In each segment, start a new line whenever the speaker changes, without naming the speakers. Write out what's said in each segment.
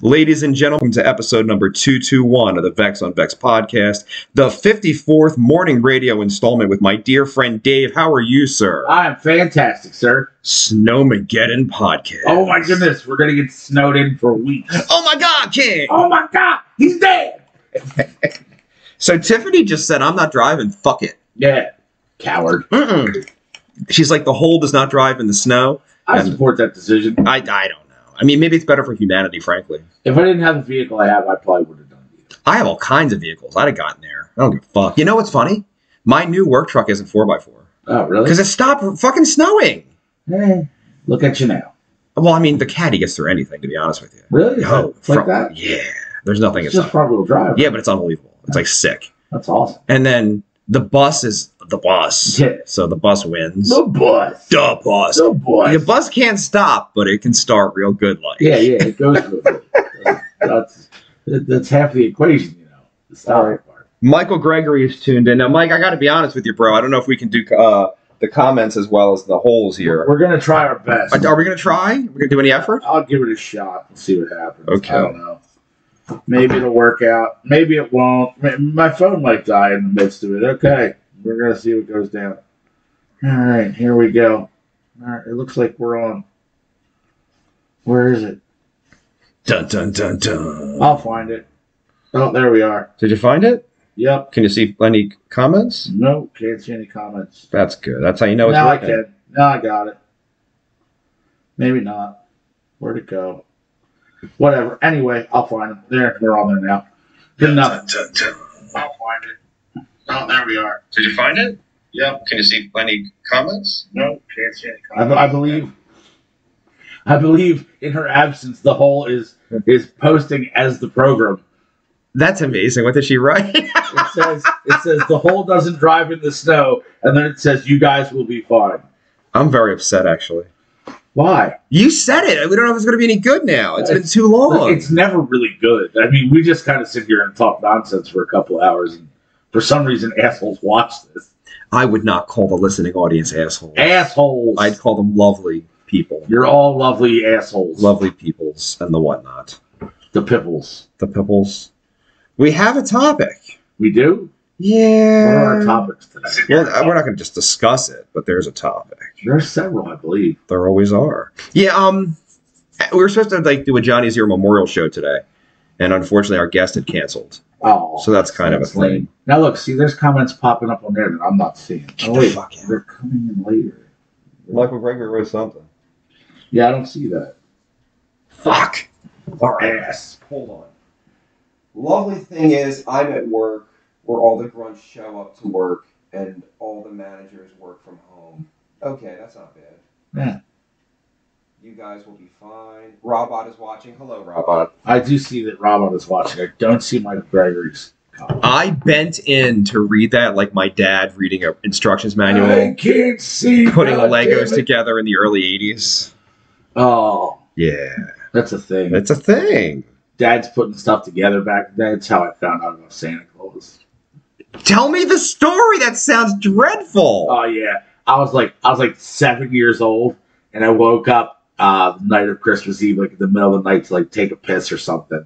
Ladies and gentlemen, to episode number 221 of the Vex on Vex podcast, the 54th morning radio installment with my dear friend Dave. How are you, sir?
I'm fantastic, sir.
Snowmageddon podcast.
Oh my goodness, we're gonna get snowed in for weeks.
Oh my God, King!
Oh my god, he's dead.
So Tiffany just said, I'm not driving, fuck it.
Yeah, coward.
Mm-mm. She's like, the hole does not drive in the snow.
I
And-
support that decision.
I, I don't know. I mean, maybe it's better for humanity, frankly.
If I didn't have the vehicle I have, I probably would have done it.
I have all kinds of vehicles. I'd have gotten there. I don't give a fuck. You know what's funny? My new work truck isn't 4x4
Oh really?
because it stopped fucking snowing.
Eh, look at you now.
Well, I mean, the caddy gets through anything, to be honest with you.
Really?
Oh,
It's like
from-
that?
Yeah. There's nothing.
It's
It's
just front wheel drive.
yeah, but it's unbelievable. It's like sick.
That's awesome.
And then the bus is the bus.
Yeah.
So the bus wins.
The bus.
The bus.
The bus.
The bus can't stop, but it can start real good. Like
Yeah, yeah, it goes with it. That's, that- that's half the equation, you know. The stopping part.
Michael Gregory is tuned in now. Mike, I got to be honest with you, bro. I don't know if we can do uh, the comments as well as the holes here.
We're gonna try our best.
Are, are we gonna try? Are we gonna do any effort?
I'll give it a shot and see what happens.
Okay.
I don't know. Maybe it'll work out. Maybe it won't. M- My phone might die in the midst of it. Okay. We're going to see what goes down. All right. Here we go. All right. It looks like we're on. Where is it?
Dun dun dun dun.
I'll find it. Oh, there we are.
Did you find it?
Yep.
Can you see any comments?
No, can't see any comments.
That's good. That's how you know it's
now I
working.
can. Now I got it. Maybe not. Where'd it go? Whatever. Anyway, I'll find them. There, they're on there now. Good enough.
Dun, dun, dun.
I'll find it. Oh, there we are.
Did you find it?
Yep.
Can you see any comments?
No, can't see any comments. I, I believe. I believe in her absence, the whole is is posting as the program.
That's amazing. What did she write?
It says it says the whole doesn't drive in the snow, and then it says you guys will be fine.
I'm very upset, actually.
Why?
You said it. We don't know if it's going to be any good now. It's been too long.
It's never really good. I mean, we just kind of sit here and talk nonsense for a couple hours, and for some reason, assholes watch this.
I would not call the listening audience assholes.
Assholes.
I'd call them lovely people,
You're all lovely assholes.
lovely peoples, and the whatnot.
the pipples.
The pipples. We have a topic.
We do.
Yeah.
What are our topics today?
Well, uh, we're not going to just discuss it, but there's a topic.
There's several, I believe.
There always are. Yeah. Um, we were supposed to like do a Johnny Zero memorial show today, and unfortunately, our guest had canceled.
Oh,
So that's kind of a
that's lame.
thing.
Now look, see, there's comments popping up on there that I'm not seeing.
Get
Oh
the
wait,
fuck out.
they're coming in later.
Michael Gregory wrote something.
Yeah, I don't see that.
Fuck. All right.
Ass.
Hold on. Lovely thing is, I'm at work where all the grunts show up to work and all the managers work from home. Okay, that's not bad. Hmm.
Yeah.
You guys will be fine. Robot is watching. Hello, Robot.
I do see that Robin is watching. I don't see Michael Gregory's comment.
I bent in to read that like my dad reading an instructions
I can't see. God damn it.
together in the early 80s.
Oh,
Yeah,
that's a thing.
that's a thing.
Dad's putting stuff together back. That's how I found out about Santa Claus.
Tell me the story. That sounds dreadful.
Oh yeah, I was like I was like seven years old, and I woke up uh, the night of Christmas Eve, like in the middle of the night, to like take a piss or something,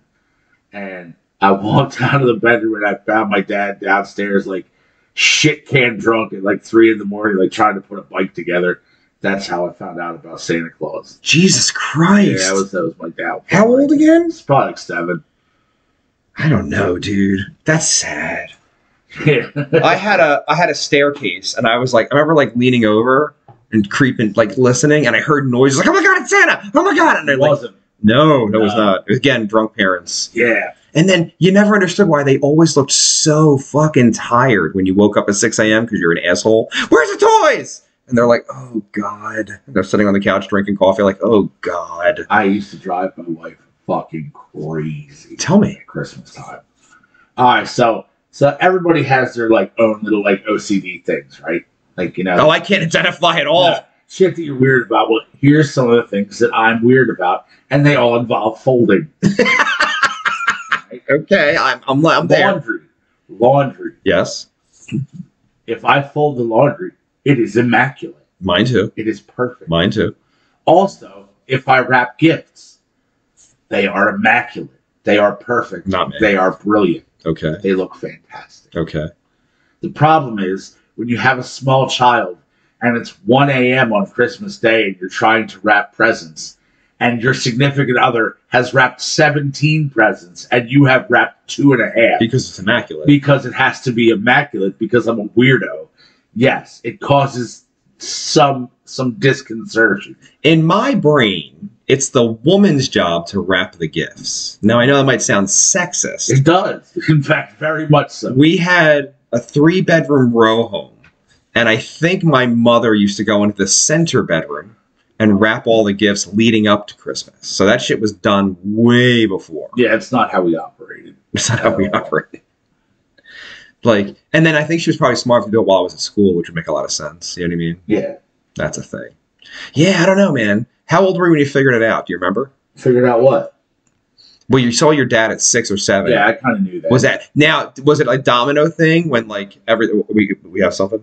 and I walked out of the bedroom and I found my dad downstairs, like shit can drunk at like three in the morning, like trying to put a bike together. That's how I found out about Santa Claus.
Jesus
Yeah,
Christ.
that was that was my dad.
How old again?
It's probably like seven.
I don't know, dude. That's sad.
Yeah.
I had a I had a staircase, and I was like, I remember like leaning over and creeping, like listening, and I heard noises like, "Oh my god, it's Santa! Oh my god!" And I
It
like,
wasn't.
no, no, it's
No.
not. Again, drunk parents.
Yeah,
And then you never understood why they always looked so fucking tired when you woke up at six a.m. because you're an asshole. Where's the toys? And they're like, "Oh god!" And they're sitting on the couch drinking coffee, like, "Oh god."
I used to drive my wife fucking crazy.
Tell me.
at Christmas time. All right, so so everybody has their like own little like OCD things, right? Like you know,
Oh, I can't identify at all.
yeah, shit that you're weird about. Well, here's some of the things that I'm weird about, and they all involve folding
Okay, I'm I'm, I'm there.
laundry. Laundry.
Yes,
If I fold the laundry, it is immaculate.
mine too.
It is perfect.
Mine too.
Also, if I wrap gifts, They are immaculate. They are perfect.
Not me.
They are brilliant.
Okay.
They look fantastic.
Okay.
The problem is when you have a small child and it's 1 a.m. on Christmas Day and you're trying to wrap presents and your significant other has wrapped 17 presents and you have wrapped two and a half
Because it's immaculate.
because it has to be immaculate because I'm a weirdo. Yes, it causes some some disconcertion.
In my brain, it's the woman's job to wrap the gifts. Now, I know that might sound sexist.
It does. In fact, very much so.
We had a three bedroom row home, and I think my mother used to go into the center bedroom and wrap all the gifts leading up to Christmas. So that shit was done way before.
Yeah, it's not how we operated.
That's not how we operate. Like, and then I think she was probably smart to do it while I was at school, which would make a lot of sense. You know what I mean?
Yeah.
That's a thing. Yeah, I don't know, man. How old were you when you figured it out? Do you remember?
Figured out what?
Well, you saw your dad at six or seven.
Yeah, I kind of knew that.
Was that now? Was it a domino thing when like every we we have something?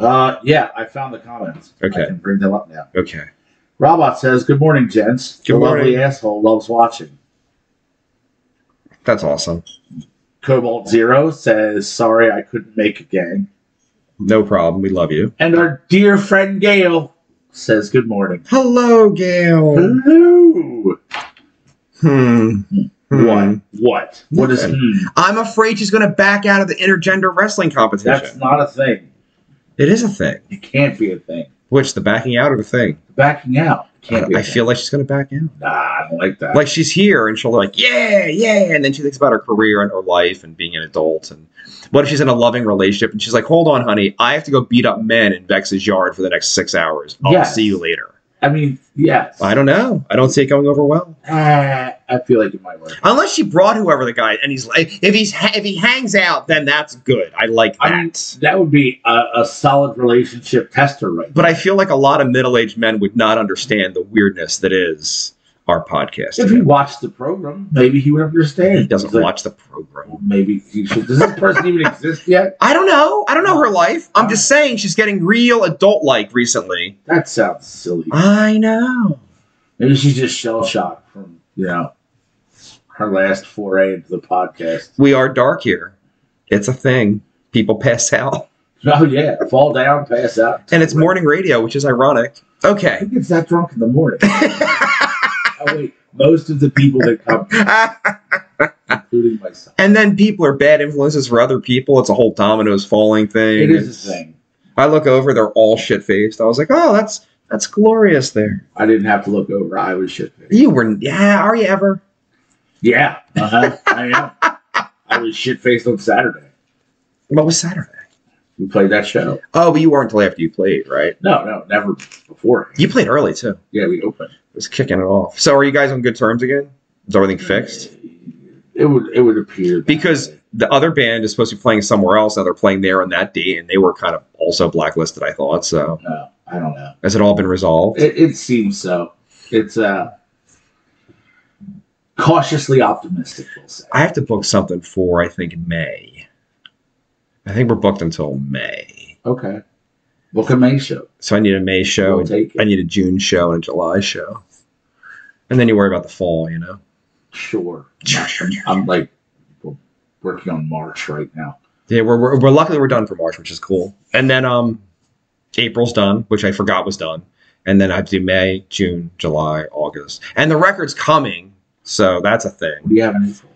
Uh, yeah, I found the comments.
Okay.
I can bring them up now.
Okay.
Robot says, "Good morning, gents.
Good
the
morning.
lovely asshole loves watching."
That's awesome.
Cobalt Zero says, "Sorry, I couldn't make a gang."
No problem. We love you.
And our dear friend Gail says, "Good morning."
Hello, Gail.
Hello.
Hmm.
What? What? What is?
Nothing.
Hmm,
I'm afraid she's going to back out of the intergender wrestling competition.
that's not a thing.
it is a thing.
It can't be a thing.
Which the backing out of the thing.
Backing out
I,
can't be. a
I
thing.
feel like she's going to back out.
Nah, I don't like that.
Like she's here and she'll be like, yeah, yeah, and then she thinks about her career and her life and being an adult. And what if she's in a loving relationship and she's like, hold on, honey, I have to go beat up men in Vex's yard for the next six hours. I'll
Yes.
see you later.
I mean, yes.
I don't know. I don't see it going over well.
Ah, I feel like it might work.
Unless she brought whoever the guy, and he's like, if he's ha- if he hangs out, then that's good. I like that.
I mean, That would be a, a solid relationship tester, right?
but I feel like a lot of middle aged men would not understand the weirdness that is our podcast.
If he watched the program, maybe he would understand.
He doesn't
He's like,
watch the
well,
program.
maybe he should. Does this person even exist yet?
I don't know. I don't know her life. I'm just saying she's getting real adult like recently.
That sounds silly.
I know.
Maybe she's just shell shocked from you know her last foray into the podcast.
We are dark here. It's a thing. People pass out.
Oh yeah, fall down, pass out,
And it's morning radio, which is ironic.
I
Okay.
think it's that drunk in the morning. oh wait, most of the people that come, including myself,
and then people are bad influences for other people. It's a whole dominoes falling thing.
it is a thing.
I look over, they're all shit faced. I was like, oh, that's that's glorious there.
I didn't have to look over. I was shit faced.
You were, yeah, are you ever?
Yeah, uh-huh. I am. I was shit faced on Saturday.
What was Saturday?
We played that show.
Oh, but you weren't until after you played, right?
No, no, never before.
You played early too. It
Yeah, we opened.
was kicking it off. So are you guys on good terms again? Is everything fixed?
It would it would appear that
Because the other band is supposed to be playing somewhere else. Now they're playing there on that date, and they were kind of also blacklisted. I thought so.
no, I don't know.
Has it all been resolved?
It, it seems so. It's uh cautiously optimistic. We'll say.
I have to book something for I think May. I think we're booked until May,
Okay. Well, Kamei show.
so I need a May show.
We'll take
I
it.
need a June show and a July show. And then you worry about the fall, you know?
Sure. I'm like we're working on March right now.
Yeah, we're, we're, we're luckily we're done for March, which is cool. And then um, April's done, which I forgot was done. And then I have to do May, June, July, August. And the record's coming, so that's a
What
thing.
do you have in April?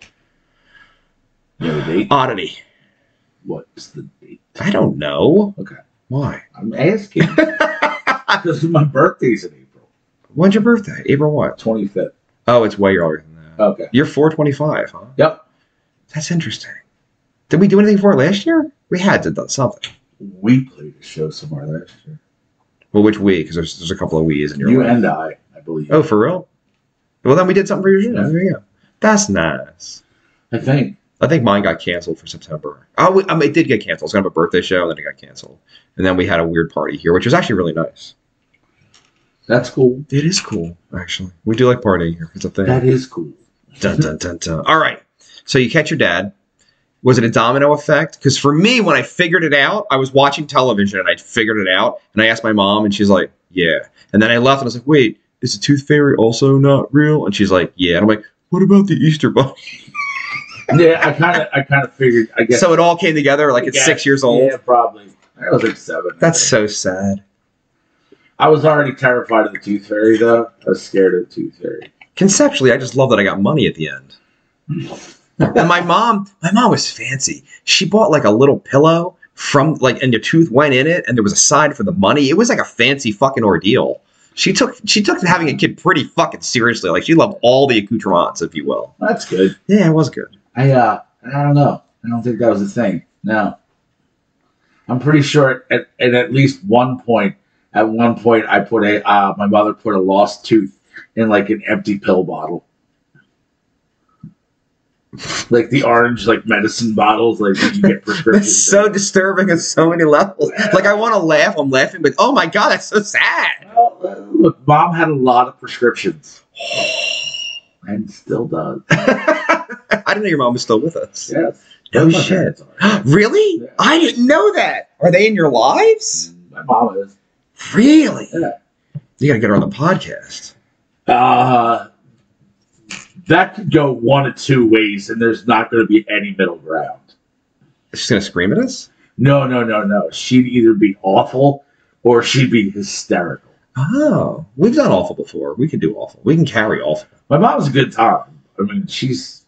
You have a date?
Oddity.
What's the date?
I don't know.
Okay.
Why?
I'm asking. Because my birthday's in April
When's your birthday? April what?
25th.
Oh, it's way earlier than that.
Okay.
You're 425, huh?
Yep.
That's interesting. Did we do anything for it last year? We had to do something.
We played a show somewhere last year.
Well, which we? Because there's, there's a couple of we's in your
You
life.
and I, I believe.
Oh, for real? Well, then we did something for your show. There you go. That's nice.
I think.
I think mine got canceled for September. Oh, we, I mean, it did get canceled. It's kind of a birthday show, and then it got canceled. And then we had a weird party here, which was actually really nice.
That's cool.
It is cool, actually. We do like partying here. It's a thing.
That is cool.
Dun, dun, dun, dun. All right. So you catch your dad. Was it a domino effect? Because for me, when I figured it out, I was watching television and I figured it out. And I asked my mom, and she's like, yeah. And then I left and I was like, wait, is the tooth fairy also not real? And she's like, yeah. And I'm like, what about the Easter Bunny?
yeah, I kind of, I kind of figured. I guess.
So it all came together like it's six years old.
Yeah, probably. I was like seven. I
That's
think.
so sad.
I was already terrified of the tooth fairy, though. I was scared of the tooth fairy.
Conceptually, I just love that I got money at the end. and my mom, my mom was fancy. She bought like a little pillow from like, and the tooth went in it, and there was a side for the money. It was like a fancy fucking ordeal. She took she took to having a kid pretty fucking seriously. Like she loved all the accoutrements, if you will.
That's good.
Yeah, it was good.
I, uh, I don't know. I don't think that was a thing. No. I'm pretty sure at, at at least one point, at one point, I put a, uh, my mother put a lost tooth in like an empty pill bottle. Like the orange, like medicine bottles, like that you get
That's
prescriptions.
so disturbing on so many levels. Like I want to laugh, I'm laughing, but oh my god, that's so sad.
Well, uh, look, mom had a lot of prescriptions and still does.
I didn't know your mom was still with us.
Yes.
No
My
shit.
parents are.
Really?
Yeah.
I didn't know that. Are they in your lives?
My mom is.
Really?
Yeah.
You gotta get her on the podcast.
Uh, that could go one of two ways, and there's not going to be any middle ground.
She's gonna scream at us?
No, no, no, no. She'd either be awful or she'd be hysterical.
Oh, we've done awful before. We can do awful. We can carry awful.
My mom's a good time. I mean, she's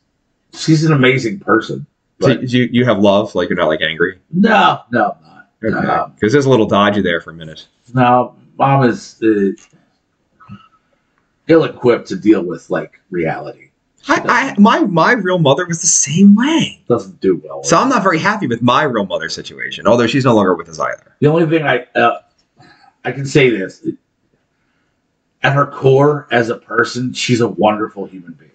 she's an amazing person.
So
But
you you have love, like you're not like angry.
no, no, I'm not.
Okay,
Um,
because there's a little dodgy there for a minute.
No, mom is uh, ill-equipped to deal with like reality.
I, I my my real mother was the same way.
Doesn't do well. with
So
it.
I'm not very happy with my real mother situation, although she's no longer with us either.
The only thing I uh, I can say this at her core, as a person, she's a wonderful human being.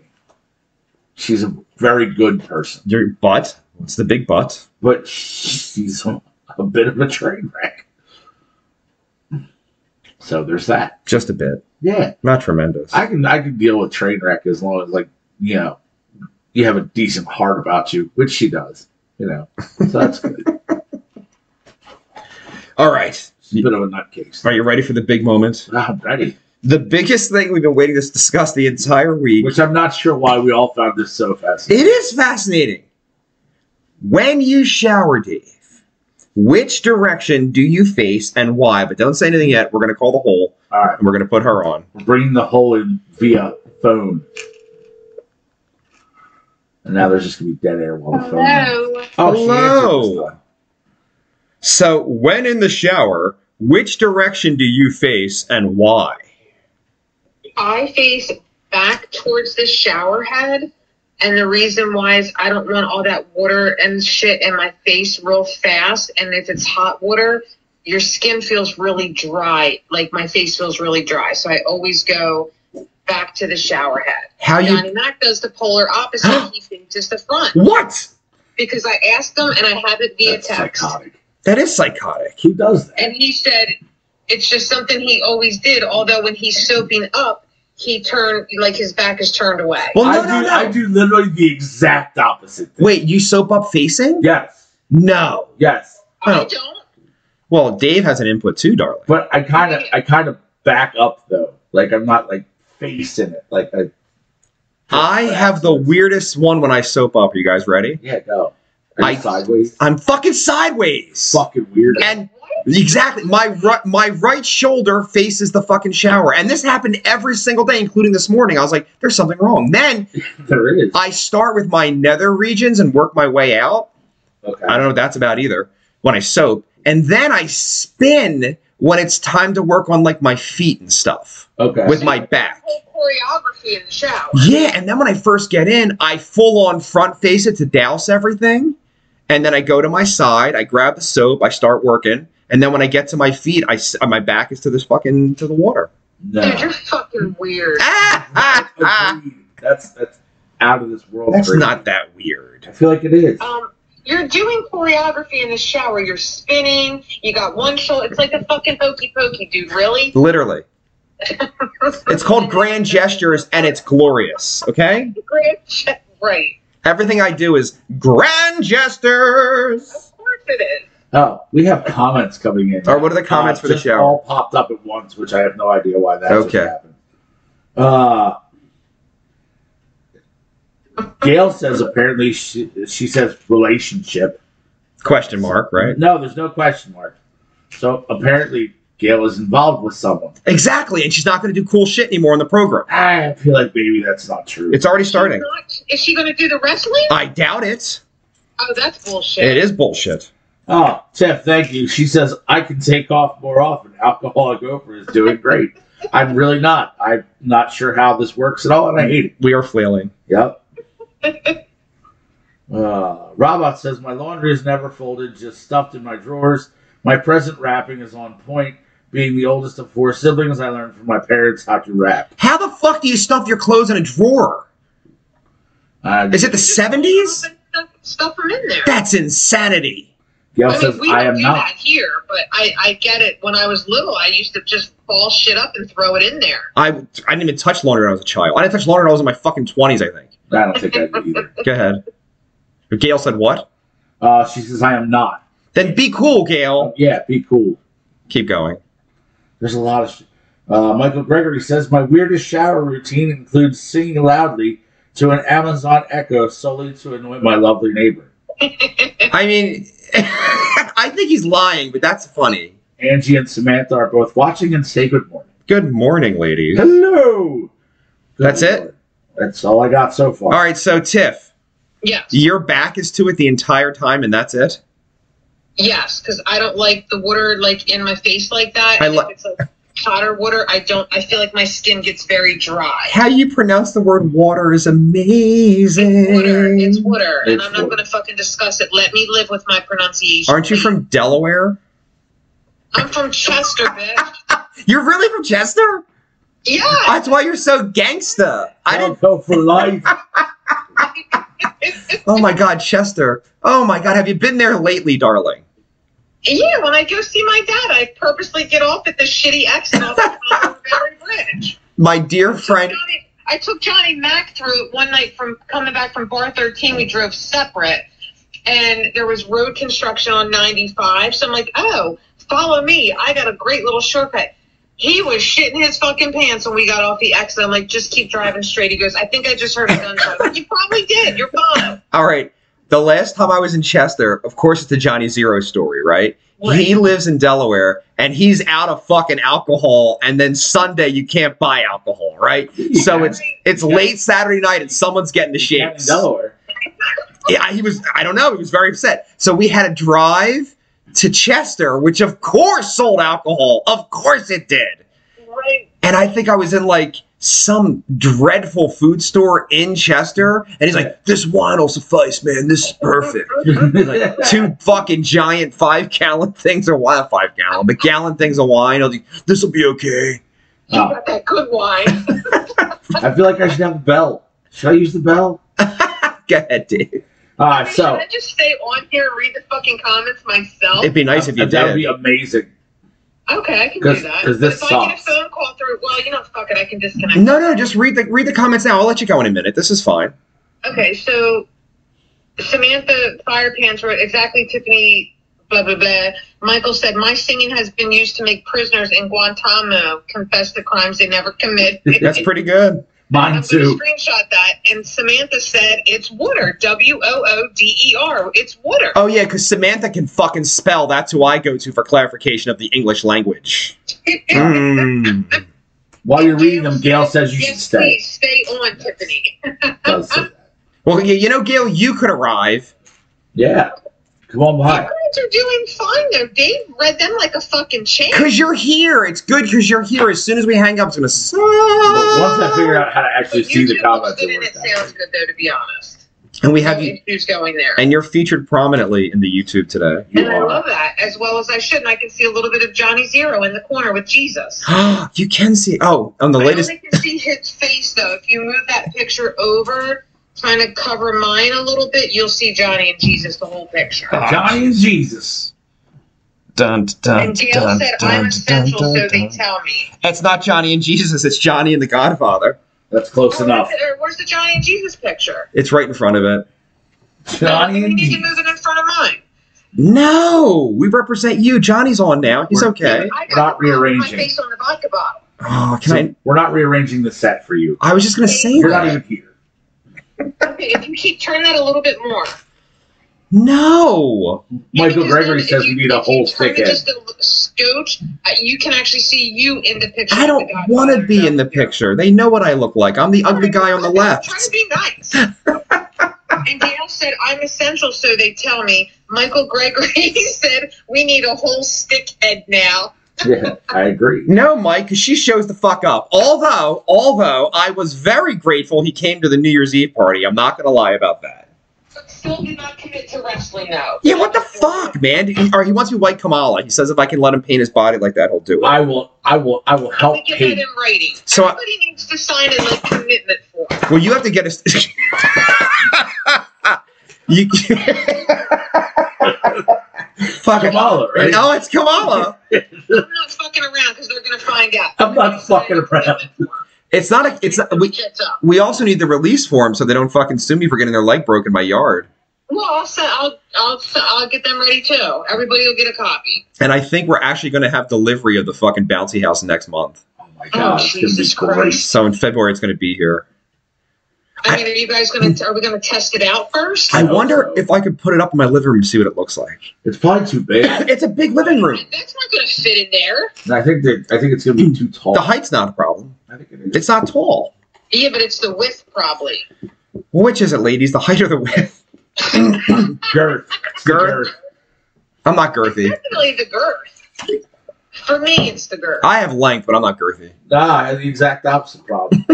She's a very good person,
Your butt? What's the big butt?
but she's a, a bit of a train wreck. So there's that.
Just a bit.
Yeah,
Not tremendous.
I can I can deal with train wreck as long as like you know you have a decent heart about you, which she does. You know, so that's good.
All right.
She's a bit of a nutcase.
Are you ready for the big moment?
I'm ready.
The biggest thing we've been waiting to discuss the entire week.
Which I'm not sure why we all found this so fascinating.
It is fascinating. When you shower, Dave, which direction do you face and why? But don't say anything yet. We're going to call the hole
All right.
and we're going to put her on.
We're bringing the hole in via phone. And now there's just gonna be dead air while the phone. rings.
Hello.
Oh, she
Hello.
answered this time.
So, when in the shower, which direction do you face and why?
I face back towards the shower head, and the reason why is I don't want all that water and shit in my face real fast. And if it's hot water, your skin feels really dry. Like my face feels really dry. So I always go back to the shower head.
How you.
Johnny Mac does the polar opposite. he faces the front
What?
because I asked him and I have it via
That's
text.
psychotic.
That is psychotic.
Who does that?
And he said it's just something he always did, although when he's soaping up, he turned like his back is turned away.
Well, no,
I,
no,
do,
no.
I do literally the exact opposite. Thing.
Wait, you soap up facing?
Yes.
No.
Yes.
I
Oh.
don't.
Well, Dave has an input too, darling.
But I kind of, I kind of back up though. Like I'm not like facing it. Like I.
I have the weirdest one when I soap up. Are you guys ready?
Yeah. Go. Are
I-
you sideways.
I'm fucking sideways.
Fucking weird.
And exactly, my right, my right shoulder faces the fucking shower, and this happened every single day, including this morning. I was like, "There's something wrong." Then
there is.
I start with my nether regions and work my way out.
Okay.
I don't know what that's about either. When I soap, and then I spin when it's time to work on like my feet and stuff
Okay.
with my back.
Whole choreography in the shower.
Yeah, and then when I first get in, I full on front face it to douse everything. And then I go to my side, I grab the soap, I start working. And then when I get to my feet, I, s- my back is to this fucking to the water.
no.
Dude, you're fucking weird.
Ah, ah, ah.
Agreed. That's that's out of this world.
That's
crazy.
not that weird.
I feel like it is.
Um, you're doing choreography in the shower. You're spinning. You got one shoulder. It's like a fucking hokey pokey, dude. Really?
Literally. It's called grand gestures and it's glorious, okay?
Grand ge- Right.
Everything I do is grand gestures.
Of course it is.
Oh, we have comments coming in.
Or what are the comments for the
just
shower?
All popped up at once, which I have no idea why that just
Okay.
happened. Uh, Gail says apparently she, she says relationship.
Question mark, right?
No, there's no question mark. So apparently Gail is involved with someone.
Exactly, and she's not going to do cool shit anymore in the program.
I feel like maybe that's not true.
It's already starting.
Not- is she going to do the wrestling?
I doubt it.
Oh, that's bullshit.
It is bullshit.
Oh, Tiff, thank you. She says I can take off more often. Alcoholic Oprah is doing great. I'm really not. I'm not sure how this works at all, and I hate it.
We are flailing.
Yep. Uh, Robot says my laundry is never folded, just stuffed in my drawers. My present wrapping is on point. Being the oldest of four siblings, I learned from my parents how to wrap.
How the fuck do you stuff your clothes in a drawer?
Uh,
Is it the 70s?
Stuff, stuff them in there.
That's insanity.
Gail
I mean,
says
we don't
I am
do
not.
that here, but I, I get it. When I was little, I used to just ball shit up and throw it in there.
I, I didn't even touch laundry when I was a child. I didn't touch laundry when I was in my fucking 20s, I think.
I don't think I do either.
Go ahead. Gail said what?
Uh, she says I am not. Oh,
Then be cool, Gail.
Yeah, be cool.
Keep going.
There's a lot of. Sh- uh, Michael Gregory says my weirdest shower routine includes singing loudly to an Amazon Echo solely to annoy my lovely neighbor.
I mean, I think he's lying, but that's funny.
Angie and Samantha are both watching in sacred mourning.
Good morning, ladies.
Hello.
That's it?
That's all I got so far.
All right, so Tiff,
Yes.
your back is to it the entire time, and that's it.
Yes, because I don't like the water like in my face like that.
I
And
li-
if it's like hotter water, I don't. I feel like my skin gets very dry.
How you pronounce the word water is
It's
amazing.
water. It's water, and
It's
I'm not
water.
going to fucking discuss it. Let me live with my pronunciation.
Aren't you from Delaware?
I'm from Chester, bitch.
You're really from Chester?
Yeah.
That's why you're so gangsta. I
I'll
didn't.
go for life.
Oh my God, Chester. Oh my God, have you been there lately, darling?
Yeah, when I go see my dad, I purposely get off at the shitty exit off the Barry Bridge.
My dear friend.
Johnny- I took Johnny Mack through it one night from coming back from Bar 13. We drove separate, and there was road construction on 95. So I'm like, oh, follow me. I got a great little shortcut. He was shitting his fucking pants when we got off the exit. I'm like, just keep driving straight. He goes, I think I just heard a gunshot. I'm like, you probably did. You're fine.
All right. The last time I was in Chester, of course, it's the Johnny Zero story, right? He lives in Delaware and he's out of fucking alcohol. And then Sunday, you can't buy alcohol, right? So it's it's
Yeah.
late Saturday night and someone's getting the
Down in
shakes.
Delaware.
Yeah, he was. I don't know. He was very upset. So we had a drive to Chester, which of course sold alcohol. Of course it did.
Right.
And I think I was in like some dreadful food store in Chester, and he's like, "This wine will suffice, man. This is perfect." two fucking giant five gallon things of wine, five gallon, but gallon things of wine. I was like, this will be okay.
You got that good wine.
I feel like I should have a bell. Should I use the bell?
Go ahead, Dave.
Ah,
Hey,
so
Can I just stay on here and read the fucking comments myself?
It'd be nice if you
that would be
did.
amazing.
Okay, I can
'Cause-
do that.
'cause
But
this
if I get a
sucks.
phone call through, well, you know, fuck it, I can disconnect.
No, no, just read the read the comments now. I'll let you go in a minute. This is fine.
Okay, so Samantha Fire Pants wrote exactly Tiffany. Blah blah blah. Michael said, "My singing has been used to make prisoners in Guantanamo confess the crimes they never commit."
That's pretty good.
Mine
I'm going to
too.
screenshot that. And Samantha said, "It's water. W O O D E R. It's water."
Oh yeah, because Samantha can fucking spell. That's who I go to for clarification of the English language.
Hmm.
Mm.
While you're reading them, Gail says you should
yes,
stay.
Please stay on, Tiffany.
Does say that.
Well, you, you know, Gail, you could arrive.
Yeah. Come on
The
by.
comments are doing fine though. Dave read them like a fucking champ.
Cause you're here. It's good because you're here. As soon as we hang up, it's gonna suck.
Well, once I figure out how to actually see the
YouTube
comments,
looks good
it
and it
works
sounds
out.
good though, to be honest.
And we have you,
Who's going there?
and you're featured prominently in the YouTube today.
You
and I
are.
love that as well as I should. And I can see a little bit of Johnny Zero in the corner with Jesus.
you can see. Oh, on the latest.
I only can see his face though. If you move that picture over, trying to cover mine a little bit, you'll see Johnny and Jesus the whole picture.
Johnny and Jesus.
Dun,
and Gail said, "I'm essential, so they tell me."
It's not Johnny and Jesus. It's Johnny and the Godfather.
That's close
Oh,
enough.
that's- or where's the Johnny and Jesus picture?
It's right in front of it.
Johnny
no, we
and
need to
Jesus.
move it in front of mine.
No, we represent you. Johnny's on now. He's
We're-
okay.
I got
Not
the- my
rearranging.
face on the vodka bottle.
Oh, can
So
I?
we're not rearranging the set for you.
I was just gonna say
You're not
that.
even here.
Okay, if you keep turn that a little bit more.
No.
Michael
Because
Gregory
then
says
if
we
you-
need a
if you
whole
turn
thick
it
end.
Just a little scooch, uh, you can actually see you in the picture.
I don't want to be in the picture. They know what I look like. I'm the ugly guy on the
Trying to
left.
be nice. and Dale said, "I'm essential, so they tell me." Michael Gregory said, "We need a whole stick head now."
Yeah, I agree.
No, Mike, 'cause she shows the fuck up. Although, although I was very grateful he came to the New Year's Eve party. I'm not gonna lie about that.
But still, do not commit to wrestling now.
Yeah, what the fuck, man? He, or he wants me white Kamala. He says if I can let him paint his body like that, he'll do it.
I will. I will. I will help
We get that
Peyton.
in writing.
So I-
Everybody needs to sign a like commitment form.
Well, you have to get us. you. fuck it.
Kamala, right?
No, it's Kamala.
I'm not fucking around because they're gonna find out.
I'm not fucking around.
It's not a. It's not, we.
Gets up.
We also need the release form so they don't fucking sue me for getting their leg broken by yard.
Well, I'll, se- I'll I'll I'll get them ready too. Everybody will get a copy.
And I think we're actually going to have delivery of the fucking bouncy house next month.
Oh my god,
Oh,
it's gonna be
Jesus
great.
Christ.
So in February, it's going to be here.
I mean, are you guys gonna are we gonna test it out first?
I wonder if I could put it up in my living room and see what it looks like.
It's probably too big. And
it's a big living room.
That's not gonna fit in there.
I think that I think it's gonna be too tall.
The height's not a problem.
I think it is.
It's not tall.
Yeah, but it's the width probably.
Which is it, ladies? The height or the width?
Girth. It's the
Girth. I'm not girthy.
Definitely the girth. For me, it's the girth.
I have length, but I'm not girthy.
Nah, I had the exact opposite problem.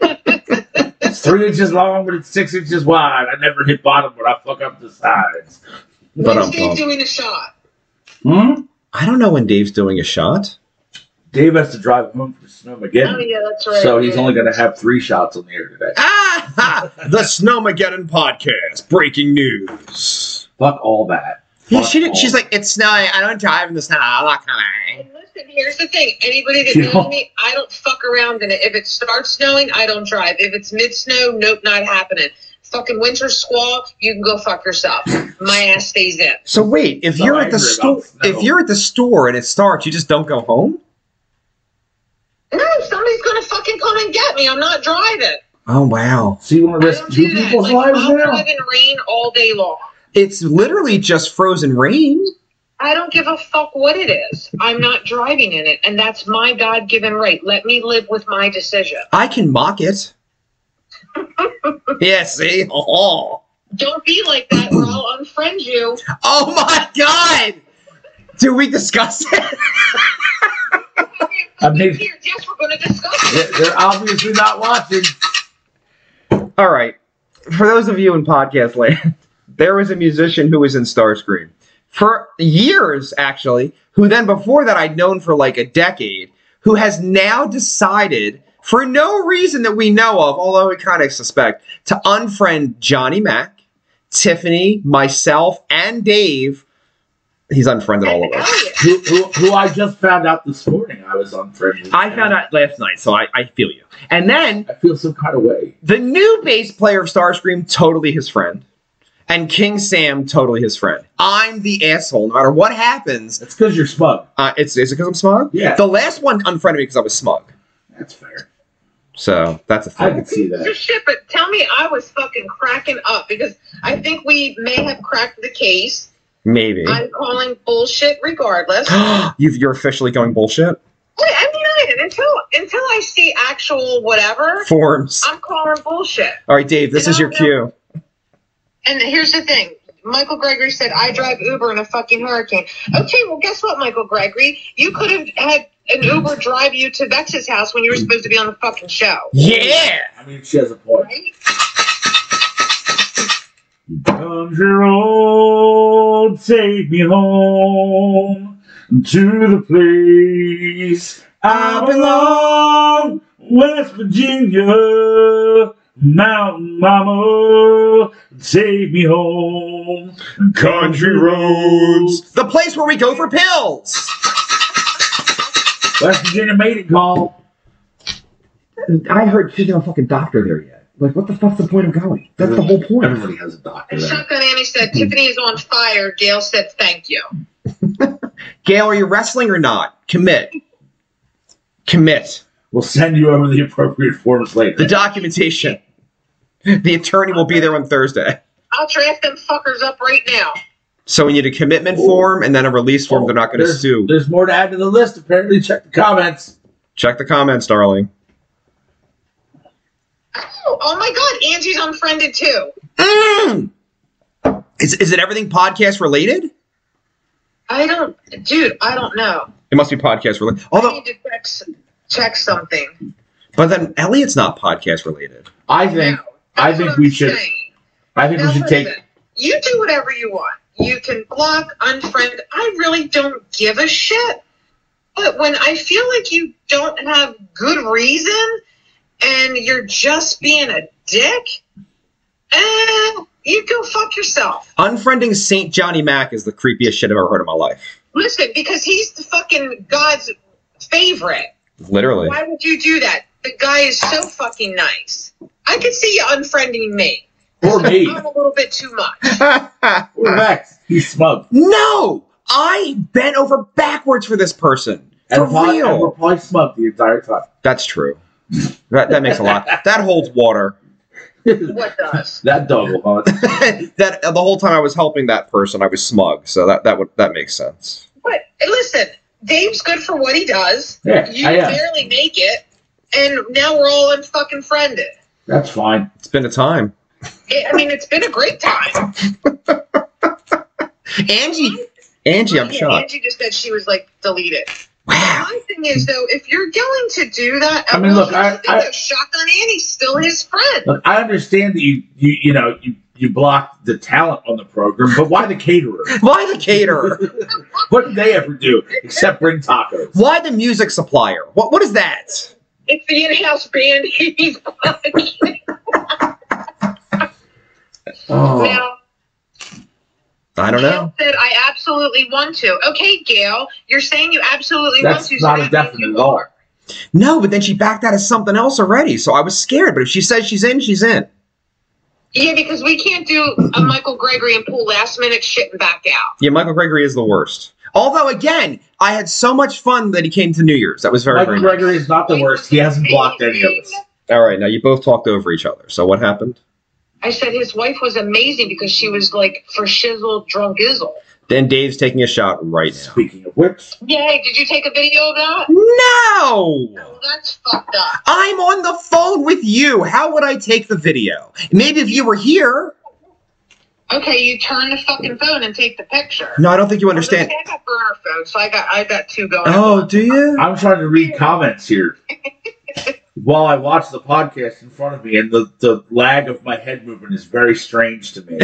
it's three inches long, but it's six inches wide. I never hit bottom, but I fuck up the sides.
But
When's
I'm
Dave
tall.
doing a shot?
Hmm?
I don't know when Dave's doing a shot.
Dave has to drive home from
Oh
Snowmageddon,
yeah, that's right.
so he's
yeah.
only gonna have three shots on the air today.
Ah! ha! The Snowmageddon podcast. Breaking news.
Fuck all that.
Yeah,
Fuck
she didn't,
all
she's
that.
like, it's snowing. I don't drive in the snow. I'm not coming.
And listen, here's the thing. Anybody that
Yeah.
knows me, I don't fuck around in it. If it starts snowing, I don't drive. If it's mid snow, nope, not happening. Fucking winter squall, you can go fuck yourself. My ass stays in.
So wait, if
So
you're at the
angry
store,
about snow.
if you're at the store and it starts, you just don't go home.
No, somebody's gonna fucking come and get me. I'm not driving.
Oh wow!
So you want to
I
risk
don't
two
do that.
people's
Like,
lives
I'll
now?
drive in rain all day long.
It's literally just frozen rain.
I don't give a fuck what it is. I'm not driving in it, and that's my God given right. Let me live with my decision.
I can mock it. yeah, see? Oh,
Don't be like that, or I'll unfriend you.
oh my god! Do we discuss it?
I mean-
Here, yes, we're going to discuss it.
They're- They're obviously not watching.
All right. For those of you in podcast land, there was a musician who was in Starscream for years, actually, who then before that I'd known for like a decade, who has now decided, for no reason that we know of, although we kind of suspect, to unfriend Johnny Mack, Tiffany, myself, and Dave. He's unfriended all of
And
us.
Elliot.
Who, who, who I just found out this morning I was on Friendly.
I found out last night, so I, I feel you. And then
I feel some kind of way.
the new bass player of Starscream, totally his friend. And King Sam, totally his friend. I'm the asshole. No matter what happens,
It's because you're smug.
uh, it's is it because I'm smug?
Yeah.
The last one unfriended me because I was smug.
That's fair.
So that's a
I
thing.
can see that.
Just shit, but tell me I was fucking cracking up because I think we may have cracked the case.
Maybe.
I'm calling bullshit regardless.
You've, you're officially going bullshit.
Wait, I'm united until until I see actual whatever.
Forms.
I'm calling bullshit.
All right, Dave, this
And
is your
I'll-
cue.
And here's the thing. Michael Gregory said, I drive Uber in a fucking hurricane. Okay, well, guess what, Michael Gregory? You could have had an Uber drive you to Vex's house when you were supposed to be on the fucking show.
Yeah.
I mean, she has a point.
Right?
Come Gerald, take me home to the place I belong, West Virginia, Mountain Mama, take me home, country roads.
The place where we go for pills.
West Virginia made it, call.
I heard she's no fucking doctor there yet. Like, what the fuck's the point of going? That's the whole point.
Everybody has a doctor.
And
there.
Shotgun Annie said, Tiffany is on fire. Gail said, thank you.
Gail, are you wrestling or not? Commit. Commit.
We'll send you over the appropriate forms
The
later.
documentation. The attorney will be there on Thursday.
I'll draft them fuckers up right now.
So we need a commitment form and then a release form. They're not going to
Oh, There's-
sue.
There's more to add to the list. Apparently, check the comments.
Check the comments, darling.
Oh, oh my god, Angie's unfriended too.
Mm. Is, is it everything podcast related?
I don't, dude. I don't know.
It must be podcast related.
I
Although,
need to check, s- check something.
but then Elliot's not podcast related.
I think
No,
I
that's
think
what
we
I'm
should
saying.
I think we
Now
should take
listen, You do whatever you want. You can block, unfriend. I really don't give a shit. But when I feel like you don't have good reason and you're just being a dick, eh, you go fuck yourself.
Unfriending Saint Johnny Mac is the creepiest shit I've ever heard in my life.
Listen, because he's the fucking God's favorite.
Literally.
Why would you do that? The guy is so fucking nice. I could see you unfriending me.
or me
I'm a little bit too much.
or Max. He's smug.
no! I bent over backwards for this person.
And
For
we're, probably, and we're
real.
probably smug the entire time.
That's true. That, that makes a lot. That holds water.
What does?
That dog will hunt.
that the whole time I was helping that person, I was smug. So that that would that makes sense.
But hey, listen, Dave's good for what he does.
Yeah,
You
I am.
barely make it, and now we're all unfucking friended.
That's fine.
It's been a time.
I I mean, it's been a great time.
Angie, Angie, I'm
Yeah,
shocked.
Angie just said she was like, delete it.
Wow.
My thing is though, if you're going to do that,
I mean, look, I- I-
Shotgun Annie's still his friend.
Look, I understand that you you you know you you blocked the talent on the program, but why the caterer?
Why the caterer?
What did they ever do except bring tacos?
Why the music supplier? What what is that?
It's the in-house band he's
Oh,
now.
I don't know.
Gail said, "I absolutely want to." Okay, Gail, you're saying you absolutely want
that's
to. so
not a
that means
definite
you
at all.
are.
No, but then she backed out of something else already. So I was scared. But if she says she's in, she's in.
Yeah, because we can't do a Michael Gregory and pull last minute shit and back out.
Yeah, Michael Gregory is the worst. Although again, I had so much fun that he came to New Year's. That was very
Michael
very nice.
Gregory is not the worst. He hasn't blocked any of us.
All right, now you both talked over each other. So what happened?
I said his wife was amazing because she was like for shizzle drunk izzle.
Then Dave's taking a shot right now.
Speaking of which,
Yay! Did you take a video of that?
No!
Oh, that's fucked up.
I'm on the phone with you. How would I take the video? Maybe if you were here.
Okay, you turn the fucking phone and take the picture.
No, I don't think you understand.
I got burner phone, so I got I got two going. at
Oh,
once.
do you?
I'm trying to read comments here while I watch the podcast in front of me, and the, the lag of my head movement is very strange to me.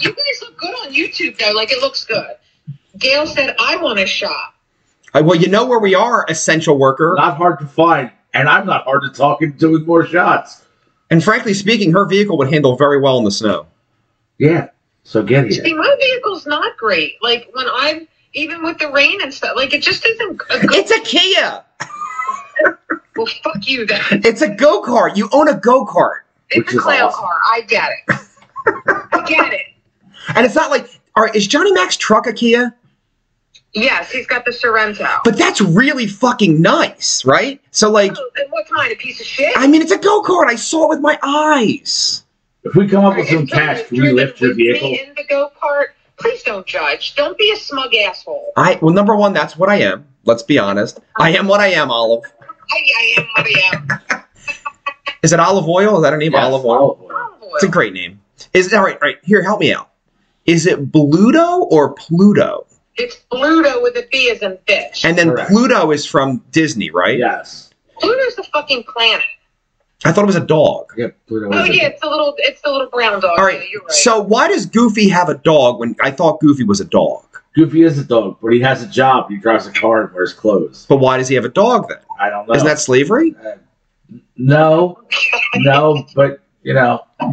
You guys look good on YouTube though. Like it looks good. Gail said, "I want a shot."
Uh, Well, you know where we are, essential worker.
not hard to find, and I'm not hard to talk into doing more shots.
And frankly speaking, her vehicle would handle very well in the snow.
Yeah, so get here.
See, my vehicle's not great. Like when I'm even with the rain and stuff, like it just isn't a good.
It's a Kia.
well, fuck you then.
It's a go kart. You own a go kart,
It's
Which
a
is
clown
awesome.
car. I get it. I get it.
and it's not like. All right, is Johnny Mac's truck a Kia?
Yes, he's got the Sorrento.
But that's really fucking nice, right? So like,
Oh, and what kind? A piece of shit.
I mean, it's a go kart. I saw it with my eyes.
If we come up with
If
some
someone
cash,
is
can we
driven
lift your
with me
vehicle?
In the go kart, please don't judge. Don't be a smug asshole.
I well, number one, that's what I am. Let's be honest. I am what I am. Olive.
I, I am what I am.
Is it olive oil? Is that a name?
Yes,
olive oil.
olive oil.
Olive
It's a
oil.
great name. Is all right. All right here, help me out. Is it Bluto or Pluto?
It's Pluto with a B as in bitch.
And then
Correct.
Pluto is from Disney, right?
Yes.
Pluto's the fucking planet.
I thought it was a dog.
Yep. Pluto
Oh
is a-
yeah, it's the little it's the little brown dog.
All right,
Yeah, you're right.
So why does Goofy have a dog when I thought Goofy was a dog?
Goofy is a dog, but he has a job. He drives a car and wears clothes.
But why does he have a dog then?
I don't know. Uh,
Isn't that slavery?
no, no, but you know, uh-huh.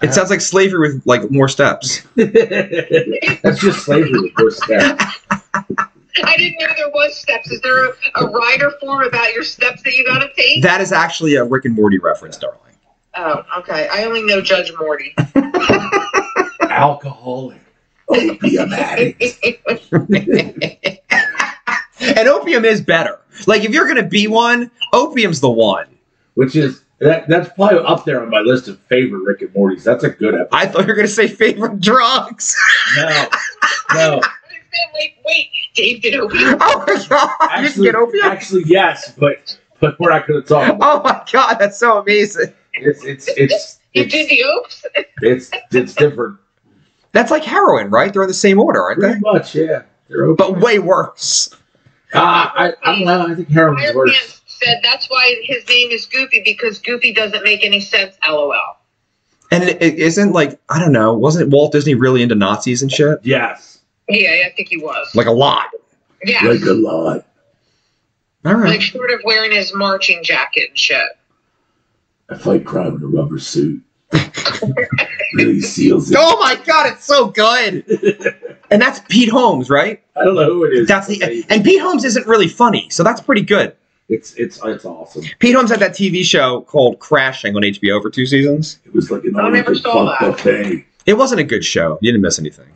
It sounds like slavery with like more steps.
that's just slavery with worse step.
I didn't know there was steps. Is there a, a rider form about your steps that you gotta take?
That is actually a Rick and Morty reference, darling.
oh, okay. I only know Judge Morty.
Alcoholic. Opium addict.
I
And opium is better. Like if you're gonna be one, opium's the one.
which is that, that's probably up there on my list of favorite Rick and Morty's. That's a good episode.
I thought you were gonna say favorite drugs.
No, no.
Wait, wait, Dave did opium.
Oh my god, you can
Actually,
get opium.
actually, yes, but but we're not going to talk. About
Oh my god, that's so amazing.
it. It's it's it's
You did
it's
the oaks.
it's, it's different.
That's like heroin, right? They're in the same order, aren't
Pretty
they?
much, yeah. They're open.
But way worse.
Uh, I, I don't know. I think heroin's
Fireman
worse.
said that's why his name is Goopy because Goopy doesn't make any sense. LOL.
And it, it isn't like I don't know. Wasn't Walt Disney really into Nazis and shit?
Yes,
Yeah, I think he was.
Like a lot.
yeah,
like
like,
a lot.
All right.
short of wearing his marching jacket and shit.
I fight crime in a rubber suit. really seals it.
Oh my god, it's so good. and that's Pete Holmes, right?
I don't know who it is.
That's the and Pete Holmes isn't really funny, so that's pretty good.
It's it's it's awesome.
Pete Holmes had that TV show called Crashing on HBO for two seasons.
It was like an
I never
Olympic
saw
fuck
that.
buffet.
It wasn't a good show. You didn't miss anything.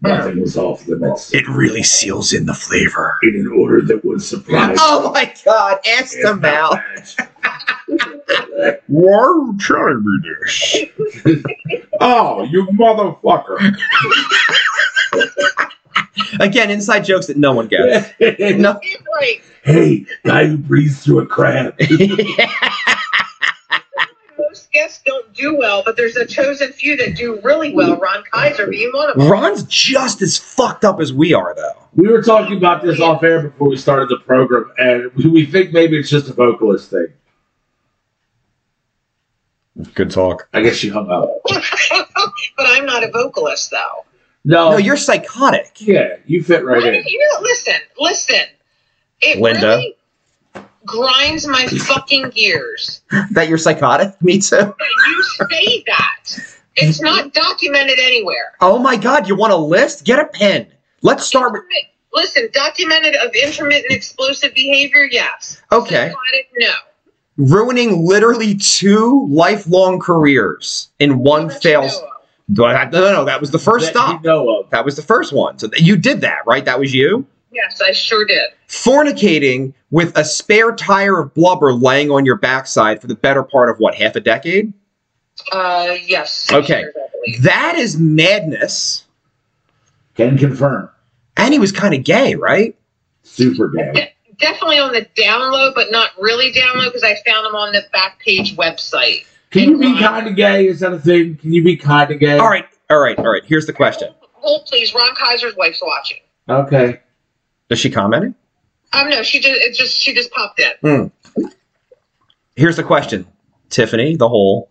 Nothing was off limits
It really seals in the flavor.
in an order that was surprised.
Oh my god, ask
It's
them out.
outmatched.
Why are you telling me this?
oh, you motherfucker!
Again, inside jokes that no one gets. No.
He's like,
Hey, guy who breathes through a crab.
most guests don't do well, but there's a chosen few that do really well. Ron Kaiser being one of them.
Ron's just as fucked up as we are, though.
We were talking about this off air before we started the program, and we- we think maybe it's just a vocalist thing.
Good talk.
I guess she hung up.
but I'm not a vocalist though.
No,
No, you're psychotic.
yeah, you fit right
Why
in.
do you know, listen, listen. It
Linda?
really grinds my fucking gears.
That you're psychotic? Me too.
you say that. It's not documented anywhere.
Oh my god, you want a list? Get a pen. Let's start with.
Intermit- Listen, documented of intermittent explosive behavior, yes.
Okay.
Psychotic, no.
Ruining literally two lifelong careers in one
Let you
fails.
know of.
No, no, no, that was the first
That
stop.
You know of.
That was the first one. So th- you did that, right? That was you?
Yes, I sure did.
Fornicating with a spare tire of blubber laying on your backside for the better part of what, half a decade?
Uh, yes.
Okay.
sure, I believe.
That is madness.
Can confirm.
And he was kind of gay, right?
Super gay.
Definitely on the download, but not really download because I found them on the back page website.
Can you be kind of gay? Is that a thing? Can you be kind of gay?
All right, all right, all right. Here's the question.
Hold Oh, please, Ron Kaiser's wife's watching.
Okay.
Is she commenting?
Um, no, she just it just she just popped in.
Here's the question. Tiffany, the whole,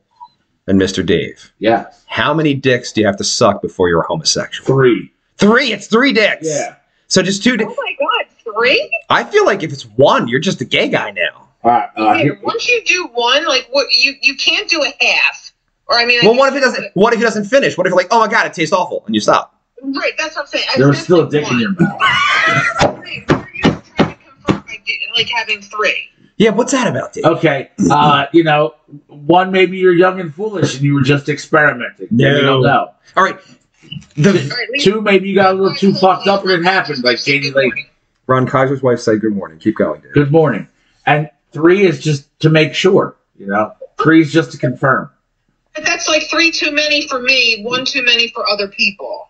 and Mr. Dave.
Yes.
How many dicks do you have to suck before you're a homosexual?
Three.
Three. It's three dicks.
Yeah.
So just two. Di-
Oh my God, three?
I feel like if it's one, you're just a gay guy now.
All right. Uh,
Wait,
here-
once you do one, like what you you can't do a half. Or I mean, I
Well,
guess-
what if it doesn't? What if it doesn't finish? What if you're like, oh my god, it tastes awful, and you stop?
Right, that's what I'm saying. I
there was
said
still a
like
dick in
one.
your mouth.
Wait, were you trying to confirm I didn't like having three?
Yeah, what's that about, Dave?
Okay. Uh, you know, one maybe you're young and foolish and you were just experimenting. Maybe you don't
No.
know.
All right, the
All right, leave-
Two, maybe you got a little too fucked up and it happened. Like Katie
Good
Lake.
morning.
Ron Kaiser's wife said, "Good morning." Keep going, Dave.
Good morning. And three is just to make sure. You know, three is just to confirm.
But that's like three too many for me, one too many for other people.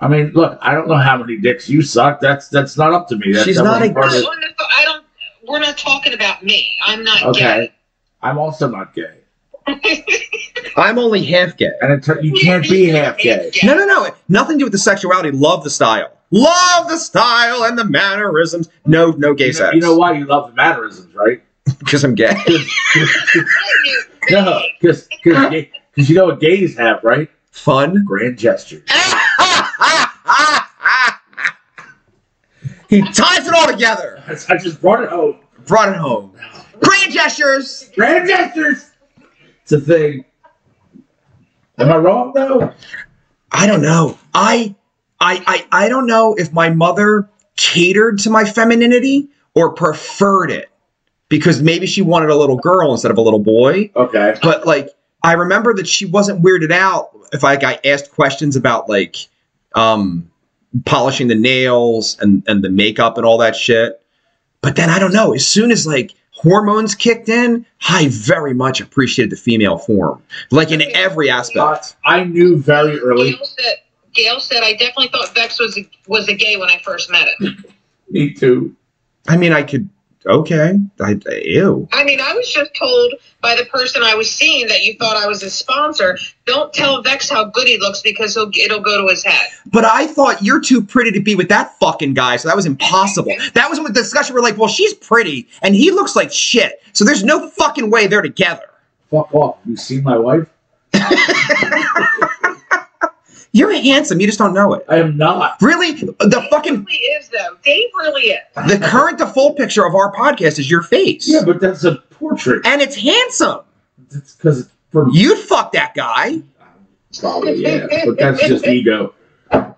I mean, look, I don't know how many dicks you suck. That's that's not up to me. That's
She's not
definitely
a-
part of-
On the pho- I don't. We're not talking about me. I'm not
Okay. I'm also not gay,
gay.
I'm only half gay.
and it tur- you can't be half gay.
No, no, no. Nothing to do with the sexuality. Love the style. Love the style and the mannerisms. No, no gay
You know,
sex.
you know why you love the mannerisms, right?
Because I'm gay.
No, because because you know what gays have, right?
Fun.
Grand gestures.
he ties it all together.
I just brought it home.
Brought it home. Grand gestures.
Grand gestures. It's a thing. Am I wrong though?
I don't know. I, I, I, I don't know if my mother catered to my femininity or preferred it, because maybe she wanted a little girl instead of a little boy.
Okay.
But like, I remember that she wasn't weirded out if like I asked questions about like, um, polishing the nails and and the makeup and all that shit. But then I don't know. As soon as like hormones kicked in, I very much appreciated the female form, like in every aspect.
I knew very early.
Gail said, Gail said, I definitely thought Vex was a, was a gay when I first met him.
Me too.
I mean, I could. Okay, I, ew.
I mean, I was just told by the person I was seeing that you thought I was his sponsor. Don't tell Vex how good he looks because he'll, it'll go to his head.
But I thought you're too pretty to be with that fucking guy, so that was impossible. That was when the discussion we're like, well, she's pretty and he looks like shit, so there's no fucking way they're together.
Fuck off. You seen my wife?
You're handsome, you just don't know it.
I am not.
Really, the fucking
He really is, though. Dave really is.
the current default picture of our podcast is your face,
Yeah, but that's a portrait.
and it's handsome.
It's because for
You'd fuck that guy.
probably yeah, but that's just ego.
But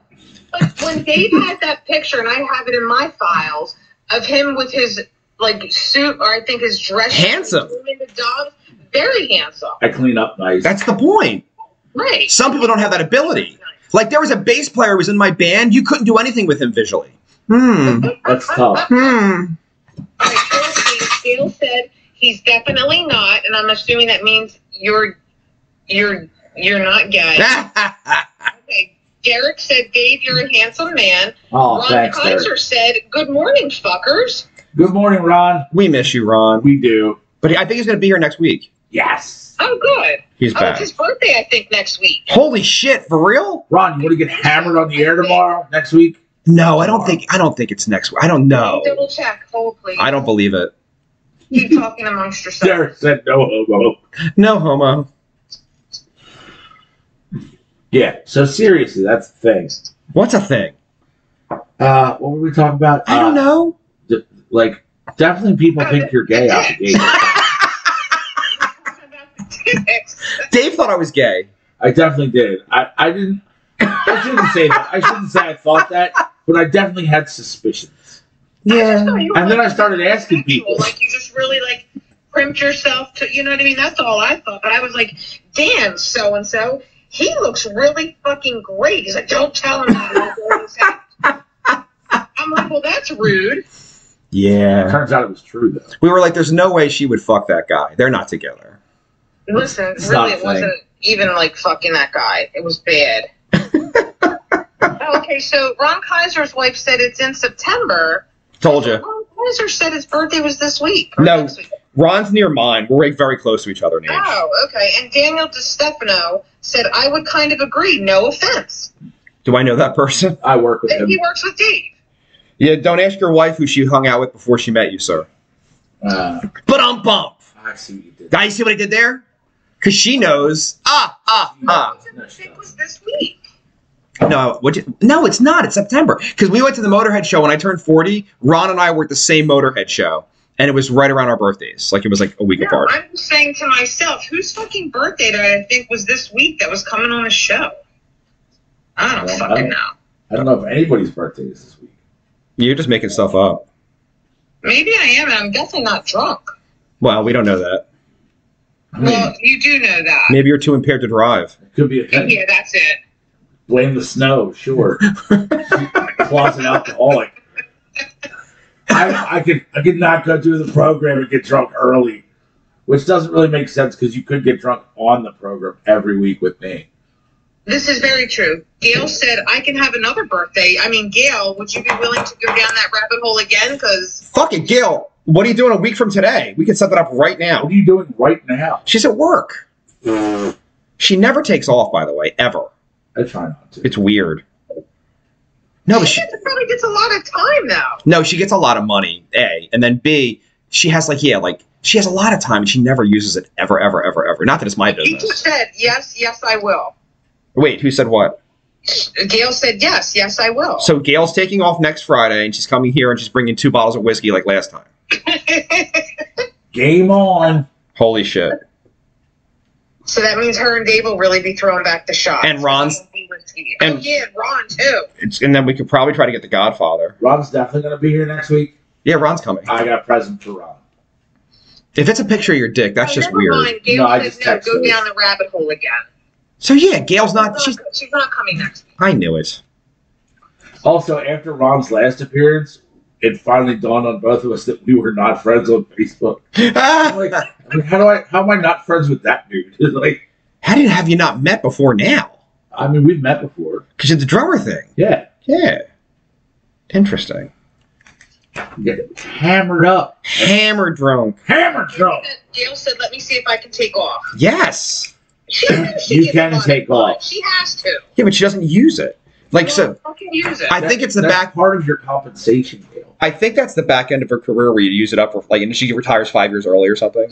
when Dave had that picture, and I have it in my files of him with his like suit, or I think his dress, shirt,
Handsome.
grooming the dog, very handsome,
I clean up nice.
That's the point.
right?
Some people don't have that ability. Like there was a bass player who was in my band. You couldn't do anything with him visually. Hmm.
That's tough.
Hmm.
Alright, Gail said- Gail said he's definitely not, and I'm assuming that means you're you're you're not gay. Okay. Derek said, Dave, you're a handsome man.
Oh,
Ron
thanks, Derek.
Kaiser said, Good morning, fuckers.
Good morning, Ron.
we miss you, Ron.
We do.
But I think he's gonna be here next week.
Yes.
Oh, good.
He's
Oh,
back.
it's his birthday, I think, next week.
Holy shit! For real?
Ron, you want to get hammered on the air tomorrow, next week?
No, I don't think. I don't think it's next week. I don't know.
Double check. Hold, please.
I don't believe it.
Keep talking amongst yourselves.
Derek said no homo.
No homo.
Yeah. So seriously, that's the thing.
What's a thing?
Uh, what were we talking about?
I don't
Uh,
know.
Like, definitely people think you're gay out the gate.
Dave thought I was gay.
I definitely did. I, I didn't. I shouldn't say that. I shouldn't say I thought that, but I definitely had suspicions. And then I started asking people.
Like, you just really, like, primped yourself to, you know what I mean? That's all I thought. But I was like, damn, so and so, he looks really fucking great. He's like, don't tell him that. I'll blow his head." I'm like, well, that's rude.
Yeah.
Turns out it was true though.
We were like, there's no way she would fuck that guy. They're not together.
Listen,
It's not
really,
a
it
thing.
wasn't even like fucking that guy. It was bad. okay, so Ron Kaiser's wife said it's in September.
Told you.
Ron Oh, Kaiser said his birthday was this week. or
No.
next week.
Ron's near mine. We're like very close to each other, Nate.
Oh, okay. And Daniel DiStefano said, I would kind of agree. No offense.
Do I know that person?
I work with
And
him.
he works with Dave.
Yeah, don't ask your wife who she hung out with before she met you, sir.
Uh,
But I'm bump.
I see what you did.
Guys, see what I did there? Because she knows. Ah, ah, ah.
No, she
It
doesn't.
was this week.
No, what you, no, it's not. It's September. Because we went to the Motorhead show when I turned 40. Ron and I were at the same Motorhead show. And it was right around our birthdays. Like it was like a week
No,
apart.
I'm just saying to myself, whose fucking birthday that I think was this week that was coming on the show? I don't
Well, I
fucking
don't-
know.
I don't know if anybody's birthday is this week.
You're just making stuff up.
Maybe I am, and I'm definitely not drunk.
Well, we don't know that.
I mean,
Well, you do know that.
Maybe you're too impaired to drive.
it could be a thing.
Yeah, that's it.
Blame the snow, sure. Closet alcoholic. I, I could I could not go through the program and get drunk early, which doesn't really make sense because you could get drunk on the program every week with me.
This is very true. Gail said, I can have another birthday. I mean, Gail, would you be willing to go down that rabbit hole again? Because
Fuck it, Gail. What are you doing a week from today? We can set that up right now.
What are you doing right now?
She's at work. She never takes off, by the way, ever.
I try not to.
It's weird. No, but she
probably gets a lot of time now.
no, she gets a lot of money. A and then B, she has like yeah, like she has a lot of time and she never uses it ever, ever, ever, ever. Not that it's my
You just
business.
said, yes, yes, I will.
Wait, who said what?
Gail said, yes, yes, I will.
So Gail's taking off next Friday and she's coming here and she's bringing two bottles of whiskey like last time.
Game on.
Holy shit!
so that means her and Dave will really be throwing back the shots. Oh,
And Ron's-
And,
and-
yeah, Ron, too.
It's, and then we could probably try to get the Godfather.
Ron's definitely gonna be here next week.
Yeah, Ron's coming.
I got a present for Ron.
If it's a picture of your dick, that's
Oh,
just
never
weird.
Mind. Gail
No, I
said,
just
no,
texted
go
her.
down the rabbit hole again.
So yeah, Gail's not. She's.
she's not coming next week.
I knew it.
Also, after Rom's last appearance, it finally dawned on both of us that we were not friends on Facebook. I'm like, I mean, how do I? How am I not friends with that dude? like,
How did have you not met before now?
I mean, we've met before.
Because you did the drummer thing.
Yeah,
Yeah. Interesting.
get hammered up,
Hammer drunk.
hammered drunk.
Gail said, "Let me see if I can take off."
Yes.
She knows she
You
gives
can
a lot of
take
thought.
off.
She has to.
Yeah, but she doesn't use it. Like so,
Well, fucking use it.
I think it's the
That's
back.
part of your compensation deal.
I think that's the back end of her career where you use it up for like, and she retires five years early or something.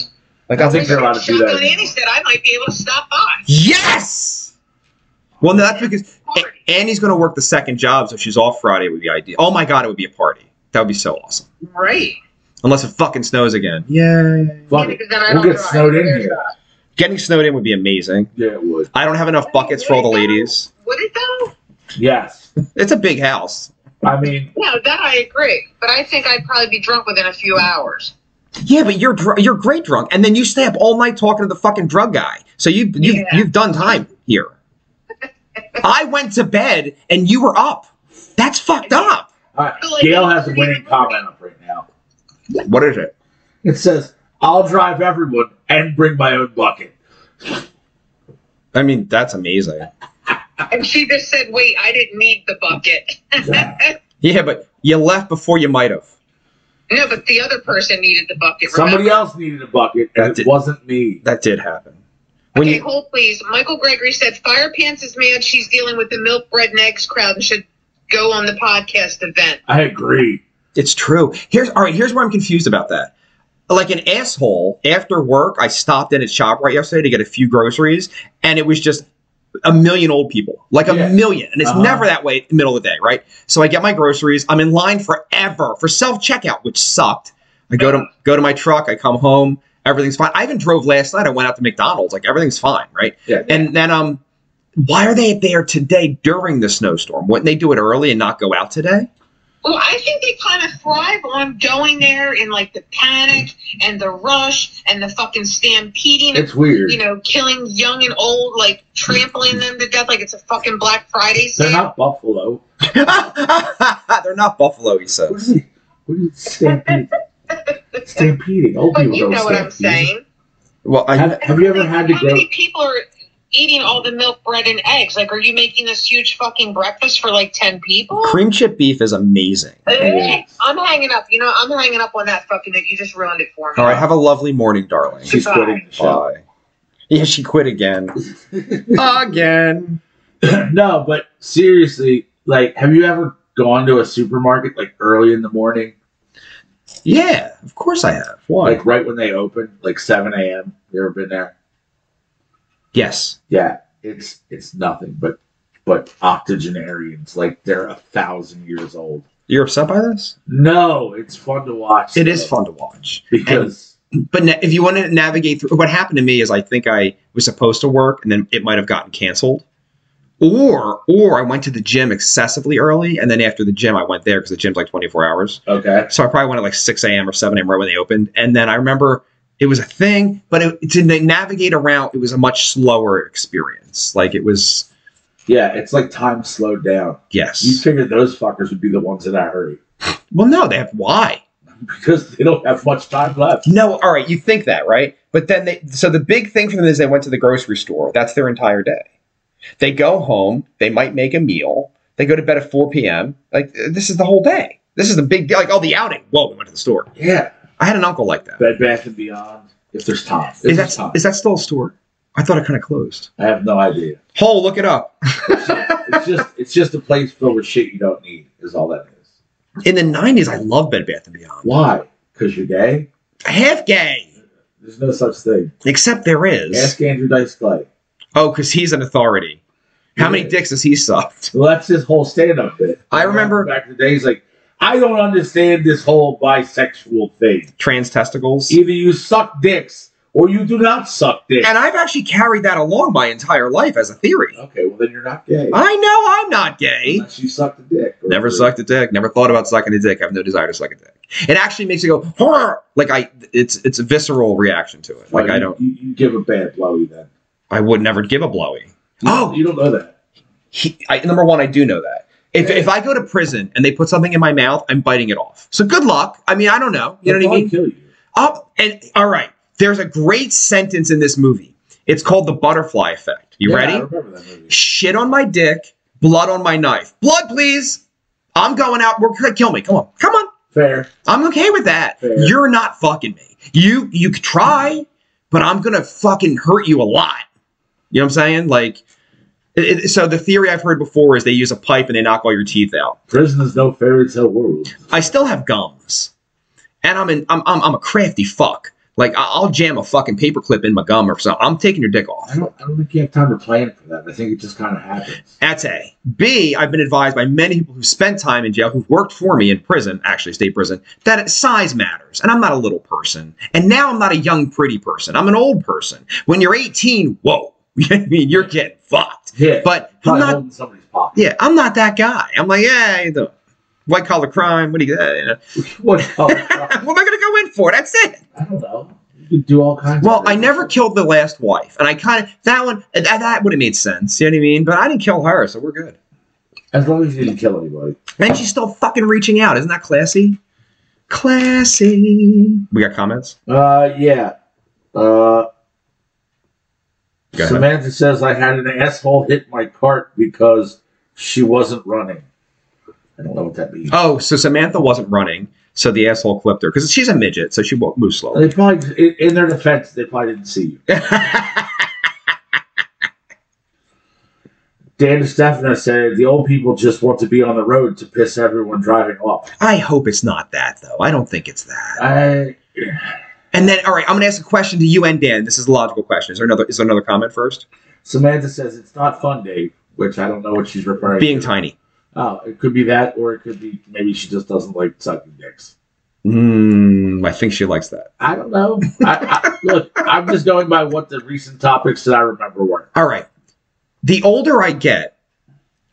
Like
I
that's
think they're allowed to do that.
Shotgun Annie said, "I might be able to stop by."
yes. Well, no, that's because A- Annie's going to work the second job, so if she's off Friday. Would be ideal. Oh my god, it would be a party. That would be so awesome.
Right.
Unless it fucking snows again. Yay.
Fuck it.
Because then I
We'll
don't
get
drive.
snowed in
There's
here.
that.
Getting snowed in would be amazing.
Yeah, it would.
I don't have enough buckets for all the ladies.
Would it though?
Yes.
It's a big house.
I mean,
No, that I agree. But I think I'd probably be drunk within a few hours.
Yeah, but you're dr- you're great drunk, and then you stay up all night talking to the fucking drug guy. So you you
Yeah.
you've done time here. I went to bed and you were up. That's fucked up.
uh,
But, like,
Gail has a winning
it's-
comment up right now.
What is it?
It says, "I'll drive everyone and bring my own bucket."
I mean, that's amazing.
And she just said, "Wait, I didn't need the bucket."
Yeah, but you left before you might have.
No, but the other person needed the bucket.
Somebody
remember?
else needed a bucket, and
That
it
did-
wasn't me.
That did happen. When
Okay,
you,
hold please. Michael Gregory said Fire Pants is mad she's dealing with the milk, bread, and eggs crowd and should go on the podcast event.
I agree.
it's true. Here's all right. Here's where I'm confused about that. Like an asshole. After work, I stopped in a shop right yesterday to get a few groceries, and it was just a million old people, like a
Yeah.
million. And it's
Uh-huh.
never that way in the middle of the day, right? So I get my groceries. I'm in line forever for self checkout, which sucked. I go to go to my truck. I come home. Everything's fine. I even drove last night. I went out to McDonald's. Like everything's fine, right?
Yeah.
And then um, why are they there today during the snowstorm? Wouldn't they do it early and not go out today?
Well, I think they kind of thrive on going there in like the panic and the rush and the fucking stampeding of
It's weird.
you know, killing young and old, like trampling them to death like it's a fucking Black Friday
They're
sale.
not buffalo.
They're not Buffalo, he
What
says.
is he? What is stampeding? stampeding. Old
but
people
you
don't
know what I'm
stampede.
saying.
Well, I,
Have, have you ever had to
How
go?
many people are eating all the milk, bread, and eggs? Like, are you making this huge fucking breakfast for like 10 people?
cream chip beef is amazing.
Eh, I'm hanging up. You know, I'm hanging up on that fucking that you just ruined it for me.
All right, have a lovely morning, darling.
She's quitting the show.
Bye. Yeah, she quit again. again.
no, but seriously, like, have you ever gone to a supermarket like early in the morning,
Yeah, of course I have. Why?
like right when they open, like seven a.m.? You ever been there?
yes.
Yeah, it's it's nothing but but octogenarians. Like they're a thousand years old.
You're upset by this?
No, it's fun to watch.
It is
though,
fun to watch.
because
But na- if you want to navigate through, what happened to me is I think I was supposed to work and then it might have gotten canceled. Or, or I went to the gym excessively early, and then after the gym, I went there because the gym's like 24 hours.
okay,
So I probably went at like 6 a.m. or 7 a.m. right when they opened. And then I remember it was a thing, but it, to na- navigate around, it was a much slower experience. Like it was,
yeah, it's like time slowed down. You
yes.
figure those fuckers would be the ones in a hurry
Well, no, they have why?
because they don't have much time left.
No, all right, you think that, right? But then they, so the big thing for them is they went to the grocery store. That's their entire day. They go home, they might make a meal, they go to bed at 4 p.m. Like uh, this is the whole day. This is the big deal. Like, oh, the outing. Whoa, we went to the store.
Yeah,
I had an uncle like that.
Bed Bath and Beyond. If there's time, if
Is that,
there's time.
is that still a store? I thought it kind of closed.
I have no idea.
Ho, look it up.
It's just it's just a place filled with shit you don't need. Is all that is.
In the nineties, I love Bed Bath and Beyond.
Why? Because you're gay.
Half gay,
There's no such thing.
except there is.
Ask Andrew Dice Clay.
Oh, because he's an authority. How many
Yeah.
dicks has he sucked?
Well, that's his whole stand-up bit.
I remember-
back in the days, like I don't understand this whole bisexual thing.
Trans testicles.
Either you suck dicks or you do not suck dicks.
And I've actually carried that along my entire life as a theory.
okay, well then you're not gay
I know I'm not gay.
unless you suck the dick. or-
Never sucked a dick. Never thought about sucking a dick. I have no desire to suck a dick. It actually makes me go horror. Like I, it's it's a visceral reaction to it.
Well,
Like I
you-
don't.
You, you give a bad blowy then.
I would never give a blowy.
You-
Oh!
you don't know that.
He, I, number one, I do know that. If, if I go to prison and they put something in my mouth, I'm biting it off. So good luck. I mean, I don't know. You know what I mean?
Kill you.
Up and all right. There's a great sentence in this movie. It's called the butterfly effect. You
Yeah, I
ready?
remember that movie.
Shit on my dick, blood on my knife. Blood, please. I'm going out. We're gonna kill me. Come on, come on.
Fair.
I'm okay with that.
Fair.
You're not fucking me. You you could try, but I'm gonna fucking hurt you a lot. You know what I'm saying? Like, it, it- so the theory I've heard before is they use a pipe and they knock all your teeth out.
Prison is no fairy tale world.
I still have gums, and I'm in. I'm I'm, I'm a crafty fuck. Like I- I'll jam a fucking paperclip in my gum or something. I'm taking your dick off.
I don't, I don't think you have time to plan for that. I think it just kind of happens.
That's A. B, I've been advised by many people who've spent time in jail, who've worked for me in prison, actually state prison, that it- size matters. And I'm not a little person. And now I'm not a young, pretty person. I'm an old person. When you're 18, whoa, you know what I mean, you're getting fucked.
Yeah.
But I'm
probably
not,
holding somebody's pocket.
yeah, I'm not that guy. I'm like, yeah, you know, white collar crime. What do you, uh, you know.
What? Oh,
what am I going to go in for? That's it.
I don't know. You could do all kinds.
Well,
of
I
things.
never killed the last wife. And I kind of, that one, that, that would have made sense. You know what I mean? But I didn't kill her, so we're good.
As long as you didn't kill anybody.
And she's still fucking reaching out. Isn't that classy? Classy. We got comments?
Uh, yeah. Uh,
Go ahead.
Samantha says I had an asshole hit my cart because she wasn't running. I don't know what that means.
Oh, so Samantha wasn't running, so the asshole clipped her because she's a midget, so she won't move slowly.
They probably, in- in their defense, they probably didn't see you. Dan Stefano said the old people just want to be on the road to piss everyone driving off.
I hope it's not that, though. I don't think it's that.
I
And then, all right, I'm going to ask a question to you and Dan. This is a logical question. Is there another? Is there another comment first?
Samantha says it's not fun, Dave, which I don't know what she's referring
Being
to.
tiny.
Oh, it could be that, or it could be maybe she just doesn't like sucking dicks.
Mm, I think she likes that.
I don't know. I, I, look, I'm just going by what the recent topics that I remember were.
All right. The older I get,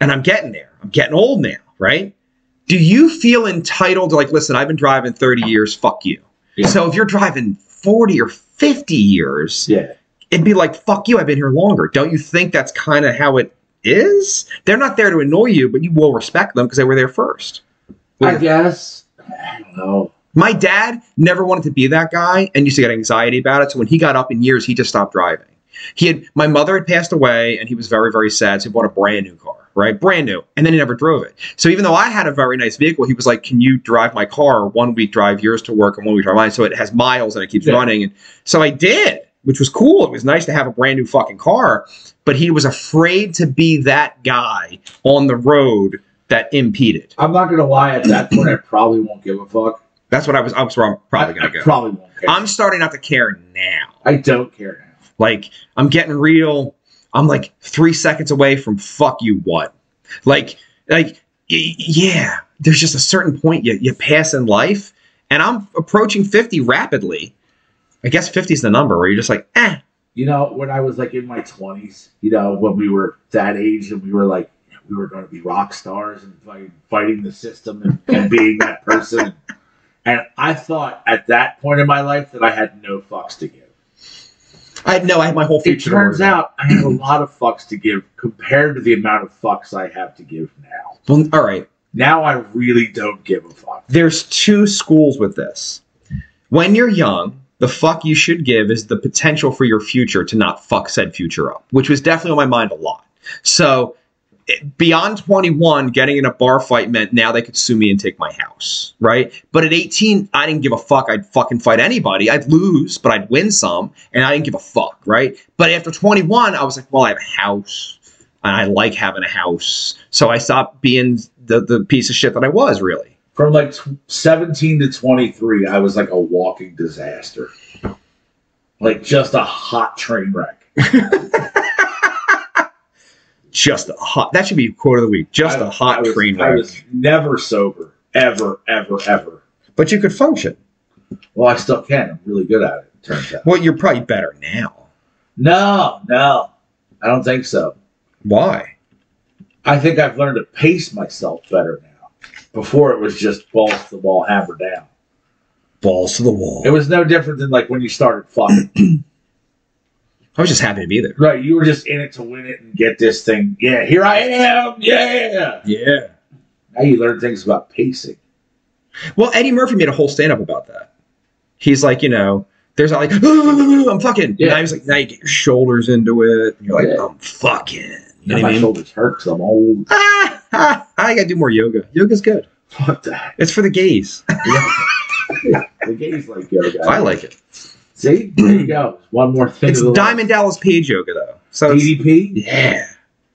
and I'm getting there. I'm getting old now, right? Do you feel entitled to like, listen, I've been driving 30 years, fuck you.
Yeah.
So if you're driving 40 or 50 years,
Yeah.
it'd be like, fuck you, I've been here longer. Don't you think that's kind of how it is? They're not there to annoy you, but you will respect them because they were there first.
I guess. I don't know.
My dad never wanted to be that guy and used to get anxiety about it. So when he got up in years, he just stopped driving. He had my mother had passed away and he was very, very sad. So he bought a brand new car, right? Brand new. And then he never drove it. So even though I had a very nice vehicle, he was like, Can you drive my car one week drive yours to work and one week drive mine? So it has miles and it keeps
Yeah.
running. And so I did, which was cool. It was nice to have a brand new fucking car. But he was afraid to be that guy on the road that impeded.
I'm not going to lie. At that point, I probably won't give a fuck.
That's what I was I was where I'm probably
I,
gonna
I
go.
probably won't care.
I'm starting not to care now.
I don't care now.
Like I'm getting real. I'm like three seconds away from fuck you what. Like like y- yeah. There's just a certain point you you pass in life, and I'm approaching fifty rapidly. I guess 50 is the number where you're just like eh.
You know, when I was like in my 20s, you know, when we were that age and we were like, we were going to be rock stars and fight, fighting the system and, and being that person. And I thought at that point in my life that I had no fucks to give.
I had no. I had my whole
It
future. to worry
turns
about.
out I have a lot of fucks to give compared to the amount of fucks I have to give now.
Well, all right.
Now I really don't give a fuck.
there's two schools with this. When you're young, the fuck you should give is the potential for your future to not fuck said future up, which was definitely on my mind a lot. So it- beyond 21, getting in a bar fight meant now they could sue me and take my house, right? But at 18, I didn't give a fuck. I'd fucking fight anybody. I'd lose, but I'd win some, and I didn't give a fuck, right? But after 21, I was like, well, I have a house and I like having a house. So I stopped being the, the piece of shit that I was really.
From like tw 17 to 23, I was like a walking disaster. Like just a hot train wreck.
just a hot. That should be quote of the week. Just
I-
a hot
I was-
train
I
wreck.
was never sober, ever, ever, ever.
But you could function.
Well, I still can. I'm really good at it. it Turns out.
Well, you're probably better now.
No, no, I don't think so.
Why?
I think I've learned to pace myself better now. Before it was just balls to the wall, hammer down.
Balls to the wall.
It was no different than like when you started fucking.
I was just happy to be there.
right, you were just in it to win it and get this thing. Yeah, here I am. Yeah.
Yeah.
Now you learn things about pacing.
Well, Eddie Murphy made a whole stand up about that. He's like, you know, there's like, I'm fucking.
Yeah.
And I was like, now you get your shoulders into it. And you're like,
Yeah.
I'm fucking. You
Now
know what
my
I mean?
shoulders hurt because I'm old.
Ah, ah, I gotta do more yoga. Yoga's good.
What the heck?
It's for the gays.
The game's like yoga.
I like it.
See, there you go. One more thing.
It's
to the
Diamond Dallas Page yoga though. So it's,
DDP.
yeah,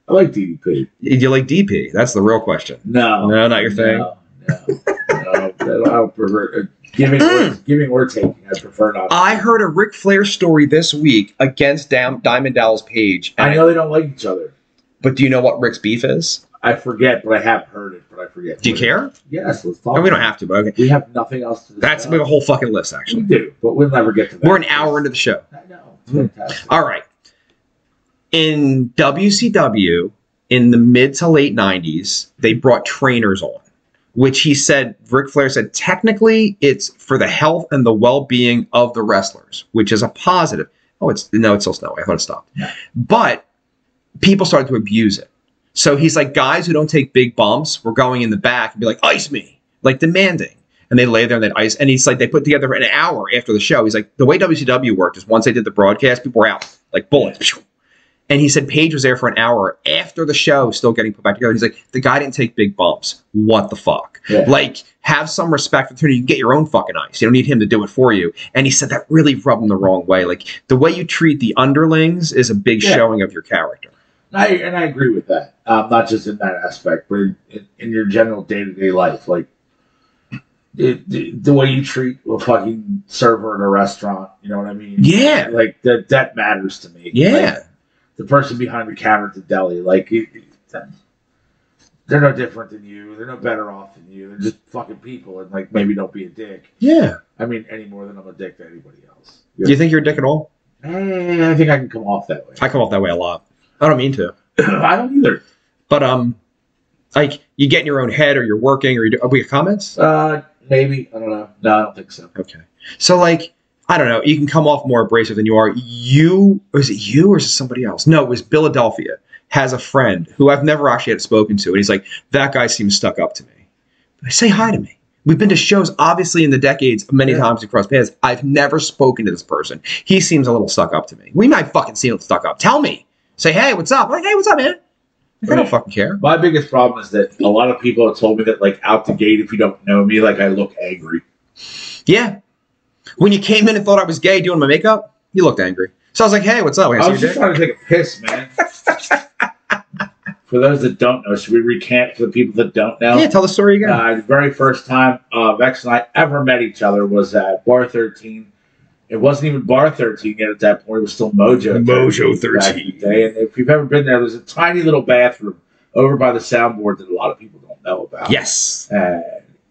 I like DDP.
you like DP? That's the real question.
No,
No, not your thing.
No, no, no. I don't prefer uh, giving or, giving or taking. I prefer not.
I heard a Ric Flair story this week against Dam- Diamond Dallas Page.
I know they don't like each other.
but do you know what Rick's beef is?
I forget, but I have heard it. But I forget.
Do you care?
Yes, let's talk.
Oh, we don't
about
have to, but okay.
it. We have nothing else to.
That's we
discuss.
have a whole fucking list,
we
actually.
do, but we'll never get to that.
We're an hour into Hmm. the show.
I know. It's fantastic.
All right. In WCW, in the mid to late 90s, they brought trainers on, which he said, Ric Flair said, technically it's for the health and the well being of the wrestlers, which is a positive. Oh, it's no, it's still snowy. I thought it stopped.
Yeah.
But people started to abuse it. So he's like, guys who don't take big bumps, we're going in the back and be like, ice me, like demanding. And they lay there and they ice. And he's like, they put together an hour after the show. He's like, the way WCW worked is once they did the broadcast, people were out like bullets. Phew. And he said Paige was there for an hour after the show, still getting put back together. He's like, the guy didn't take big bumps. What the fuck?
Yeah.
Like, have some respect for the You can get your own fucking ice. You don't need him to do it for you. And he said that really rubbed him the wrong way. Like, the way you treat the underlings is a big
Yeah.
showing of your character.
And I and I agree with that. Um, not just in that aspect, but in, in, in your general day to day life, like the, the, the way you treat a fucking server at a restaurant. You know what I mean?
Yeah.
Like that that matters to me. Like,
Yeah.
the person behind the counter at the deli, like it, it, they're no different than you. They're no better off than you. They're just fucking people, and like maybe don't be a dick.
Yeah.
I mean, any more than I'm a dick to anybody else.
Do you think you're a dick at all?
Eh, I think I can come off that way.
I come off that way a lot. I don't mean to.
I don't either.
But, um, like, you get in your own head or you're working or you do, are we got comments?
Uh, maybe I don't know. No, I don't think so.
Okay. So like, I don't know. You can come off more abrasive than you are. You was it you or is it somebody else? No, it was Philadelphia has a friend who I've never actually had spoken to, and he's like, that guy seems stuck up to me. Say hi to me. We've been to shows, obviously, in the decades, many
Yeah.
times across paths. I've never spoken to this person. He seems a little stuck up to me. We might fucking seem stuck up. Tell me. Say, hey, what's up? like, hey, what's up, man? Like, I don't
Right.
fucking care.
My biggest problem is that a lot of people have told me that, like, out the gate, if you don't know me, like, I look angry.
Yeah. When you came in and thought I was gay doing my makeup, you looked angry. So I was like, hey, what's up?
I
see
was
your
just
dick?
trying to take a piss, man. for those that don't know, should we recant for the people that don't know?
Yeah, tell the story again.
Uh, the very first time uh, Vex and I ever met each other was at Bar 13. It wasn't even Bar 13 yet at that point. It was still Mojo.
Mojo
back in the day. And if you've ever been there, there's a tiny little bathroom over by the soundboard that a lot of people don't know about.
yes.
And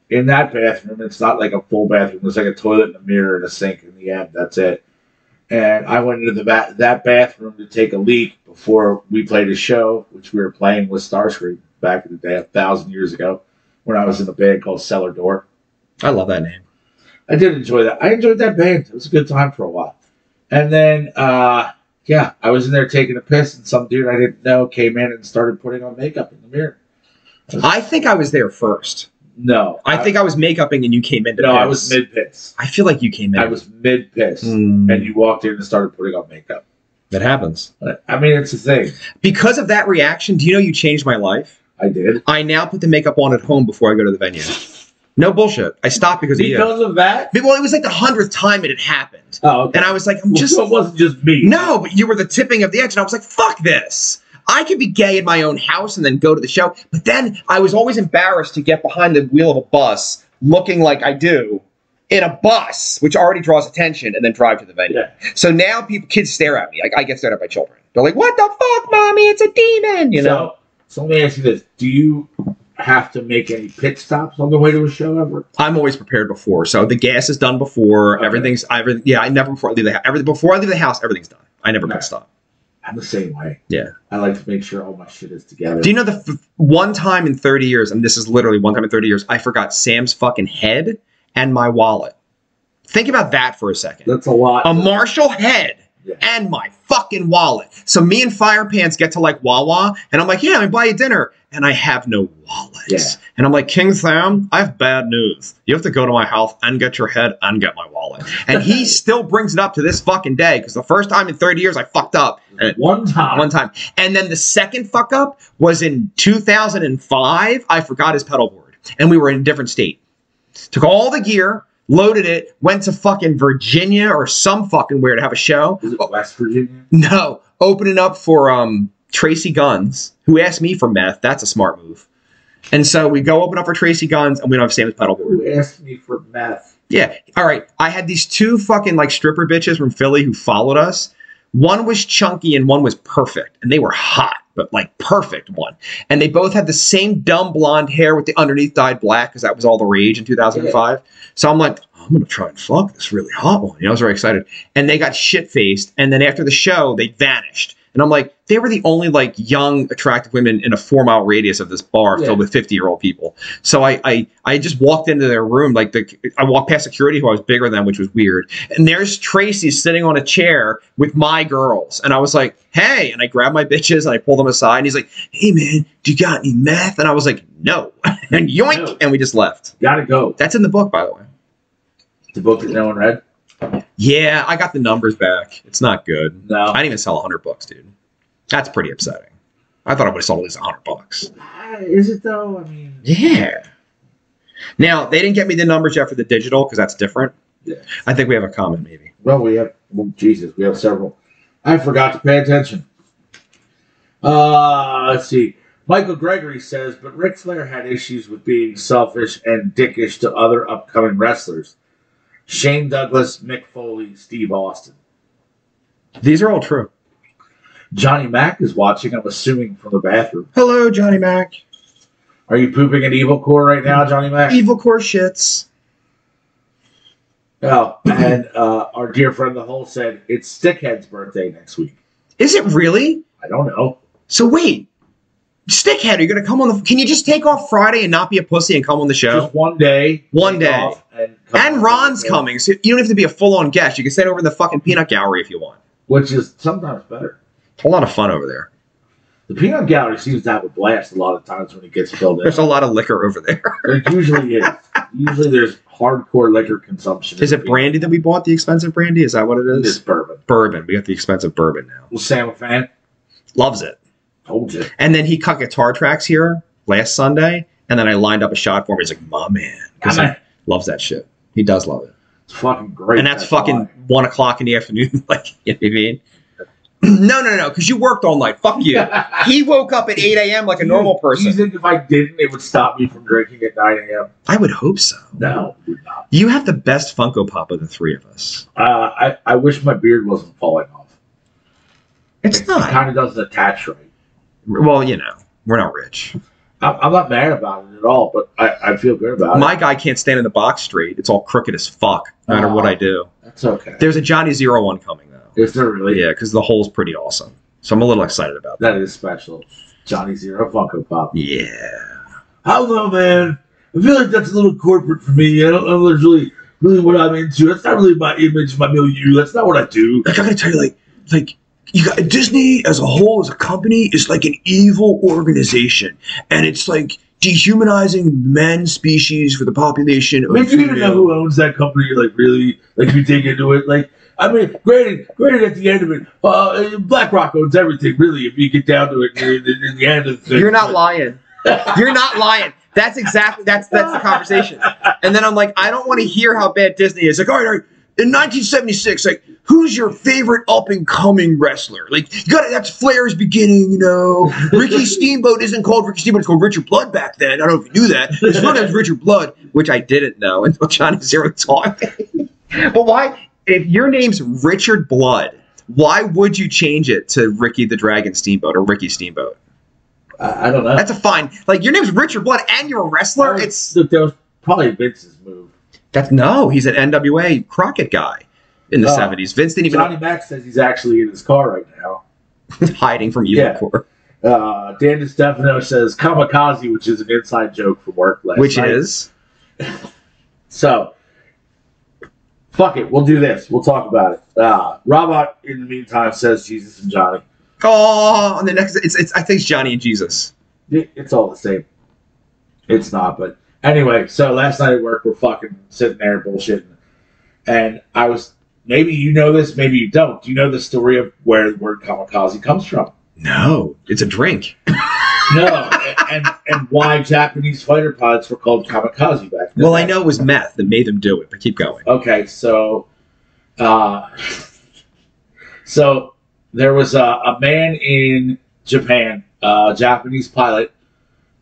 in that bathroom, it's not like a full bathroom. It's like a toilet and a mirror and a sink in the end. That's it. And I went into the ba- that bathroom to take a leak before we played a show, which we were playing with Starscream back in the day, a thousand years ago, when I was in a band called Cellar Door.
I love that name.
I did enjoy that. I enjoyed that band. It was a good time for a while. And then, uh, yeah, I was in there taking a piss, and some dude I didn't know came in and started putting on makeup in the mirror.
I think I was there first.
No,
I think I was makeuping and you came in. to
Uh, no, I
piss.
was mid piss.
I feel like you came in.
I was mid piss.
Mm,
and you walked in and started putting on makeup.
that happens.
I mean, it's a thing.
Because of that reaction, do you know you changed my life?
I did.
I now put the makeup on at home before I go to the venue. No bullshit. I stopped because uh, of you.
Because of that?
Well, it was like the hundredth time it had happened.
Oh, okay.
And I was like, I'm
Well,
just.
so it wasn't just me.
No, but you were the tipping of the edge. And I was like, fuck this. I could be gay in my own house and then go to the show. But then I was always embarrassed to get behind the wheel of a bus looking like I do in a bus, which already draws attention, and then drive to the venue.
Yeah.
So now people, kids stare at me. Like, I get stared at by children. They're like, what the fuck, mommy? It's a demon, you know?
So, so let me ask you this: Do you have to make any pit stops on the way to a show ever?
I'm always prepared before. So the gas is done before.
Okay.
Everything's, everything, yeah, I never before I leave the house. Everything, before I leave the house, everything's done. I never
Nah.
pit stop.
I'm the same way.
Yeah.
I like to make sure all my shit is together.
Do you know the f- one time in 30 years, and this is literally one time in 30 years, I forgot Sam's fucking head and my wallet. Think about that for a second.
That's a lot.
A Marshall head
Yeah.
and my fucking wallet. So me and Fire Pants get to like Wawa, and I'm like, yeah, I buy you dinner, and I have no wallet.
Yeah.
And I'm like, King Sam, I have bad news. You have to go to my house and get your head and get my wallet. And he still brings it up to this fucking day because the first time in 30 years I fucked up. And it-
One time.
one time. And then the second fuck up was in 2005. I forgot his pedal board, and we were in a different state. Took all the gear, loaded it, went to fucking Virginia or some fucking where to have a show.
Is it West Virginia?
No, opening up for um Tracy Guns, who asked me for meth. That's a smart move. And so we go open up for Tracy Guns, and we don't have Sam's pedal board.
Who asked me for meth?
Yeah. All right. I had these two fucking like stripper bitches from Philly who followed us. One was chunky and one was perfect, and they were hot, but like perfect one. And they both had the same dumb blonde hair with the underneath dyed black because that was all the rage in 2005. So I'm like, I'm gonna try and fuck this really hot one. You know, I was very excited. And they got shit faced, and then after the show, they vanished. And I'm like, they were the only like young attractive women in a four mile radius of this bar
Yeah.
filled with 50 year old people. So I, I I just walked into their room like the I walked past security who I was bigger than, which was weird. And there's Tracy sitting on a chair with my girls, and I was like, "Hey!" And I grabbed my bitches and I pulled them aside, and he's like, "Hey man, do you got any meth?" And I was like, "No," and yoink,
No.
and we just left.
Gotta go.
That's in the book, by the way.
The book that no one read?
Yeah, I got the numbers back. It's not good.
No.
I didn't even sell hundred bucks, dude. That's pretty upsetting. I thought I would have sold at least hundred bucks.
Ah, Is it though? I mean,
Yeah. Now they didn't get me the numbers yet for the digital because that's different.
Yeah.
I think we have a comment maybe.
well, we have, well, Jesus, we have several. I forgot to pay attention. Uh, let's see. Michael Gregory says, but Ric Flair had issues with being selfish and dickish to other upcoming wrestlers. Shane Douglas, Mick Foley, Steve Austin.
These are all true.
Johnny Mack is watching, I'm assuming, from the bathroom.
Hello, Johnny Mac.
Are you pooping at Evil Core right now, Johnny Mack?
Evil core shits.
Oh, and uh, our dear friend the Hole said it's Stickhead's birthday next week.
Is it really?
I don't know.
So wait, Stickhead, are you gonna come on the? Can you just take off Friday and not be a pussy and come on the show?
Just one day.
One
take
day.
off And, come
And
on.
Ron's coming, so you don't have to be a full-on guest. You can stand over in the fucking peanut gallery if you want.
Which is sometimes better.
A lot of fun over there.
The Peanut Gallery seems to have a blast a lot of times when it gets filled in.
There's a lot of liquor over there.
It usually is. Usually there's hardcore liquor consumption.
Is it brandy that we bought? The expensive brandy? Is that what it
It
is?
is bourbon.
bourbon. We got the expensive bourbon now.
Was Sam a fan?
Loves it.
Told you.
And then he cut guitar tracks here last Sunday, and then I lined up a shot for him. He's like, "My man," because he
Come on.
loves that shit. He does love it,
It's fucking great.
and that's,
why.
fucking one o'clock in the afternoon. Like, you know what I mean? no, no, no, because you worked all night. Fuck you. he woke up at eight a.m. like a normal
You
person.
think if I didn't, it would stop me from drinking at 9 a.m.?
I would hope so.
No, it would not.
You have the best Funko Pop of the three of us.
Uh, I, I wish my beard wasn't falling off.
It's
It
not.
kind of doesn't attach right.
Well, you know, we're not rich.
I'm, I'm not mad about it at all, but I, I feel good about it.
My guy can't stand in the box straight. It's all crooked as fuck, no matter what I do.
That's okay.
There's a Johnny Zero one coming though.
Is there really?
Yeah, because the hole's pretty awesome. So I'm a little excited about that.
That is special. Johnny Zero Funko Pop.
Yeah.
Hello, man. I feel like that's a little corporate for me. I don't know if that's really, really what I'm into. That's not really my image, my milieu. That's not what I do.
Like I gotta tell you, like like you got Disney as a whole as a company is like an evil organization. And it's like dehumanizing men species for the population.
I mean, you even know who owns that company, like really, like you dig into it, like. I mean, granted, granted, at the end of it, uh, BlackRock owns everything, really, if you get down to it in, in, in the end of the thing.
You're not lying. You're not lying. That's exactly that's that's the conversation. And then I'm like, I don't want to hear how bad Disney is. Like, all right, all right. In 1976, like, who's your favorite up and coming wrestler? Like, you got to that's Flair's beginning, you know. Ricky Steamboat isn't called Ricky Steamboat; it's called Richard Blood back then. I don't know if you knew that. His real name's Richard Blood, which I didn't know until Johnny Zero taught me. but why, if your name's Richard Blood, why would you change it to Ricky the Dragon Steamboat or Ricky Steamboat?
I, I don't know.
That's a fine. Like your name's Richard Blood and you're a wrestler.
That was-
It's
look, that was probably Vince's move.
that's no. He's an NWA Crockett guy in the
Oh.
seventies. Vince didn't even
Johnny Mack says he's actually in his car right now.
hiding from Evil
Yeah.
Corp,
Uh, Dan DiStefano says kamikaze, which is an inside joke from work last
which
night.
is
so. Fuck it, we'll do this. We'll talk about it. Uh, Robot, in the meantime, says Jesus and Johnny.
Oh, on the next, it's, it's I think it's Johnny and Jesus.
It- It's all the same. It's not, but anyway. So last night at work, we're fucking sitting there bullshitting, and I was maybe you know this, maybe you don't. Do you know the story of where the word kamikaze comes from?
No, it's a drink.
No, and and why Japanese fighter pilots were called kamikaze back then?
Well, I know it was meth that made them do it, but keep going.
Okay, so, uh, so there was a, a man in Japan, a Japanese pilot.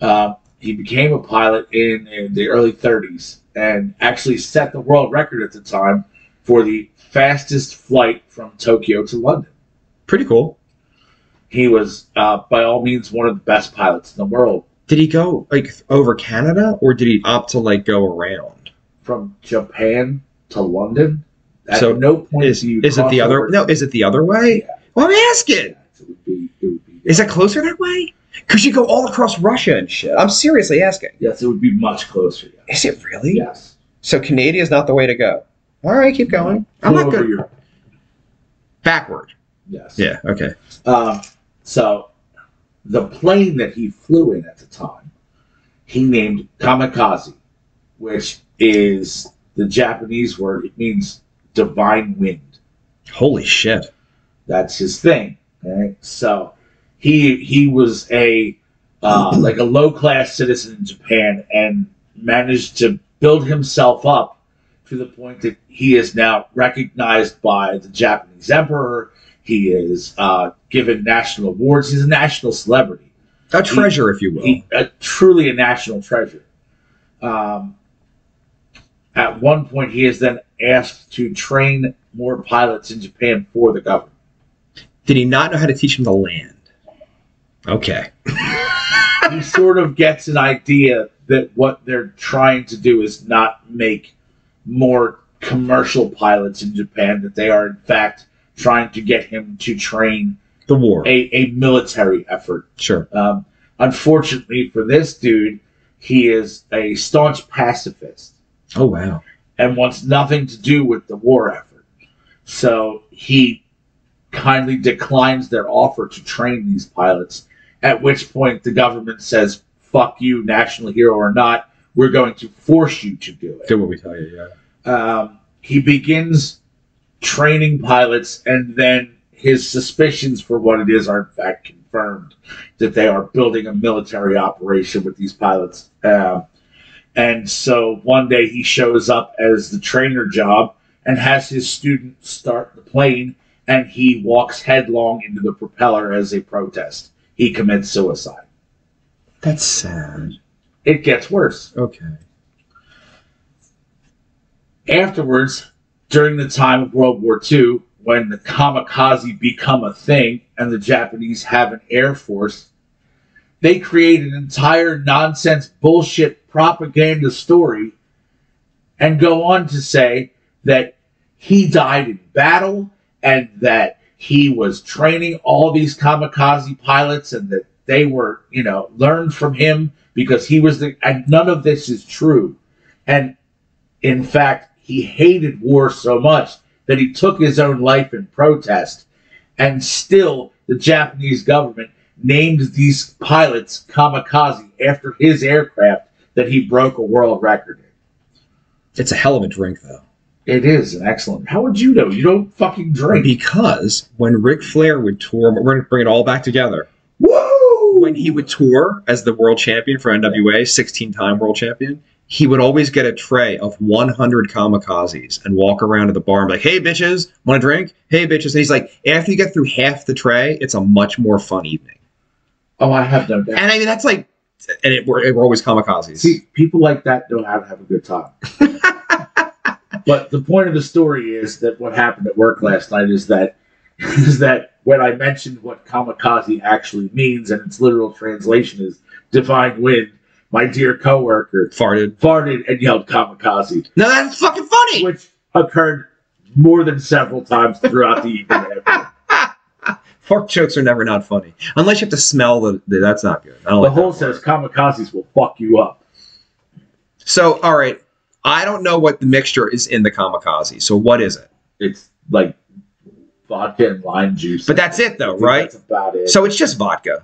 Uh, he became a pilot in, in the early 30s and actually set the world record at the time for the fastest flight from Tokyo to London.
Pretty cool.
He was, uh, by all means, one of the best pilots in the world.
Did he go like over Canada, or did he opt to like go around?
From Japan to London, at
So
no point
Is,
do you
is it
cross
the other?
over-
No, is it the other way? Well, I'm asking.
It would be. It would be
Is it closer that way? Because you go all across Russia and shit. I'm seriously asking.
Yes, it would be much closer. yeah.
Is it really?
Yes.
So Canada is not the way to go. All right, keep going. I'm
Over
not good.
Europe.
Backward.
Yes.
Yeah. Okay.
Um, so the plane that he flew in at the time, he named Kamikaze, which is the Japanese word. It means divine wind.
Holy shit.
That's his thing. Right? So he he was a uh, like a low class citizen in Japan and managed to build himself up to the point that he is now recognized by the Japanese emperor. He is uh, given national awards. He's a national celebrity.
A treasure, if you will.
He, uh, truly a national treasure. Um, at one point, he is then asked to train more pilots in Japan for the government.
Did he not know how to teach him to land? Okay.
he sort of gets an idea that what they're trying to do is not make more commercial pilots in Japan, that they are, in fact, trying to get him to train
The war.
a, a military effort.
Sure.
Um, unfortunately for this dude, he is a staunch pacifist
Oh wow.
and wants nothing to do with the war effort. So he kindly declines their offer to train these pilots, at which point the government says, fuck you, national hero or not, we're going to force you to do it.
Do what we tell you. Yeah.
Um, he begins training pilots, and then his suspicions for what it is are in fact confirmed that they are building a military operation with these pilots. Um, and so one day he shows up as the trainer job and has his student start the plane, and he walks headlong into the propeller as a protest. He commits suicide.
That's sad.
It gets worse.
Okay.
Afterwards, during the time of World War II, when the kamikaze become a thing and the Japanese have an air force, they create an entire nonsense bullshit propaganda story and go on to say that he died in battle and that he was training all these kamikaze pilots and that they were, you know, learned from him because he was the and none of this is true. And in fact, he hated war so much that he took his own life in protest. And still, the Japanese government named these pilots kamikaze after his aircraft that he broke a world record in.
It's a hell of a drink though.
It is an excellent. How would you know? You don't fucking drink.
Because when Ric Flair would tour, we're gonna bring it all back together.
Woo!
When he would tour as the world champion for NWA, 16-time world champion, he would always get a tray of 100 kamikazes and walk around to the bar and be like, "Hey bitches, want a drink? Hey bitches." And he's like, after you get through half the tray, it's a much more fun evening.
Oh, I have no doubt.
And I mean, that's like, and it, we're, we're always kamikazes.
See, people like that know how to have a good time. but the point of the story is that what happened at work last night is that is that when I mentioned what kamikaze actually means and its literal translation is divine wind, my dear coworker
farted.
farted and yelled kamikaze,
No, that's fucking funny.
which occurred more than several times throughout the evening.
Fart jokes are never not funny, unless you have to smell the. the- that's not good. I don't
The
like that
whole
word.
says kamikazes will fuck you up.
So, all right, I don't know what the mixture is in the kamikaze. So what is it?
It's like vodka and lime juice.
But that's it, though,
I think
right?
That's about it.
So it's just vodka,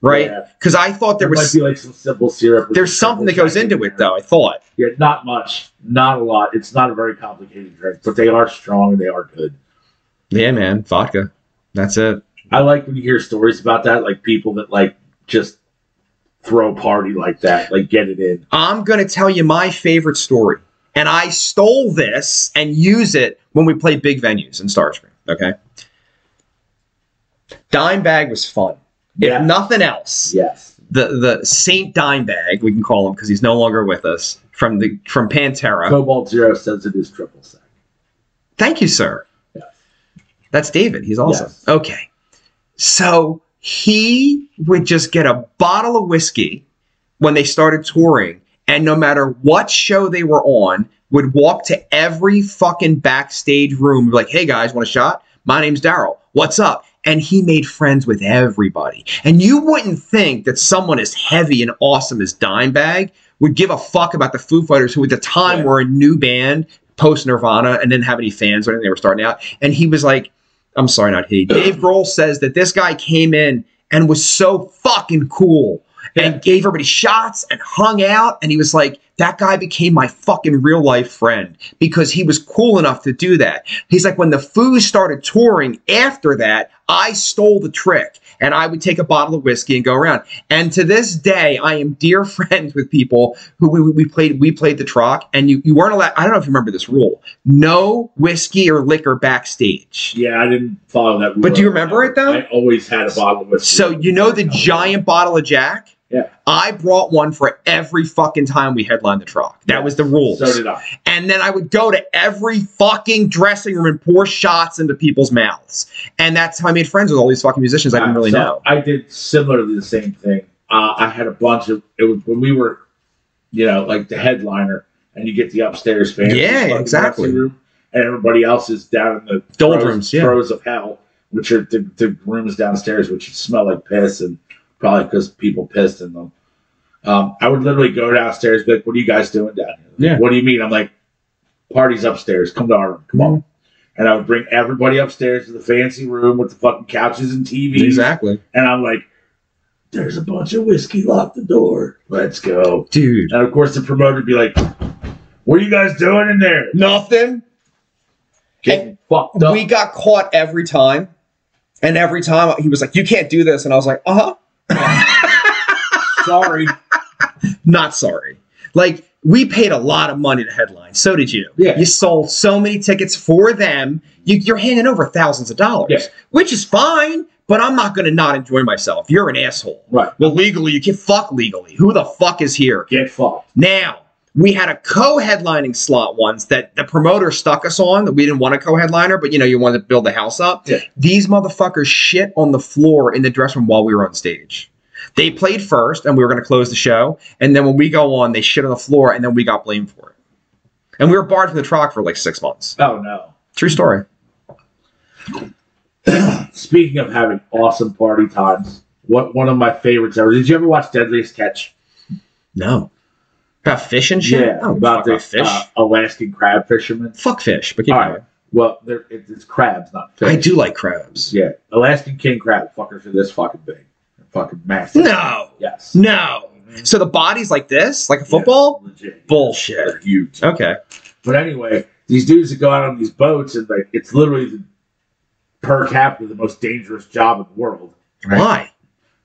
right?
Yeah.
Because I thought there
There might
was
be like some simple syrup. or
there's
some
something that
simple
goes
drink
into
in
it
there.
though. I thought.
Yeah, not much, not a lot. It's not a very complicated drink, but they are strong and they are good.
Yeah, man, vodka. That's it.
I like when you hear stories about that, like people that like just throw a party like that, like get it in.
I'm going to tell you my favorite story. And I stole this and use it when we play big venues in Starscream. Okay. Dimebag was fun.
Yeah.
If nothing else,
Yes.
the the Saint Dimebag, we can call him because he's no longer with us, from the from Pantera.
Cobalt Zero says it is triple sec.
Thank you, sir.
Yes.
That's David. He's awesome.
Yes.
Okay. So he would just get a bottle of whiskey when they started touring, and no matter what show they were on, would walk to every fucking backstage room, like, hey guys, want a shot? My name's Daryl. What's up? And he made friends with everybody. And you wouldn't think that someone as heavy and awesome as Dimebag would give a fuck about the Foo Fighters, who at the time
Yeah.
were a new band post Nirvana and didn't have any fans or anything. They were starting out. And he was like, I'm sorry, not he. Dave Grohl says that this guy came in and was so fucking cool and gave everybody shots and hung out. And he was like, that guy became my fucking real life friend because he was cool enough to do that. He's like, when the Foo started touring after that, I stole the trick and I would take a bottle of whiskey and go around. And to this day, I am dear friends with people who we, we played we played the troc and you, you weren't allowed. I don't know if you remember this rule: no whiskey or liquor backstage.
Yeah, I didn't follow that. Rule
But do you remember it, though?
I always had a bottle of whiskey.
So you know the giant bottle of Jack?
Yeah.
I brought one for every fucking time we headlined the truck. That was the rules.
So did I.
and then I would go to every fucking dressing room and pour shots into people's mouths. And that's how I made friends with all these fucking musicians I didn't really
So
know.
I did similarly the same thing. Uh, I had a bunch of it was when we were, you know, like the headliner, and you get the upstairs fans,
Yeah,
the fucking
exactly.
dressing Room, and everybody else is down in the
Doldrums,
throes,
yeah.
throes of hell, which are the, the rooms downstairs, which smell like piss, and probably because people pissed in them. Um, I would literally go downstairs, be like, "What are you guys doing down here? Like,
Yeah.
What do you mean?" I'm like, "Party's upstairs. Come to our room. Come
Mm-hmm.
on." And I would bring everybody upstairs to the fancy room with the fucking couches and TVs.
Exactly.
And I'm like, there's a bunch of whiskey locked the door. Let's go.
Dude.
And of course, the promoter would be like, what are you guys doing in there?
Nothing.
Getting fucked up.
We got caught every time. And every time he was like, You can't do this. And I was like, Uh huh.
Sorry.
not sorry. Like we paid a lot of money to headline. So did you.
Yeah.
You sold so many tickets for them. You, you're handing over thousands of dollars,
Yeah.
which is fine. But I'm not going to not enjoy myself. You're an asshole.
right.
Well, legally, you can't fuck legally. Who the fuck is here?
Get fucked.
Now, we had a co-headlining slot once that the promoter stuck us on that we didn't want a co-headliner, but you know, you wanted to build the house up.
Yeah.
These motherfuckers shit on the floor in the dressing room while we were on stage. They played first and we were gonna close the show. And then when we go on, they shit on the floor and then we got blamed for it. And we were barred from the truck for like six months.
Oh, no.
True story.
Speaking of having awesome party times, what one of my favorites ever. Did you ever watch Deadliest Catch?
No. About fish and shit? I don't
about
give a Oh,
the
fuck fish.
uh, Alaskan crab fishermen.
fuck fish, but keep
All right.
going.
Well, they're, it, it's crabs, not fish.
I do like crabs.
Yeah. Alaskan king crab fuckers are this fucking big. They're fucking massive.
No.
Yes.
No. So the body's like this, like a football?
Yeah, legit.
Bullshit.
They're huge.
Okay.
But anyway, these dudes that go out on these boats and like it's literally the, per capita the most dangerous job in the world.
Why?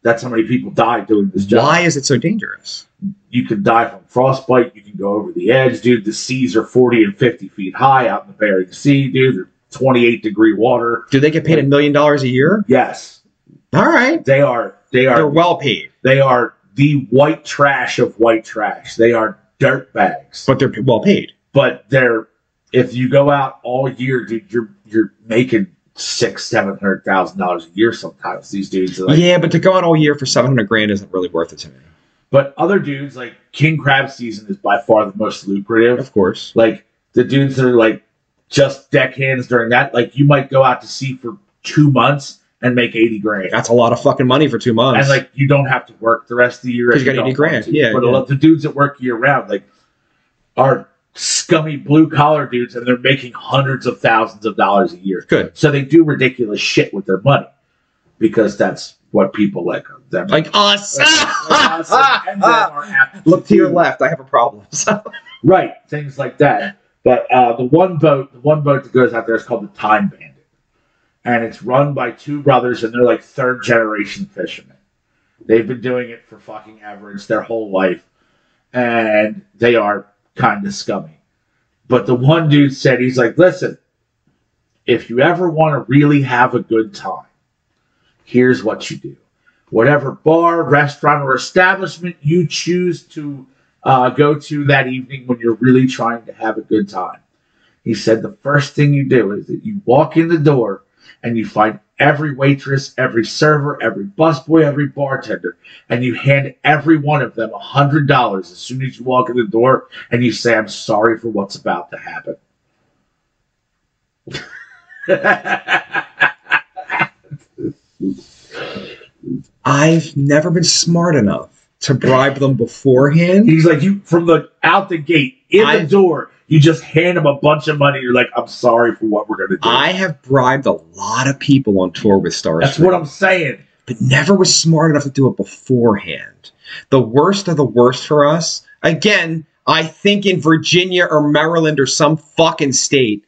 That's how many people die doing this job.
Why is it so dangerous?
You can die from frostbite. You can go over the edge, dude. The seas are forty and fifty feet high out in the Bering Sea, dude. They're twenty-eight degree water.
Do they get paid a million dollars a year?
Yes,
All right.
they are. They
They're
are.
well paid,
They are the white trash of white trash. They are dirt bags.
but they're well paid.
but they're if you go out all year, dude, you're you're making six, seven hundred thousand dollars a year sometimes. These dudes are like
yeah, but to go out all year for 700 grand isn't really worth it to me.
but other dudes like King Crab season is by far the most lucrative.
Of course.
Like the dudes that are like just deckhands during that, like you might go out to sea for two months and make eighty grand.
That's a lot of fucking money for two months.
And like you don't have to work the rest of the year.
'Cause
if
you got
don't
80 grand,
want to.
yeah,
But a
yeah.
lot- the dudes that work year round, like, are scummy blue collar dudes and they're making hundreds of thousands of dollars a year.
Good.
So they do ridiculous shit with their money because that's what people like them.
Like us.
and them are apt
Look to your
do.
left. I have a problem. So-
Right, things like that. But uh, the one boat, the one boat that goes out there is called the Time Bandit, and it's run by two brothers, and they're like third generation fishermen. They've been doing it for fucking ever. It's their whole life, and they are kind of scummy. But the one dude said he's like, listen, if you ever want to really have a good time, here's what you do. Whatever bar, restaurant, or establishment you choose to uh, go to that evening when you're really trying to have a good time. He said the first thing you do is that you walk in the door and you find every waitress, every server, every busboy, every bartender, and you hand every one of them a hundred dollars as soon as you walk in the door, and you say, "I'm sorry for what's about to happen."
I've never been smart enough to bribe them beforehand.
He's like, "You from the out the gate in the
I-
door, you just hand them a bunch of money. You're like, "I'm sorry for what we're gonna do."
I have bribed a lot of people on tour with Stars,
That's what I'm saying.
but never was smart enough to do it beforehand. The worst of the worst for us, again, I think in Virginia or Maryland or some fucking state,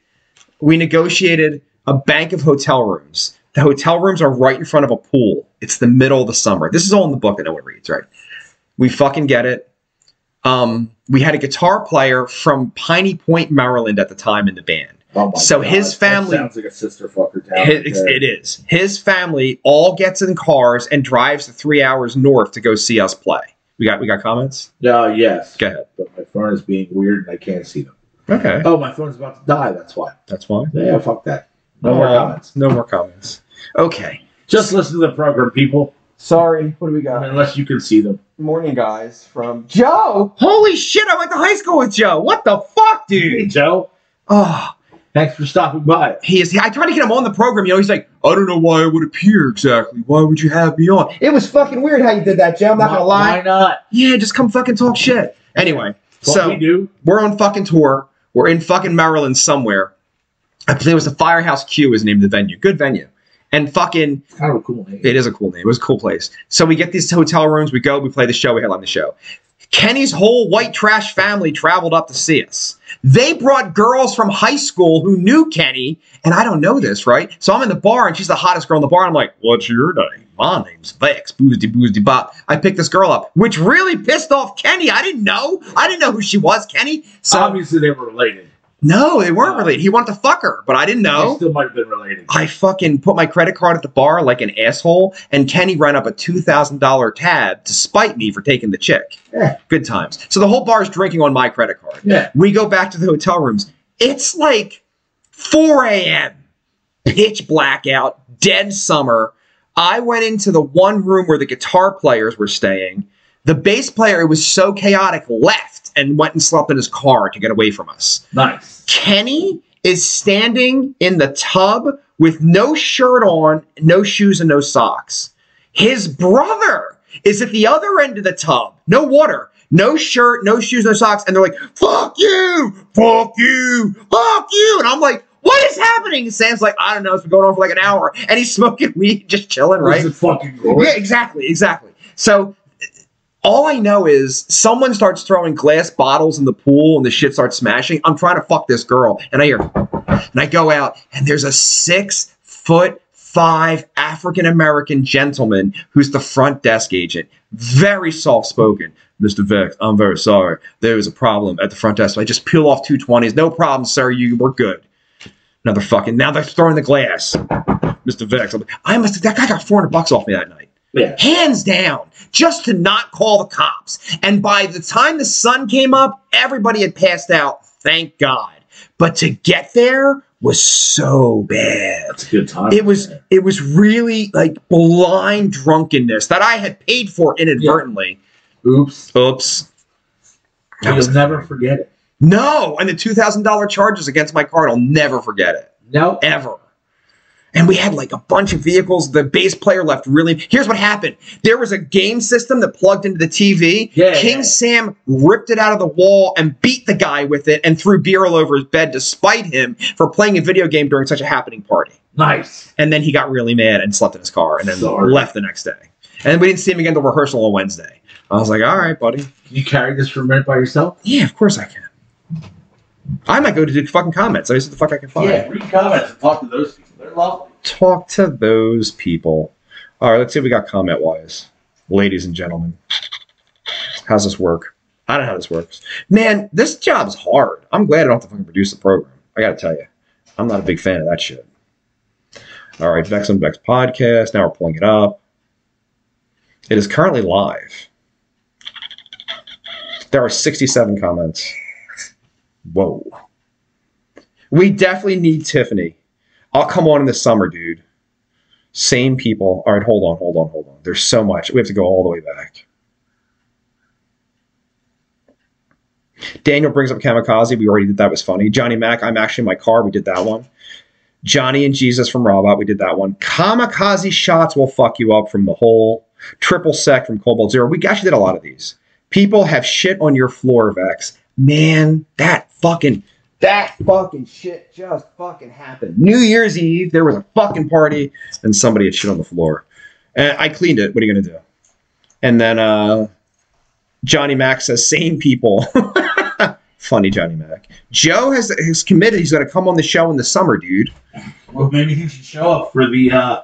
we negotiated a bank of hotel rooms. The hotel rooms are right in front of a pool. It's the middle of the summer. This is all in the book that no one reads, right? We fucking get it. Um, we had a guitar player from Piney Point, Maryland at the time in the band.
Oh my
So his
that
family-
sounds like a sister fucker town.
His,
right there.
it is. His family all gets in cars and drives the three hours north to go see us play. We got we got comments.
No, yes.
Go ahead.
But my phone is being weird and I can't see them.
Okay,
Oh, my phone's about to die. That's why.
that's fine.
Yeah, fuck that. No more
Uh,
comments.
No more comments. Okay.
Just listen to the program, people.
Sorry, what do we
I
got?
mean, unless you can see them.
Morning, guys, from Joe.
Holy shit! I went to high school with Joe. What the fuck,
Hey,
dude?
Joe,
Oh,
thanks for stopping by.
he is. I tried to get him on the program. You know, he's like, I don't know why I would appear exactly. Why would you have me on?
It was fucking weird how you did that, Joe. I'm not gonna
Why-
lie.
Why not?
Yeah, just come fucking talk shit. Anyway,
What
so
we do?
we're on fucking tour. We're in fucking Maryland somewhere. I believe it was the Firehouse Q was named the venue. Good venue. And fucking,
It's kind of a cool name.
it is a cool name. It was a cool place. So we get these hotel rooms. We go. We play the show. We headline the show. Kenny's whole white trash family traveled up to see us. They brought girls from high school who knew Kenny, and I don't know this, right? So I'm in the bar, and she's the hottest girl in the bar. And I'm like, "What's your name? My name's Vex. Boozdy boozdy bop." I picked this girl up, which really pissed off Kenny. I didn't know. I didn't know who she was, Kenny. So
Obviously, they were related.
no, they weren't
Oh.
related. He wanted to fuck her, but I didn't
They
know.
still might have been related.
I fucking put my credit card at the bar like an asshole, and Kenny ran up a two thousand dollar tab to spite me for taking the chick.
Yeah.
Good times. So the whole bar is drinking on my credit card.
Yeah.
We go back to the hotel rooms. It's like four a.m. Pitch blackout, dead summer. I went into the one room where the guitar players were staying. The bass player, it was so chaotic, left and went and slept in his car to get away from us.
Nice.
Kenny is standing in the tub with no shirt on, no shoes, and no socks. His brother is at the other end of the tub, no water, no shirt, no shoes, no socks. And they're like, fuck you, fuck you, fuck you. And I'm like, what is happening? And Sam's like, I don't know. It's been going on for like an hour. And he's smoking weed, just chilling, right?
This is fucking great.
Yeah, exactly, exactly. So all I know is someone starts throwing glass bottles in the pool and the shit starts smashing. I'm trying to fuck this girl, and I hear, and I go out, and there's a six foot five African American gentleman who's the front desk agent, very soft spoken. Mr. Vex, I'm very sorry. There was a problem at the front desk. So I just peel off two twenties. No problem, sir. You we're good. Another fucking. Now they're throwing the glass. Mr. Vex, I'm- I must. That guy got 400 bucks off me that night
Yeah.
hands down, just to not call the cops. And by the time the sun came up, everybody had passed out, thank God. But to get there was so bad.
That's a good time.
It was it was really like blind drunkenness that I had paid for inadvertently.
Oops.
Oops. That was
You'll never forget it.
no, and the two thousand dollar charges against my card, I'll never forget it.
No.
Ever. and we had like a bunch of vehicles. The bass player left really. Here's what happened: there was a game system that plugged into the TV.
Yeah.
King Sam ripped it out of the wall and beat the guy with it, and threw beer all over his bed, despite him for playing a video game during such a happening party.
Nice.
And then he got really mad and slept in his car, and then
Sorry.
left the next day. And we didn't see him again till rehearsal on Wednesday. I was like, all right, buddy.
Can you carry this for a minute by yourself?
Yeah, of course I can. I might go to do fucking comments. I just the fuck I can find.
read comments and talk to those people. They're lovely.
talk to those people. All right, let's see if we got comment wise. Ladies and gentlemen, how's this work? I don't know how this works. Man, this job's hard. I'm glad I don't have to fucking produce the program. I got to tell you, I'm not a big fan of that shit. All right, Vex and Vex podcast. Now we're pulling it up. It is currently live. There are 67 comments. Whoa. We definitely need Tiffany. I'll come on in the summer, dude. Same people. All right, hold on, hold on, hold on. There's so much. We have to go all the way back. Daniel brings up Kamikaze. We already did that. It was funny. Johnny Mac, I'm actually in my car. We did that one. Johnny and Jesus from Robot. We did that one. Kamikaze shots will fuck you up from the hole. Triple sec from Cobalt Zero. We actually did a lot of these. People have shit on your floor, Vex. Man, that fucking that fucking shit just fucking happened. New Year's Eve, there was a fucking party, and somebody had shit on the floor. And I cleaned it. What are you gonna do? And then uh, Johnny Mac says, "Same people." Funny Johnny Mac. Joe has has committed. He's gonna come on the show in the summer, dude.
Well, maybe he should show up for the uh,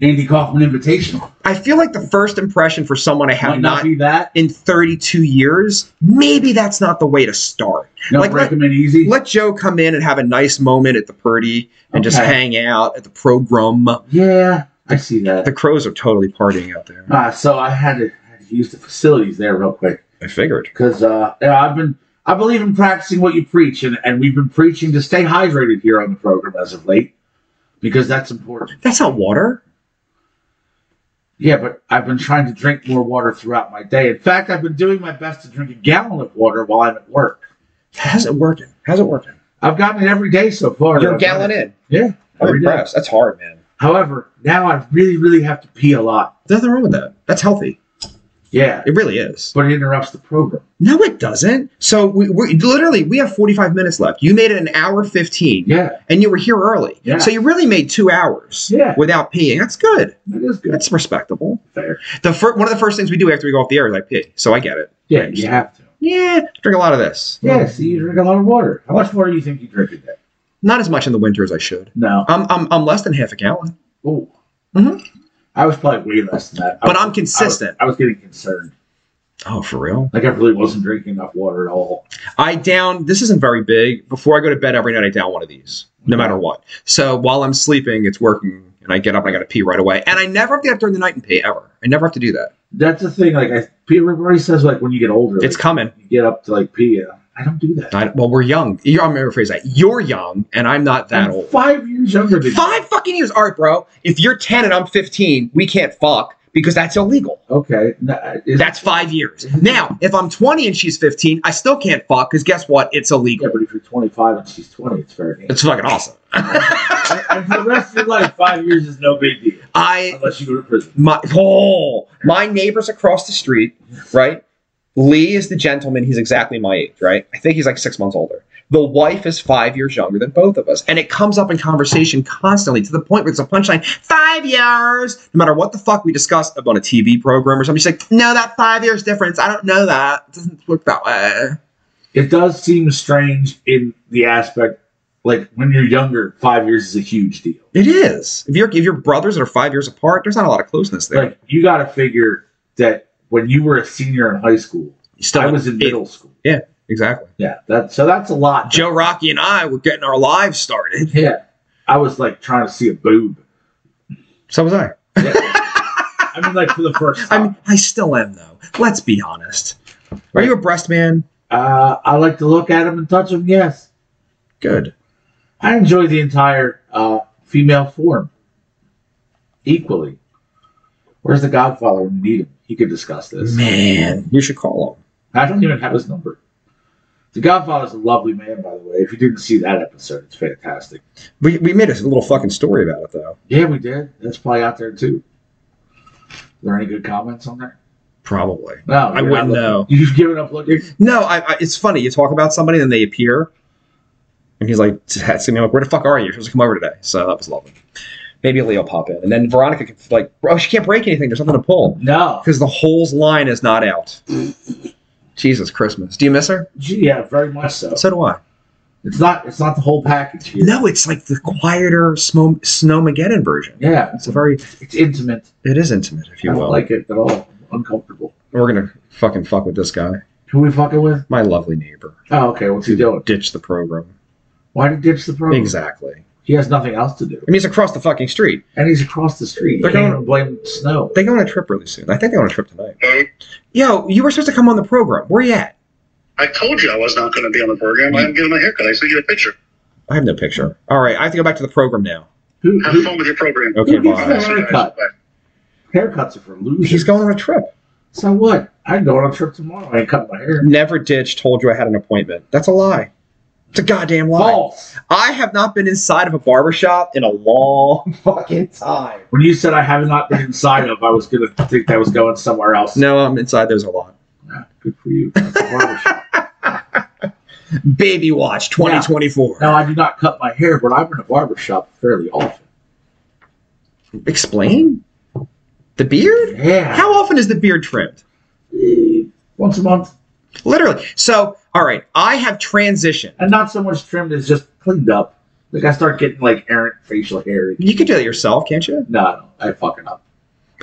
Andy Kaufman Invitational.
I feel like the first impression for someone I have
Might
not
not be that.
in 32 years, maybe that's not the way to start.
No,
Like,
like,
let-
break him in easy.
Let Joe come in and have a nice moment at the Purdy and just
Okay.
hang out at the program.
yeah, I see that.
The crows are totally partying out there.
Uh, so I had to, had to use the facilities there real quick
I figured.
because uh, yeah, I've been I believe in practicing what you preach, and, and we've been preaching to stay hydrated here on the program as of late because that's important.
That's not water.
Yeah, but I've been trying to drink more water throughout my day. In fact, I've been doing my best to drink a gallon of water while I'm at work.
How's it working? How's it working?
I've gotten it every day so far.
You're a
I've gotten
gallon
it
in. I'm
every day.
impressed. That's hard, man.
However, now I really, really have to pee a lot.
There's nothing wrong with that. That's healthy.
Yeah,
It really is.
but it interrupts the program.
No, it doesn't. So we, we literally we have 45 minutes left. You made it an hour 15,
Yeah,
and you were here early.
Yeah.
So you really made two hours
Yeah.
without peeing. That's good.
that is good.
That's respectable.
fair.
The fir- one of the first things we do after we go off the air is I pee. So I get it.
Yeah, you have to.
Yeah, drink a lot of this.
Yeah, see, you drink a lot of water. How much water do you think you drink a day?
Not as much in the winter as I should.
No.
I'm I'm, I'm less than half a gallon,
Oh.
Mhm.
I was probably way less than that. I
but
was-
I'm consistent.
I was, I was getting concerned.
oh, for real?
Like, I really wasn't drinking enough water at all.
I down this isn't very big. Before I go to bed every night, I down one of these, no matter what. So while I'm sleeping, it's working, and I get up and I got to pee right away. And I never have to get up during the night and pee ever. I never have to do that.
That's the thing. Like, I, everybody says, like, when you get older,
It's
like,
coming.
you get up to, like, pee. and I don't do that.
I, well, we're young. You're, I'm gonna rephrase that. You're young, and I'm not that
I'm
old.
five years younger than you.
Five fucking years. All right, bro. If you're ten and I'm fifteen, we can't fuck because that's illegal.
Okay. Nah, is-
That's five years. Now, if I'm 20 and she's 15, I still can't fuck because guess what? It's
yeah,
illegal.
but if you're 25 and she's 20, it's fair game.
It's fucking awesome.
and, and for the rest of your life, five years is no big deal.
I
Unless you go to prison.
my oh my neighbors across the street right lee is the gentleman he's exactly my age right i think he's like six months older the wife is five years younger than both of us and it comes up in conversation constantly to the point where it's a punchline five years no matter what the fuck we discuss about a tv program or something she's like no that five years difference i don't know that it doesn't work that way
It does seem strange in the aspect, like, when you're younger, five years is a huge deal.
it is if you're if your brothers that are five years apart there's not a lot of closeness there
Like you got to figure that when you were a senior in high school,
You still
I was in
it-
middle school.
exactly
Yeah, that so that's a lot.
joe rocky and i were getting our lives started
Yeah, I was like trying to see a boob.
so was i
I mean, like for the first
I
time.
mean, I still am though. Let's be honest. Are you a breast man?
uh, I like to look at them and touch them. Yes,
Good.
I enjoy the entire uh, female form equally. Where's the Godfather when you need him? He could discuss this.
Man, you should call him.
I don't even have his number. The Godfather's a lovely man, by the way. If you didn't see that episode, it's fantastic.
We, we made a little fucking story about it though.
Yeah, we did. That's probably out there too. Are there any good comments on there?
Probably.
No,
I
you're not
wouldn't
looking.
know.
You just giving up looking.
No, I, I, it's funny. You talk about somebody, and they appear, and he's like texting me, like, "Where the fuck are you? You're supposed to come over today." So that was lovely. Maybe Leo pop in, and then Veronica could like, "Bro, she can't break anything. There's nothing to pull
No.
because the holes line is not out." Jesus Christmas. Do you miss her?
Gee, yeah, very much so.
So do I.
It's not. It's not the whole package here.
No, it's like the quieter Smo- Snowmageddon version.
Yeah,
It's a very,
it's intimate.
it is intimate, if you
I
will.
don't like it at all. Uncomfortable.
We're gonna fucking fuck with this guy,
Who we fucking with?
my lovely neighbor.
Oh, okay. What's he doing?
Ditch the program.
Why did he ditch the program?
Exactly. I
He has nothing else to do,
mean, he's across the fucking street.
and he's across the street.
They're
They're going
going-
to blame snow.
They go on a trip really soon. I think they go on a trip tonight.
Hey,
Yo, you were supposed to come on the program. Where you at?
I told you I was not going to be on the program. I'm getting my haircut. I sent you a picture.
I have no picture. All right, I have to go back to the program now.
Who,
Have
who-
fun with your program.
Okay,
Who gives
bye.
a haircut? haircuts are for losers.
He's going on a trip.
So what? I can go on a trip tomorrow. I ain't cut my hair.
Never ditched. Told you I had an appointment. That's a lie. It's a goddamn lie.
False.
I have not been inside of a barbershop in a long.
Fucking time.
When you said I have not been inside of, I was gonna think that was going somewhere else.
No, I'm inside. There's a lot.
Yeah, Good for you. That's a barbershop.
Baby Watch 2024.
now I do not cut my hair, but I'm in a barbershop fairly often.
Explain the beard.
Yeah.
How often is the beard trimmed?
Eh, Once a month,
Literally. So, all right, I have transitioned.
and not so much trimmed as just cleaned up. Like I start getting like errant facial hair.
You can do that yourself, can't you?
No, no, I fucking up.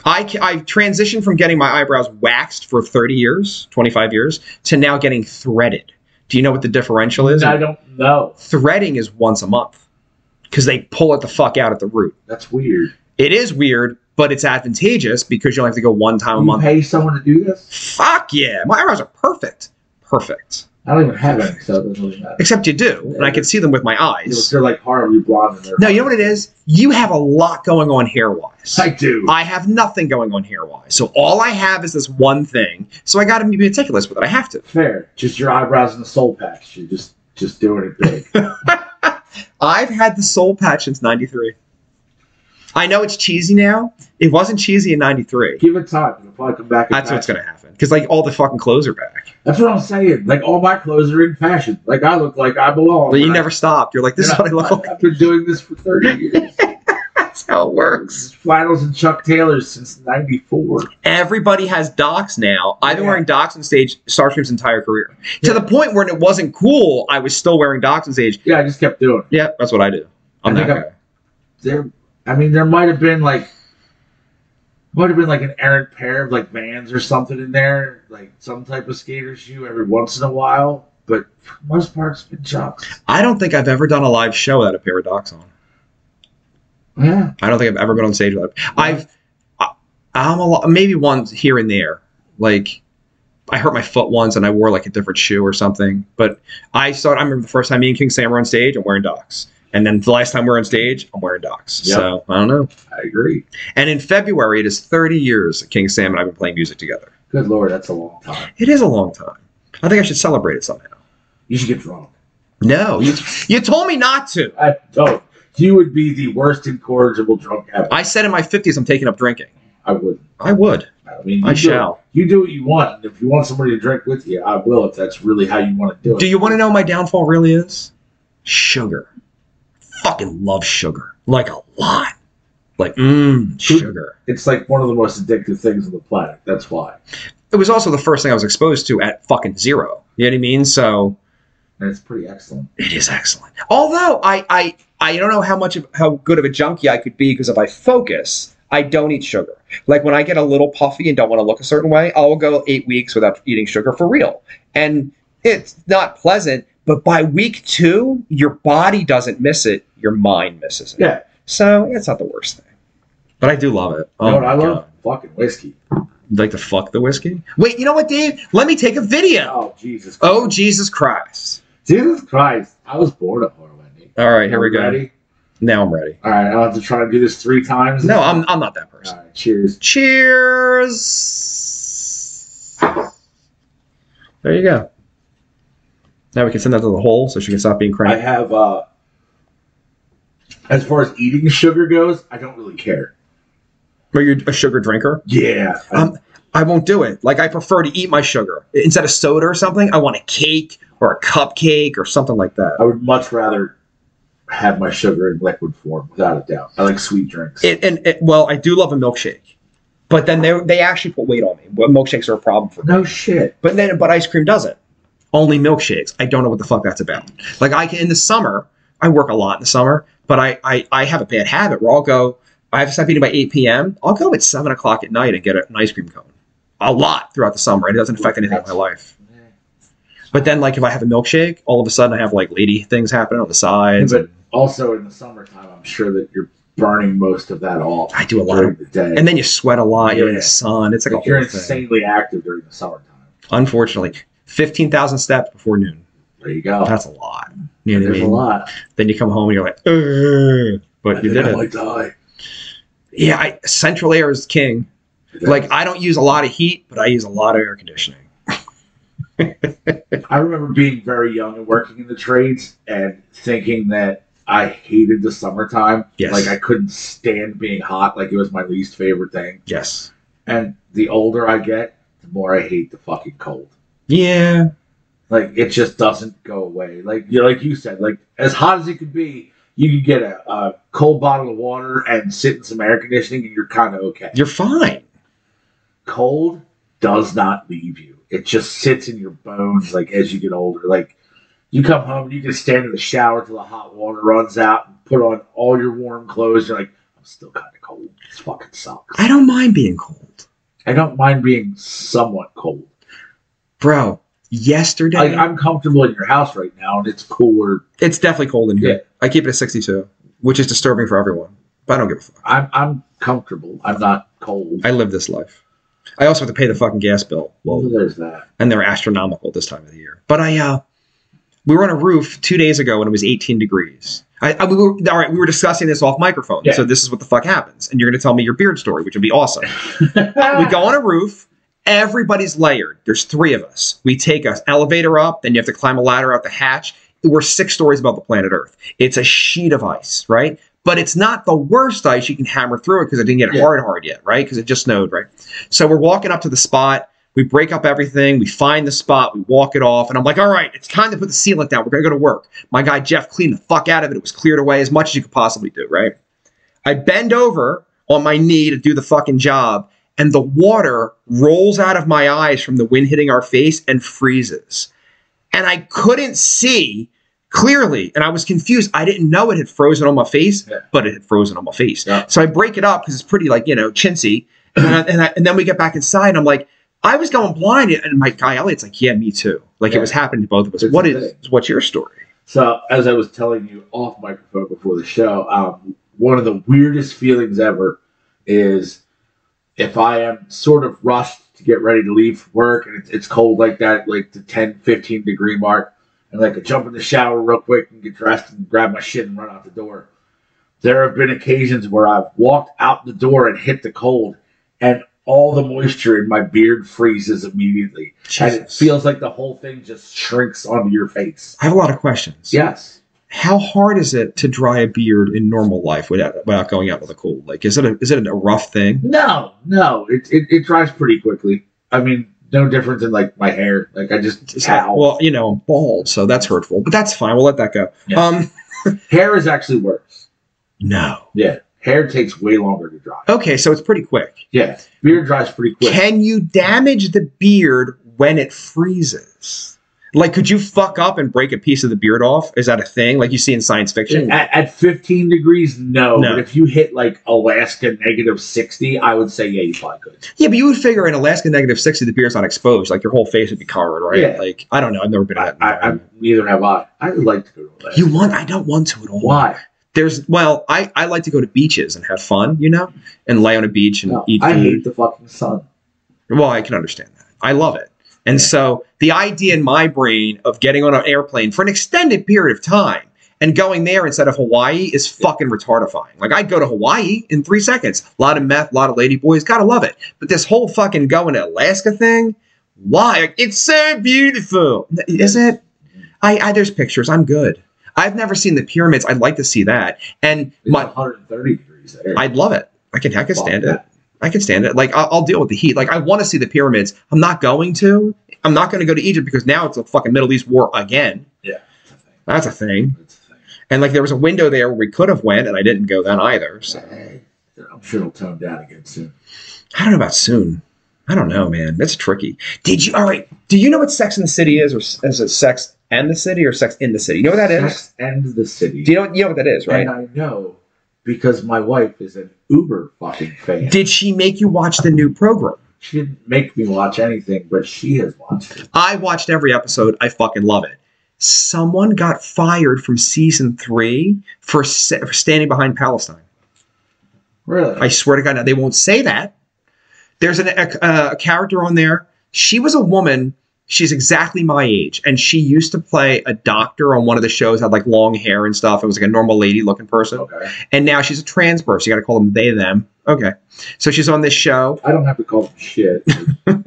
I, I transitioned from getting my eyebrows waxed for 30 years, 25 years, to now getting threaded. Do you know what the differential is?
I don't know.
Threading is once a month because they pull it the fuck out at the root.
That's weird.
It is weird, but it's advantageous because you only have to go one time a
you
month.
pay someone to do this?
fuck yeah. My eyebrows are perfect. Perfect.
I don't even have any, so it doesn't really matter.
Except you do, and I can see them with my
You know,
eyes.
They're like horribly blonde in their
No, you know what it is? You have a lot going on hair wise.
I do.
I have nothing going on hair wise. So all I have is this one thing. So I got to be meticulous with it. I have to.
Fair. Just your eyebrows and the soul patch. You're just just doing it big.
I've had the soul patch since 93. I know it's cheesy now. It wasn't cheesy in 93.
Give it time. It'll probably come back. in
That's what's
fashion.
going to happen. Because, like, all the fucking clothes are back.
That's what I'm saying. Like all my clothes are in fashion. Like I look like I belong.
But you
And I-
never stopped. You're like, this is
and
what I look like.
I've been doing this for 30 years.
That's how it works.
Flannels and Chuck Taylors since '94.
Everybody has docs now. I've been
Yeah.
wearing docs on stage Starstream's entire career.
Yeah.
To the point where it wasn't cool, I was still wearing docs on stage.
Yeah, I just kept doing. it.
Yeah, that's what I do. I'm that
I think I'm-
guy.
There, I mean, there might have been like, might have been like an errant pair of like Vans or something in there, like some type of skater shoe every once in a while. But for the most part, it's been chucks.
I don't think I've ever done a live show without a pair of docs on.
Yeah,
I don't think I've ever been on stage with it. I've, I, I'm a lot, maybe once here and there. Like, I hurt my foot once and I wore like a different shoe or something. But I saw, I remember the first time me and King Sam were on stage, I'm wearing docs. And then the last time we're on stage, I'm wearing docs.
Yep.
So I don't know.
I agree.
And in February, it is 30 years that King Sam and I've been playing music together.
Good lord, that's a long time.
It is a long time. I think I should celebrate it somehow.
You should get drunk.
No, you, you told me not to.
I don't. You would be the worst incorrigible drunk ever.
I said in my 50s, I'm taking up drinking.
I wouldn't.
I would.
I mean, you
I
do,
shall.
You do what you want. If you want somebody to drink with you, I will. If that's really how you want to do it.
Do you want to know what my downfall really is? Sugar. Fucking love sugar. Like a lot. Like, mmm, sugar.
It's like one of the most addictive things on the planet. That's why.
It was also the first thing I was exposed to at fucking zero. You know what I mean? So
And it's pretty excellent.
it is excellent. Although I I, I don't know how much of how good of a junkie I could be because if I focus, I don't eat sugar. Like when I get a little puffy and don't want to look a certain way, I'll go eight weeks without eating sugar for real. And it's not pleasant, but by week two, your body doesn't miss it, your mind misses it.
Yeah.
So it's not the worst thing. But I do love it.
you know what I
Oh my
love?
God.
Fucking whiskey.
You'd Like to fuck the whiskey? Wait, you know what, Dave? Let me take a video.
Oh, Jesus Christ.
Oh, Jesus Christ.
Jesus Christ. I was bored of her, Wendy.
All right, here we go.
Ready?
Now I'm ready.
All right, I'll have to try to do this three times.
No, I'm, I'm not that person.
All right, cheers.
Cheers. There you go. Now we can send that to the hole so she can stop being
I
cranky.
have uh as far as eating sugar goes, I don't really care.
Are you a sugar drinker?
Yeah. I-
Um, I won't do it. Like I prefer to eat my sugar instead of soda or something. I want a cake or a cupcake or something like that.
I would much rather have my sugar in liquid form, without a doubt. I like sweet drinks.
It, and it, well, I do love a milkshake, but then they they actually put weight on me. Well, milkshakes are a problem for me.
no shit.
But then, but ice cream doesn't. Only milkshakes. I don't know what the fuck that's about. Like I can in the summer, I work a lot in the summer, but I I, I have a bad habit where I'll go. I have to stop eating by eight p.m. I'll go at seven o'clock at night and get a- an ice cream cone. A lot throughout the summer, and it doesn't affect anything in my life. But then, like if I have a milkshake, all of a sudden I have like lady things happening on the sides.
But also in the summertime, I'm sure that you're burning most of that off
I do a lot,
during
of,
the day.
and then you sweat a lot. You're in
Yeah.
the sun. It's like,
Like,
a
you're
whole thing.
insanely active during the summertime.
Unfortunately, fifteen thousand steps before noon.
There you go.
That's a lot. You know what I
Oh. There's a
mean?
lot.
Then you come home and you're like, "Ugh," but you
I
did
think I
it.
might die.
yeah, I, central air is king. Like I don't use a lot of heat, but I use a lot of air conditioning.
I remember being very young and working in the trades and thinking that I hated the summertime.
Yes.
Like I couldn't stand being hot. Like it was my least favorite thing.
Yes.
And the older I get, the more I hate the fucking cold.
Yeah.
Like it just doesn't go away. Like you like you said, like as hot as it could be, you could get a, a cold bottle of water and sit in some air conditioning and you're kinda okay.
You're fine.
cold does not leave you. It just sits in your bones like as you get older. Like you come home and you can stand in the shower till the hot water runs out and put on all your warm clothes. You're like, I'm still kind of cold. This fucking sucks.
I don't mind being cold.
I don't mind being somewhat cold.
Bro, yesterday
Like I'm comfortable in your house right now and it's cooler.
it's definitely cold in here.
Yeah.
I keep it at 62, which is disturbing for everyone. But I don't give a fuck.
I'm I'm comfortable. I'm not cold.
I live this life. I also have to pay the fucking gas bill. Well,
So there's that.
and they're astronomical this time of the year. But I, uh, we were on a roof two days ago when it was 18 degrees. I, I we were all right. We were discussing this off microphone,
Yeah.
so this is what the fuck happens. And you're going to tell me your beard story, which would be awesome. we go on a roof. Everybody's layered. There's three of us. We take an elevator up, then you have to climb a ladder out the hatch. We're six stories above the planet Earth. It's a sheet of ice, right? But it's not the worst ice you can hammer through it because it didn't get
Yeah.
hard hard yet, right? Because it just snowed, right? So we're walking up to the spot. We break up everything. We find the spot. We walk it off. And I'm like, all right, it's time to put the sealant down. We're going to go to work. My guy Jeff cleaned the fuck out of it. It was cleared away as much as you could possibly do, right? I bend over on my knee to do the fucking job, and the water rolls out of my eyes from the wind hitting our face and freezes. And I couldn't see clearly, and I was confused. I didn't know it had frozen on my face,
Yeah.
but it had frozen on my face.
Yeah.
So I break it up because it's pretty, like, you know, chintzy. And, I, and, I, and then we get back inside, and I'm like, I was going blind. And my guy Elliot's like, yeah, me too. Like,
Yeah.
it was happening to both of us.
It's
What
a
is, what's your story?
So, as I was telling you off microphone before the show, um, one of the weirdest feelings ever is if I am sort of rushed to get ready to leave for work and it's, it's cold like that, like the 10, 15 degree mark, and like I jump in the shower real quick and get dressed and grab my shit and run out the door. There have been occasions where I've walked out the door and hit the cold, and all the moisture in my beard freezes immediately. And it feels like the whole thing just shrinks onto your face.
I have a lot of questions.
Yes.
how hard is it to dry a beard in normal life without without going out with a cold? Like, is it a, is it a rough thing?
No, no, it, it it dries pretty quickly. I mean, no difference in like my hair. Like I just
It's like,
towel.
well, you know, I'm bald, so that's hurtful, but that's fine. We'll let that go.
Yeah.
Um,
hair is actually worse.
no.
Yeah, hair takes way longer to dry.
Okay, so it's pretty quick.
Yeah, beard dries pretty quick.
Can you damage the beard when it freezes? Like, could you fuck up and break a piece of the beard off? Is that a thing? Like you see in science fiction?
at, at 15 degrees, no.
No.
But if you hit like Alaska negative 60, I would say, yeah, you probably could.
Yeah, but you would figure in Alaska negative sixty, the beard's not exposed. Like your whole face would be covered, right?
Yeah.
Like I don't know. I've never been in
I,
that.
I, I,
environment.
neither have I. I would like to go to Alaska.
you want? I don't want to at all.
Why?
there's well I, I like to go to beaches and have fun you know and lay on a beach and
No,
eat
I
food
hate the fucking sun.
well i can understand that i love it and
Yeah.
so the idea in my brain of getting on an airplane for an extended period of time and going there instead of hawaii is fucking retardifying like i'd go to hawaii in three seconds a lot of meth a lot of lady boys gotta love it but this whole fucking going to alaska thing why it's so beautiful is it I, I there's pictures. I'm good. I've never seen the pyramids. I'd like to see that. And
It's
my,
130 degrees there.
I'd love it. I can I can stand it.
Fuck
I can stand it. Like I'll, I'll deal with the heat. Like I want to see the pyramids. I'm not going to. I'm not going to go to Egypt because now it's a fucking Middle East war again.
It's a thing.
That's a thing.
It's a thing.
And like there was a window there where we could have went, and I didn't go then either. So
I'm sure it'll tone down again soon.
I don't know about soon. I don't know, man. That's tricky. Did you? All right. Do you know what Sex in the City is, or s- is it Sex and the City, or Sex in the City? You know what that is?
Sex and the city.
Do you know? You know what that is, right?
And I know because my wife is an uber fucking fan.
Did she make you watch the new program?
she didn't make me watch anything, but she has watched it.
I watched every episode. I fucking love it. Someone got fired from season three for, se- for standing behind Palestine.
Really?
I swear to God, now they won't say that. There's an, a, a character on there. She was a woman. She's exactly my age, and she used to play a doctor on one of the shows. Had like long hair and stuff. It was like a normal lady looking person,
okay.
and now she's a trans person. You got to call them they them. Okay, so she's on this show.
I don't have to call them shit.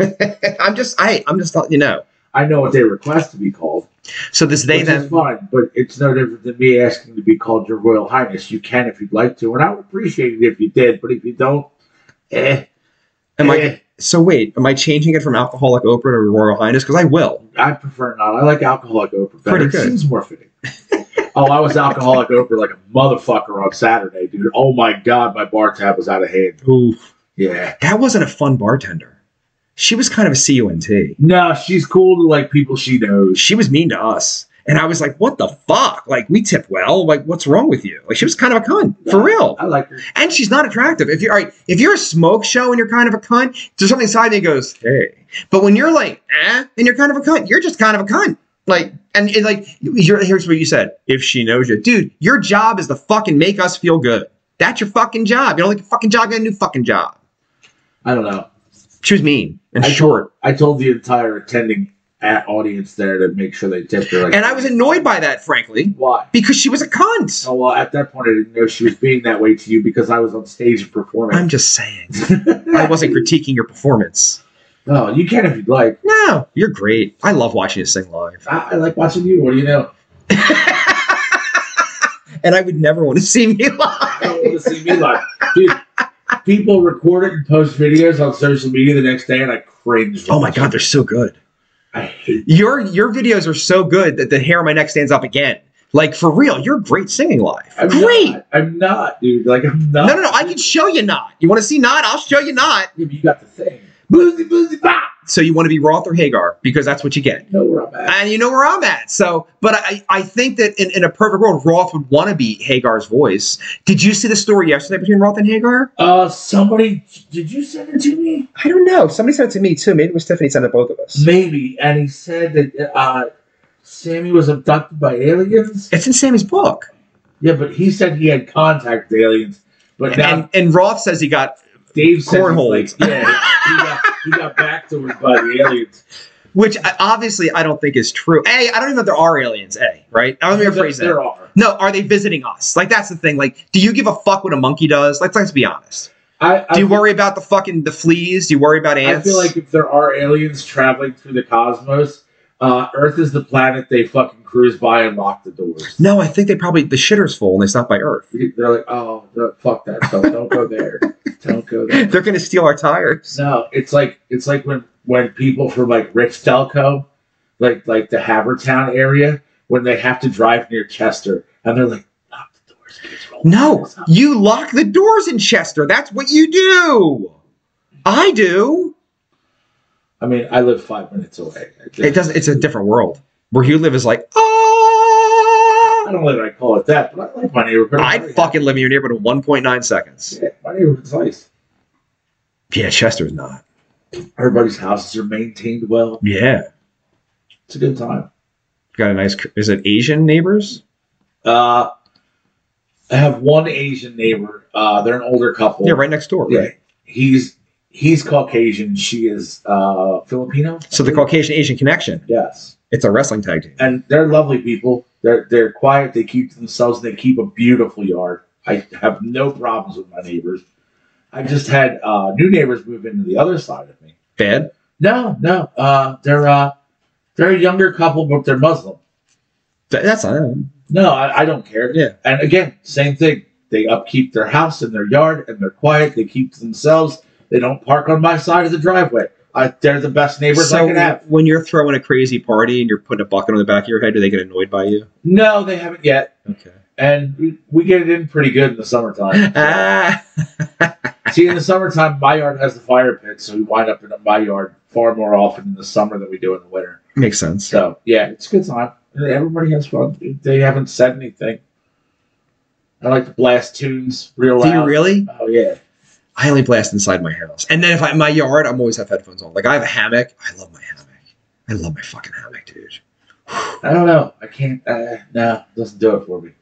I'm just I I'm just letting you know.
I know what they request to be called.
So this they
which
them.
is fine, but it's no different than me asking to be called Your Royal Highness. You can if you'd like to, and I would appreciate it if you did. But if you don't, eh,
Am I
eh,
So wait, am I changing it from alcoholic Oprah to Royal Highness? Because I will.
I prefer not. I like alcoholic Oprah better.
Pretty
It
good.
seems more fitting. oh, I was alcoholic Oprah like a motherfucker on Saturday, dude. Oh my god, my bar tab was out of hand.
Ooh,
Yeah.
that wasn't a fun bartender. She was kind of a cunt.
No, she's cool to like people she knows.
She was mean to us, and I was like, "What the fuck? Like we tip well. Like what's wrong with you? Like she was kind of a cunt for real."
I like her.
And she's not attractive. If you're all right, if you're a smoke show and you're kind of a cunt, there's something inside of you that goes, "Hey." But when you're like, "Eh," and you're kind of a cunt, you're just kind of a cunt. Like and, and like you're, here's what you said: If she knows you, dude, your job is to fucking make us feel good. That's your fucking job. You don't like your fucking job, get a new fucking job.
I don't know.
She was mean and
I
short.
I told the entire attending at audience there to make sure they tipped her. Like,
And I was annoyed by that, frankly,
why?
because she was a cunt.
Oh well, at that point I didn't know she was being that way to you because I was on stage and performing.
I'm just saying. I wasn't critiquing your performance.
No, Oh, you can if you'd like.
No, you're great. I love watching you sing live.
I, I like watching you. What do you know?
and I would never want to see me
I don't want
live.
to see me live, dude. People record it and post videos on social media the next day, and I cringe.
Oh my
watching
god, they're so good.
it. I hate.
Your your videos are so good that the hair on my neck stands up again. Like for real, you're great singing live.
I'm
great.
Not, I'm not, dude. Like I'm not.
No, no, no. I can show you not. You want to see not? I'll show you not.
Yeah, but you got the thing. Boozy, boozy, bop.
So you want to be Roth or Hagar because that's what you get.
You know where I'm at.
and you know where I'm at. So, but I, I think that in, in a perfect world, Roth would want to be Hagar's voice. Did you see the story yesterday between Roth and Hagar?
Uh, somebody, did you send it to me?
I don't know. Somebody sent it to me too. Maybe it was Tiffany sent it to both of us.
Maybe. And he said that uh, Sammy was abducted by aliens.
It's in Sammy's book,
Yeah, but he said he had contact with aliens. But now
and and Roth says he got.
Dave said
Cornholes.
he's like, yeah, he got, he got back to it by the aliens.
Which I- obviously I don't think is true. A, I don't even know if there are aliens. A, right? I don't even
there,
rephrase that.
there are.
No, are they visiting us? Like that's the thing. Like, do you give a fuck what a monkey does? Like, let's be honest.
I, I
Do you
feel-
worry about the fucking the fleas? Do you worry about
I
ants?
feel like if there are aliens traveling through the cosmos, uh, Earth is the planet they fucking cruise by and lock the doors.
no, I think they probably the shitter's full and they stop by Earth.
They're like, oh, no, fuck that stuff. Don't go there. Don't go there.
They're gonna steal our tires.
No, it's like it's like when when people from like Rich Delco, like like the Havertown area, when they have to drive near Chester, and they're like, lock the doors, kids, roll the
No,
windows up."
you lock the doors in Chester. That's what you do. I do.
I mean, I live five minutes away. I
It
just-
doesn't. It's a different world where you live is like ah.
I don't know that I call it that, but I like my neighborhood.
I'd fucking live in your neighborhood in 1.9 seconds.
Yeah, my neighborhood's nice.
Yeah, Chester's not.
Everybody's houses are maintained well.
Yeah,
It's a good time.
got a nice. Is it Asian neighbors?
Uh, I have one Asian neighbor. Uh, they're an older couple.
Yeah, right next door.
Yeah,
Right.
he's he's Caucasian. She is uh, Filipino.
So the Caucasian Asian connection.
Yes,
It's a wrestling tag team.
and they're lovely people. They're they're quiet. They keep to themselves. They keep a beautiful yard. I have no problems with my neighbors. I just had uh, new neighbors move into the other side of me.
Bad.
No, no, uh, they're uh, they're a younger couple, but they're Muslim.
Th- That's not.
No, I, I don't care.
Yeah.
And again, same thing. They upkeep their house and their yard, and they're quiet. They keep to themselves. They don't park on my side of the driveway. I, they're the best neighbors I
So
can have.
when you're throwing a crazy party and you're putting a bucket on the back of your head, do they get annoyed by you?
No, they haven't yet,
Okay.
and we, we get it in pretty good in the summertime.
Ah,
See, in the summertime, my yard has the fire pit, so we wind up in my yard far more often in the summer than we do in the winter.
makes sense.
So yeah, it's a good time. Everybody has fun. They haven't said anything. I like to blast tunes real
Do
loud.
you really?
Oh yeah.
I only blast inside my house, and then if I my yard, I'm always have headphones on. Like I have a hammock. I love my hammock. I love my fucking hammock, dude.
I don't know. I can't. Uh, no, doesn't do it for me.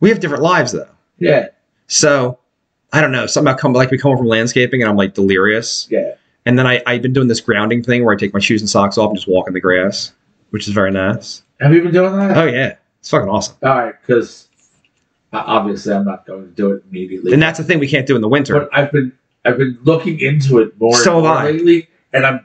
We have different lives though,
Yeah,
so I don't know. Somehow come like we come home from landscaping, and I'm like delirious,
yeah.
and then I I've been doing this grounding thing where I take my shoes and socks off and just walk in the grass, which is very nice.
Have you been doing that?
Oh yeah, it's fucking awesome.
All right, because obviously I'm not going to do it immediately.
And that's the thing we can't do in the winter.
but I've been I've been looking into it more,
So
and more
have I.
lately, and I'm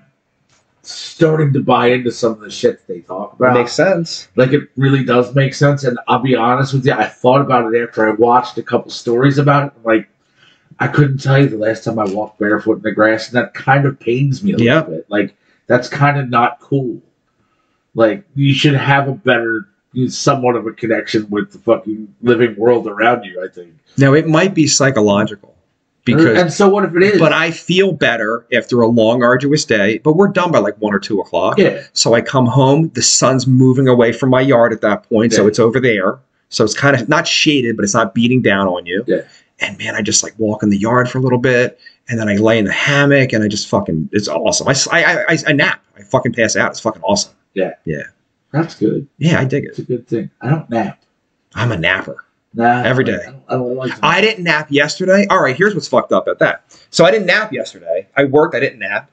starting to buy into some of the shit they talk about.
sense.
like it really does make sense. And I'll be honest with you, I thought about it after I watched a couple stories about it. Like I couldn't tell you the last time I walked barefoot in the grass, and that kind of pains me a
Yeah.
little bit. Like that's kind of not cool. Like you should have a better, somewhat of a connection with the fucking living world around you. I think.
Now it might be psychological because
and so what if it is?
But I feel better after a long, arduous day. But we're done by like one or two o'clock.
yeah,
So I come home. The sun's moving away from my yard at that point, so
Yeah.
it's over there. So it's kind of not shaded, but it's not beating down on you.
Yeah.
And man, I just like walk in the yard for a little bit, and then I lay in the hammock, and I just fucking it's awesome. I s- I I- I- I nap. I fucking pass out. It's fucking awesome.
that's good.
Yeah, I dig
It's
it.
a good thing. I don't nap.
I'm a napper.
Nah,
Every
I
day.
don't, I don't like. To
I didn't nap yesterday. All right, here's what's fucked up at that. So I didn't nap yesterday. I worked. I didn't nap,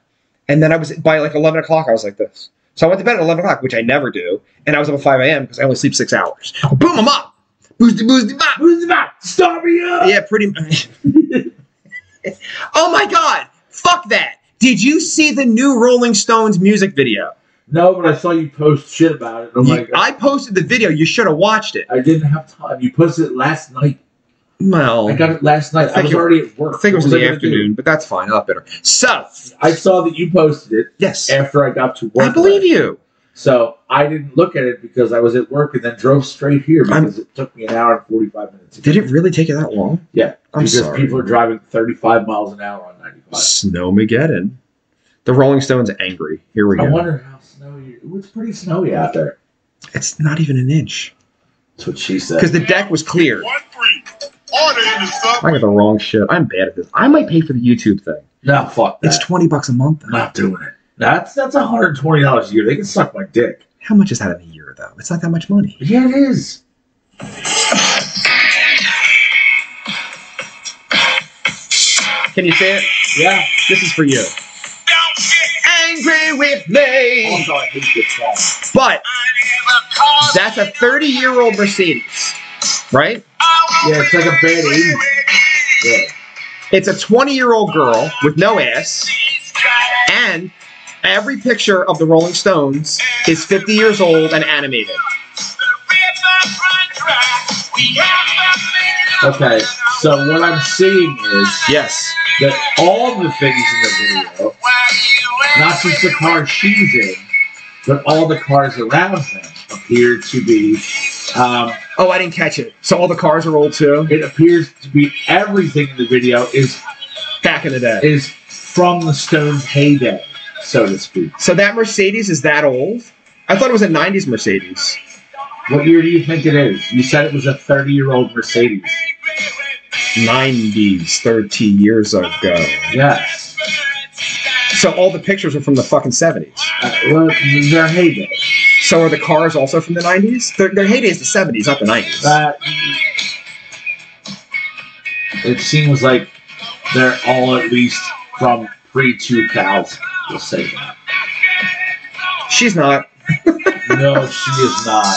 and then I was by like 11 o'clock. I was like this. So I went to bed at 11 o'clock, which I never do, and I was up at 5 a.m. because I only sleep six hours. Boom, I'm up. Boosty, boosty, bop.
Who's about? Stop me up.
Yeah, pretty. much. oh my god! Fuck that! Did you see the new Rolling Stones music video?
No, but I saw you post shit about it. and I'm
You-
like,
I posted the video. You should have watched it.
I didn't have time. You posted it last night.
Well,
I got it last
I
night. I,
think
was
it-
already at work.
I think it was in
What
the
I gonna do?
afternoon, but that's fine. A lot better. So,
I saw that you posted it
yes,
after I got to work.
I believe you.
So I didn't look at it because I was at work and then drove straight here because it took me an hour and 45 minutes. to
Did
get
it really take you that long?
Yeah,
I'm
because
sorry.
people are driving 35 miles an hour on 95.
Snowmageddon. The Rolling Stones angry. Here we
I
go.
wonder how snowy it was. pretty snowy out there.
It's not even an inch.
That's what she said.
Because the deck was cleared.
One free. Order in the sub.
I got the wrong shit. I'm bad at this. I might pay for the YouTube thing.
No, fuck that.
It's 20 bucks a month.
I'm
Though.
not doing it. That's that's $120 a year. They can suck my dick.
How much is that in a year, though? It's not that much money.
Yeah, it is.
Can you say it?
Yeah.
This is for you.
Don't get
Angry with me.
Also, Oh, I hate this song.
But
out of the car.
that's a 30 year old Mercedes, right?
I will
Yeah, it's like a bad 80s. Yeah.
It's a 20 year old girl with no ass. And every picture of the Rolling Stones is 50 years old and animated.
Okay, so what I'm seeing is
Yes.
that all the things in the video, not just the car she's in, but all the cars around them appear to be, um,
Oh, I didn't catch it. So all the cars are old too?
it appears to be everything in the video is
Back in the day.
is from the Stones' heyday, so to speak.
So that Mercedes is that old? I thought it was a 90s Mercedes.
What year do you think it is? You said it was a 30 year old Mercedes.
90s, 30 years ago.
Yes,
So all the pictures are from the fucking 70s.
uh, well, their heyday.
So are the cars also from the 90s? Their, their heyday is the 70s, not the 90s.
That it seems like they're all at least from pre 2000. We'll say that.
She's not.
No, she is not.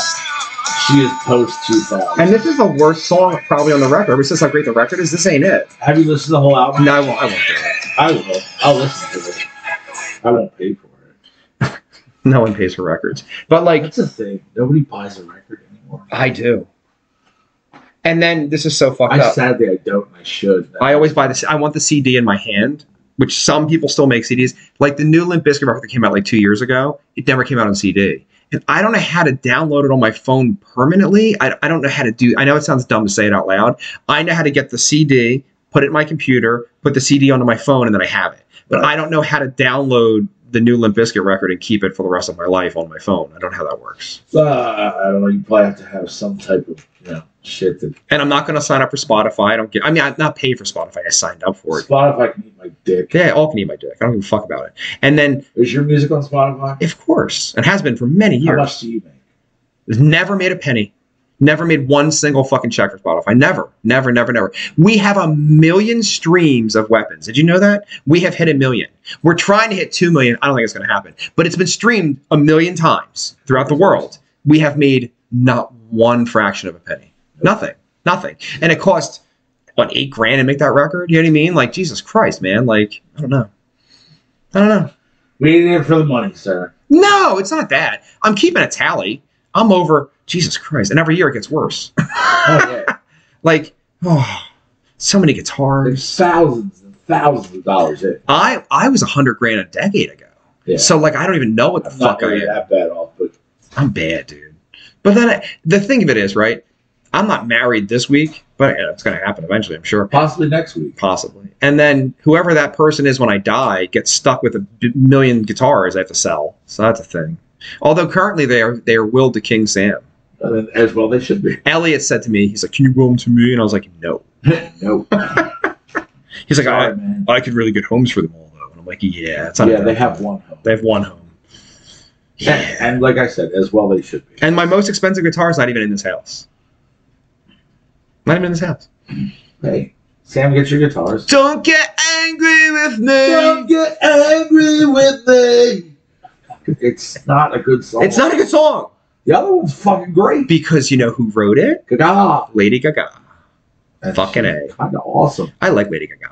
She is post 2000.
And this is the worst song probably on the record. Ever since how great the record is, this ain't it.
Have you listened to the whole album?
No, I won't, I won't do it.
I will. I'll listen to it. I won't pay for it.
No one pays for records. But like
That's the thing. Nobody buys a record anymore.
I do. And then this is so fucked
I
up.
sadly I don't. and I should.
I always buy this. I want the CD in my hand, which some people still make CDs. Like the new Limp Bizkit record that came out like two years ago, it never came out on CD. And I don't know how to download it on my phone permanently. I, I don't know how to do. I know it sounds dumb to say it out loud. I know how to get the CD, put it in my computer, put the CD onto my phone, and then I have it. But I don't know how to download the new Limp Bizkit record and keep it for the rest of my life on my phone. I don't know how that works.
Uh, I don't know. You probably have to have some type of you know shit that
And I'm not going to sign up for Spotify. I don't get. I mean, I'm not paid for Spotify. I signed up for it.
Spotify can eat my dick.
Yeah, all can eat my dick. I don't give a fuck about it. And then,
Is your music on Spotify?
of course, it has been for many
How
years.
much do you make?
Never made a penny. Never made one single fucking check for Spotify. Never, never, never, never. We have a million streams of weapons. Did you know that? We have hit a million. We're trying to hit two million. I don't think it's going to happen, but it's been streamed a million times throughout the world. We have made not one fraction of a penny. Nothing. Nothing. And it cost what eight grand to make that record. You know what I mean? Like Jesus Christ, man. Like I don't know. I don't know.
We ain't in it for the money, sir.
No, it's not that. I'm keeping a tally. I'm over Jesus Christ, and every year it gets worse.
Oh yeah,
like, oh, so many
there's
guitars.
thousands and thousands of dollars in.
I I was a hundred grand a decade ago.
Yeah.
So like, I don't even know what the
I'm not
fuck I
gonna be
am.
that bad off, but
I'm bad, dude. But then I, the thing of it is, right? I'm not married this week, but yeah, it's gonna happen eventually, I'm sure.
possibly next week.
Possibly. And then whoever that person is when I die gets stuck with a b- million guitars I have to sell. So that's a thing. Although currently they are they are willed to King Sam.
And Uh, then, as well, they should be.
Elliot said to me, he's like, "Can you will them to me?" And I was like, "No."
no,
He's like,
sorry,
"I,
man.
I could really good homes for them all though." And I'm like, "Yeah, it's not
Yeah,
a-
they have one home.
they have one home."
And,
Yeah.
and like I said, as well, they should be.
And my most expensive guitar is not even in this house. Not even in this house.
Hey, Sam, get your guitars.
Don't get angry with me.
get angry with me. It's not a good song.
It's not a good song
The other one's fucking great.
because you know who wrote it?
Gaga.
Lady Gaga.
That's
Fucking A.
Kind of awesome.
I like Lady Gaga.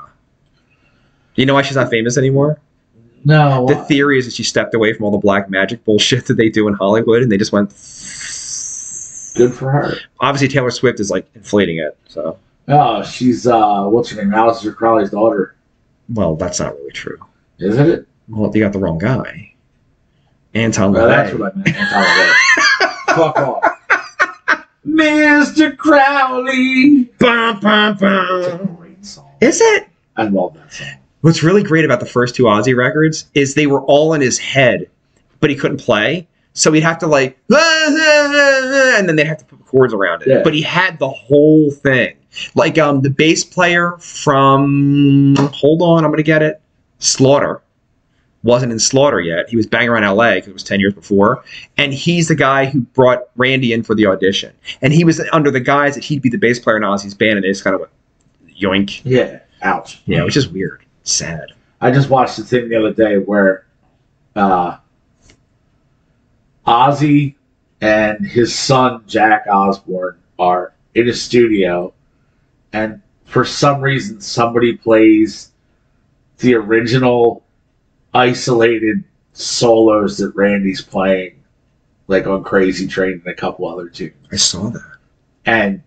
You know why she's not famous anymore?
No. uh,
The theory is that she stepped away from all the black magic bullshit that they do in Hollywood, and they just went.
good for her.
obviously Taylor Swift is like inflating it. So,
Oh, she's uh, what's her name? Alistair Crowley's daughter,
well, that's not really true.
isn't it?
Well, you got the wrong guy. Anton
Well, that's
LaVey.
what I meant. Anton LaVey. Fuck off, Mr. Crowley.
Bum, bum,
It's a
bum.
great song.
Is it?
I love that song.
What's really great about the first two Ozzy records is they were all in his head, but he couldn't play. So he'd have to like, and then they'd have to put chords around it.
Yeah.
But he had the whole thing. Like um, the bass player from, hold on, I'm going to get it, Slaughter. Wasn't in Slaughter yet. He was banging around LA because it was 10 years before. And he's the guy who brought Randy in for the audition. And he was under the guise that he'd be the bass player in Ozzy's band. And they just kind of went, yoink.
Yeah. Ouch.
Yeah, which is weird. Sad.
I just watched the thing the other day where uh, Ozzy and his son Jack Osborne are in a studio, and for some reason somebody plays the original isolated solos that Randy's playing, like on Crazy Train and a couple other tunes.
I saw that.
And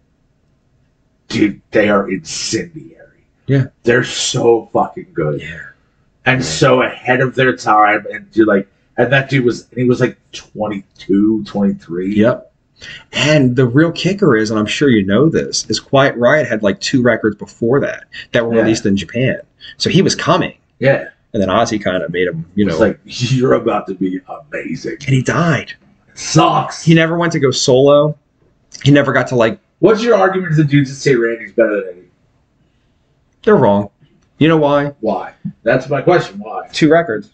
dude, they are incendiary.
Yeah.
They're so fucking good
Yeah.
and so ahead of their time and you like and that dude was and he was like 22 23
Yep. And the real kicker is, and I'm sure you know this, is Quiet Riot had like two records before that that were
Yeah.
released in Japan. So he was coming.
yeah
And then Ozzy kind of made him, you know,
it's like you're about to be amazing
and he died.
sucks
He never went to go solo. He never got to like,
what's your argument to the dudes that say randy's better than Eddie?
they're wrong. You know why?
why that's my question why
Two records.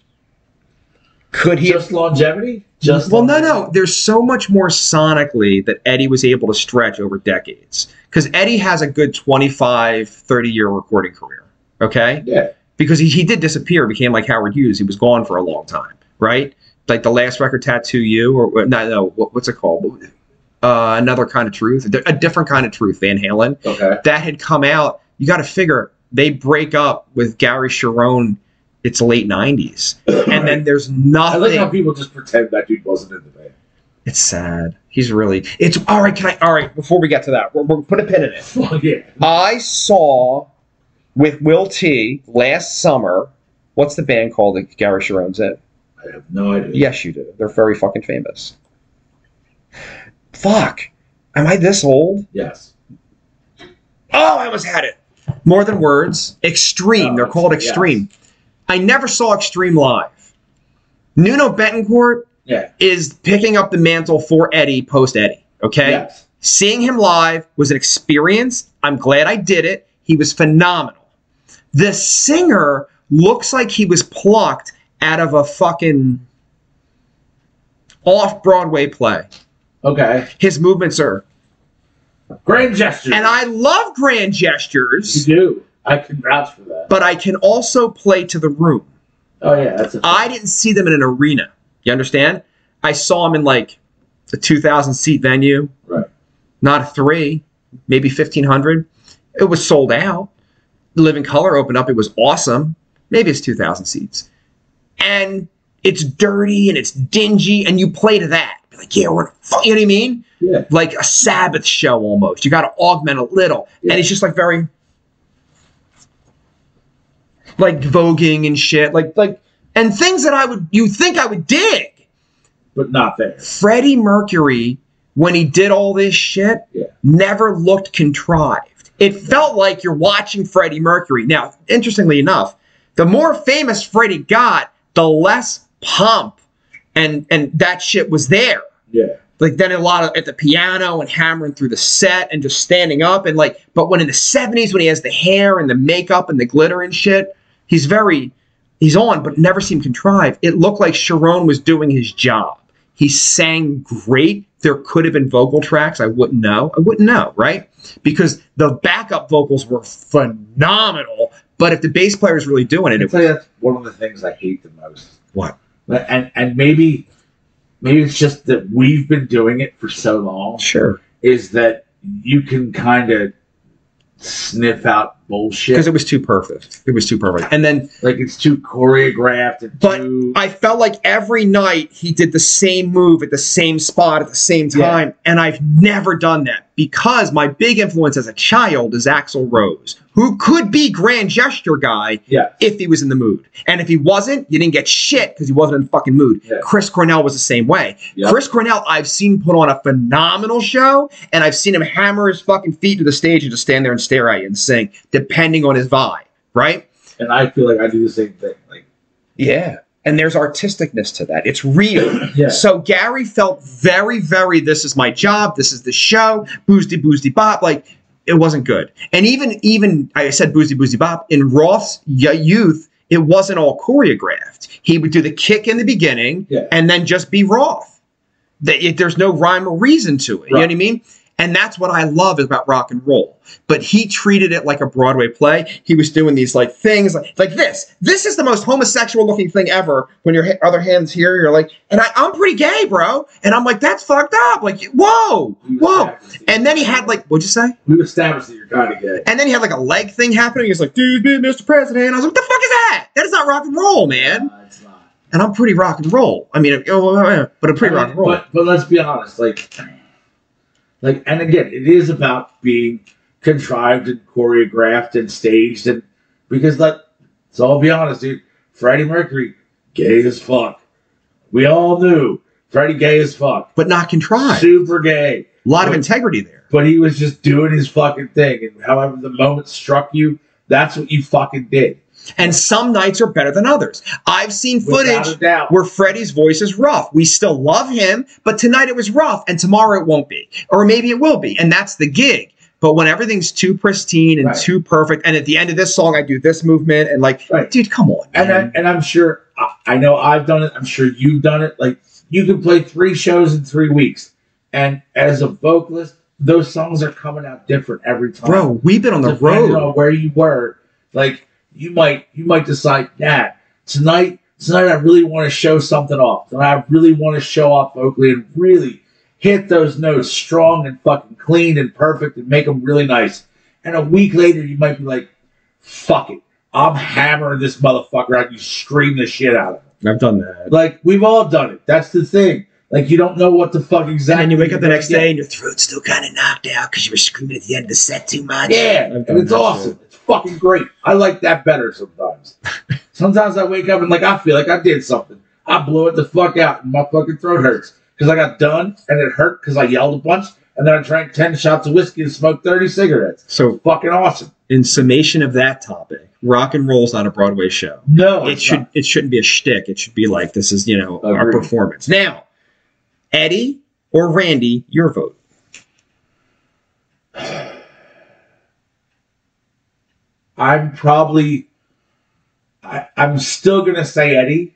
Could he
just longevity just
well, no, no. There's so much more sonically that Eddie was able to stretch over decades. Because Eddie has a good 25, 30 year recording career. Okay?
yeah
because he, he did disappear, became like Howard Hughes. He was gone for a long time, right? Like the last record, Tattoo You, or no, no, what, what's it called? Uh, Another Kind of Truth, a different kind of truth, Van Halen.
okay
That had come out. You got to figure they break up with Gary Sharon it's late '90s, and then there's
I
nothing.
like how people just pretend that dude wasn't in the band.
it's sad. He's really. It's all right. Can I? All right. Before we get to that, we're, we're put a pin in it.
Well, yeah.
I saw with Will T last summer. What's the band called that Gary Sharon's in?
I have no idea.
Yes, you do. They're very fucking famous. Fuck. Am I this old?
Yes.
Oh, I almost had it. More than words. Extreme.
Oh,
They're called
yes.
Extreme. I never saw Extreme live. Nuno Betancourt
Yeah.
is picking up the mantle for Eddie post Eddie. Okay?
Yes.
Seeing him live was an experience. I'm glad I did it. He was phenomenal. The singer looks like he was plucked out of a fucking off Broadway play.
Okay.
His movements are.
Grand gesture.
And I love grand
You
gestures,
do. I can vouch for that.
but I can also play to the room.
Oh yeah, that's. A
I didn't see them in an arena. You understand? I saw them in like a 2,000 seat venue.
Right.
Not a three, maybe 1,500. It was sold out. Living Color opened up. It was awesome. Maybe it's 2,000 seats. And it's dirty and it's dingy, and you play to that. Be like, yeah, we're, fu-" you know what I mean?
Yeah.
Like a Sabbath show almost. You got to augment a little.
Yeah.
And it's just like very. Like voguing and shit, like like and things that I would you think I would dig.
But not there.
Freddie Mercury, when he did all this shit,
Yeah.
never looked contrived. It felt like you're watching Freddie Mercury. Now, interestingly enough, the more famous Freddie got, the less pomp and and that shit was there.
Yeah.
Like then a lot of at the piano and hammering through the set and just standing up and like but when in the 70s when he has the hair and the makeup and the glitter and shit, he's very he's on but never seemed contrived. It looked like Sharon was doing his job. He sang great. There could have been vocal tracks. I wouldn't know. I wouldn't know, right? Because the backup vocals were phenomenal. But if the bass player is really doing it,
I
it
tell you, that's one of the things I hate the most.
What?
But- And and maybe maybe it's just that we've been doing it for so long
sure
is that you can kind of sniff out bullshit.
because it was too perfect. It was too perfect. And then
like it's too choreographed and
But
too.
I felt like every night he did the same move at the same spot at the same
Yeah.
time, and I've never done that because my big influence as a child is Axl Rose, who could be grand gesture guy
yeah.
if he was in the mood, and if he wasn't, you didn't get shit because he wasn't in the fucking mood.
Yeah.
Chris Cornell was the same way.
Yep.
Chris Cornell, I've seen put on a phenomenal show, and I've seen him hammer his fucking feet to the stage and just stand there and stare at you and sing, depending on his vibe, right?
And I feel like I do the same thing. Like
Yeah. And there's artisticness to that. It's real.
yeah.
So Gary felt very, very, this is my job, this is the show, boozdy boozdy bop. Like it wasn't good. And even even I said boozdy boozdy bop in Roth's y- youth, it wasn't all choreographed. He would do the kick in the beginning
Yeah.
and then just be Roth. That it, there's no rhyme or reason to it. You know what I
Right.
mean? And that's what I love about rock and roll. But he treated it like a Broadway play. He was doing these like things like, like this. This is the most homosexual looking thing ever. When your ha- other hand's here, you're like, and I, I'm pretty gay, bro. And I'm like, that's fucked up. Like, whoa,
we
whoa.
established that-
And then he had like, what'd you say?
we established that you're kind of gay.
And then he had like a leg thing happening. He was like, dude, me, Mr. President. And I was like, what the fuck is that? That is not rock and roll, man.
Uh, it's not.
And I'm pretty rock and roll. I mean, uh, but I'm pretty
I
rock
mean,
and roll.
But, but let's be honest, like, like, and again, it is about being contrived and choreographed and staged, and because like, so I'll be honest, dude. Freddie Mercury, gay as fuck. We all knew Freddie gay as fuck,
But not contrived. A
super gay.
lot of
But-
integrity there.
But he was just doing his fucking thing, and however the moment struck you, that's what you fucking did.
And some nights are better than others. I've seen
Without
footage
a doubt.
where Freddie's voice is rough. We still love him, but tonight it was rough, and tomorrow it won't be. Or maybe it will be, and that's the gig. But when everything's too pristine and
Right.
too perfect, and at the end of this song, I do this movement, and like,
Right.
dude, come on.
and uh, I,
Man.
and I'm sure I, I know I've done it. I'm sure you've done it. Like you can play three shows in three weeks, and as a vocalist, those songs are coming out different every time.
Bro, we've been on the
Depending
road.
on where you were, like you might you might decide, yeah, tonight tonight I really want to show something off. Tonight I really want to show off vocally and really hit those notes strong and fucking clean and perfect and make them really nice. And a week later, you might be like, fuck it. I'm hammering this motherfucker out. You scream the shit out of him.
I've done that.
Like we've all done it. That's the thing. Like you don't know what the fuck
And
exactly.
then you wake up the
you're
next
gonna
day and your throat's still kind of knocked out because you were screaming at the end of the set too much.
get. Yeah,
I've
and
done
it's
that
awesome. It's fucking great. I like that better sometimes. sometimes I wake up and like I feel like I did something. I blew it the fuck out and my fucking throat hurts because I got done and it hurt because I yelled a bunch and then I drank ten shots of whiskey and smoked thirty cigarettes.
So,
Fucking awesome.
in summation of that topic, rock and roll's not a Broadway show.
No,
it
it's
should
not.
it shouldn't be a shtick. It should be like this is you know our
Agreed.
performance. Now, Eddie or Randy, your vote.
I'm probably. I, I'm still gonna say Eddie,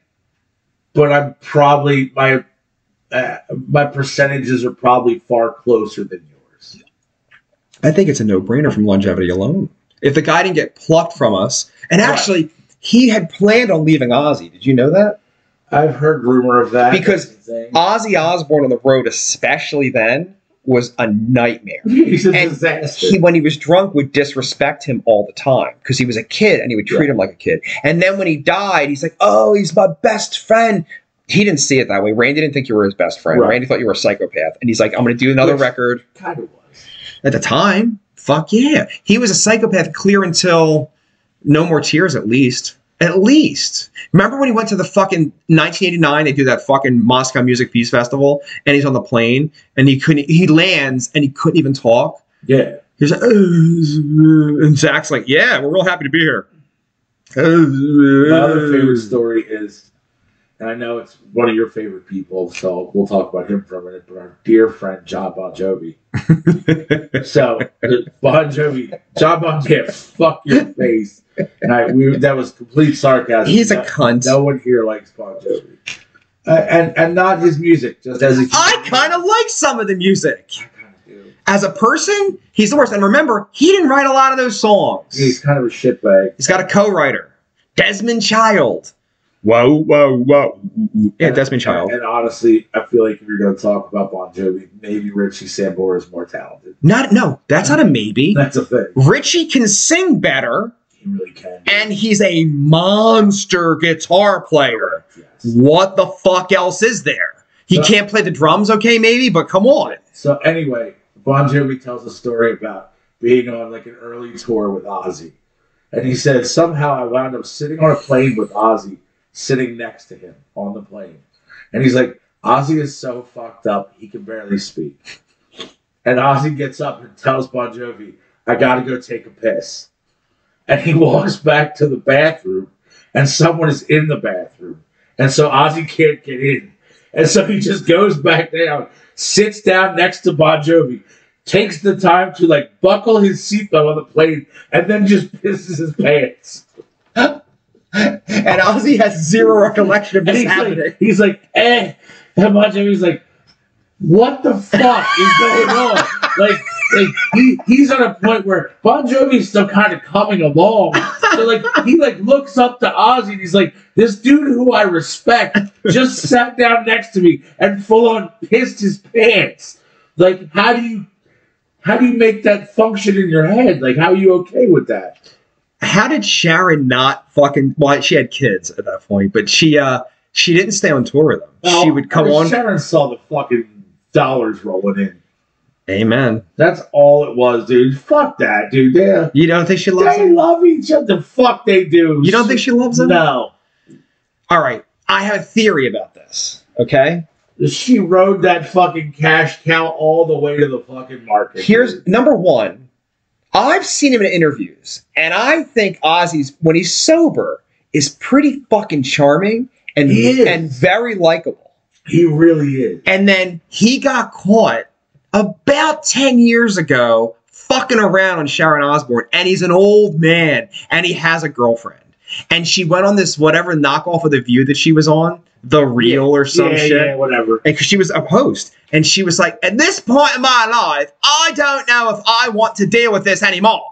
but I'm probably my uh, my percentages are probably far closer than yours.
I think it's a no brainer from longevity alone. If the guy didn't get plucked from us, and
Right.
actually he had planned on leaving Ozzy. Did you know that?
I've heard rumor of that
Because- Ozzy Osbourne on the road, especially then, was a nightmare.
he's a
and
disaster.
he when he was drunk would disrespect him all the time because he was a kid and he would treat him like a kid and then when he died he's like oh he's my best friend he didn't see it that way randy didn't think you were his best friend
Right.
randy thought you were a psychopath and he's like i'm gonna do another
Which-
record
kind of was.
at the time fuck yeah he was a psychopath clear until no more tears at least at least remember when he went to the fucking 1989 they do that fucking moscow music peace festival and he's on the plane and he couldn't he lands and he couldn't even talk
Yeah,
He's like, "Uh, uh," and Zach's like, yeah, we're real happy to be here. Uh,
my other favorite story is, and I know it's one of your favorite people, so we'll talk about him for a minute. But our dear friend John Bon Jovi. so Bon Jovi, John Bon Jovi, fuck your face. And I, we, that was complete sarcasm.
He's a
No-
cunt.
No one here likes Bon Jovi, uh, and and not his music. Just as a
I kind of like some of the music.
I kind of do.
As a person, he's the worst. And remember, he didn't write a lot of those songs.
He's kind of a shitbag.
He's got a co-writer, Desmond Child. Whoa, whoa, whoa! Yeah, Desmond Child.
And honestly, I feel like if you're going to talk about Bon Jovi, maybe Richie Sambora is more talented.
Not no, that's not a maybe.
That's a thing.
Richie can sing better,
He really can.
and he's a monster guitar player.
Yes.
what the fuck else is there? He
Uh,
can't play the drums, okay, maybe, but come on.
So anyway, Bon Jovi tells a story about being on like an early tour with Ozzy, and he says somehow I wound up sitting on a plane with Ozzy, sitting next to him on the plane, and he's like, Ozzy is so fucked up he can barely speak, and Ozzy gets up and tells Bon Jovi, I gotta go take a piss, and he walks back to the bathroom, and someone is in the bathroom, and so Ozzy can't get in. And so he just goes back down, sits down next to Bon Jovi, takes the time to like buckle his seatbelt on the plane, and then just pisses his pants.
And Ozzy has zero recollection of
And he's like, he's like, eh. And Bon Jovi's like, what the fuck is going on? Like, like he, he's on a point where Bon Jovi's still kind of coming along. So like he like looks up to Ozzy and he's like, this dude who I respect just sat down next to me and full on pissed his pants. Like, how do you how do you make that function in your head? Like, how are you okay with that?
How did Sharon not fucking? Well, she had kids at that point, but she uh she didn't stay on tour with them. she would come
Well,
on.
Sharon saw the fucking dollars rolling in.
Amen.
That's all it was, dude. Fuck that, dude. Yeah.
You don't think she loves
They
him?
love each other. The fuck they do.
You don't think she loves him?
No.
All right, I have a theory about this. Okay,
She rode that fucking cash cow all the way to the fucking market. dude.
here's number one. I've seen him in interviews, and I think Ozzy's when he's sober is pretty fucking charming and
He is.
and very likable.
he really is.
And then he got caught about 10 years ago fucking around on Sharon Osbourne. And he's an old man and he has a girlfriend. And she went on this whatever knockoff of The View that she was on, The Real or some
yeah,
shit.
yeah, whatever.
And 'cause she was a host. And she was like, at this point in my life, I don't know if I want to deal with this anymore.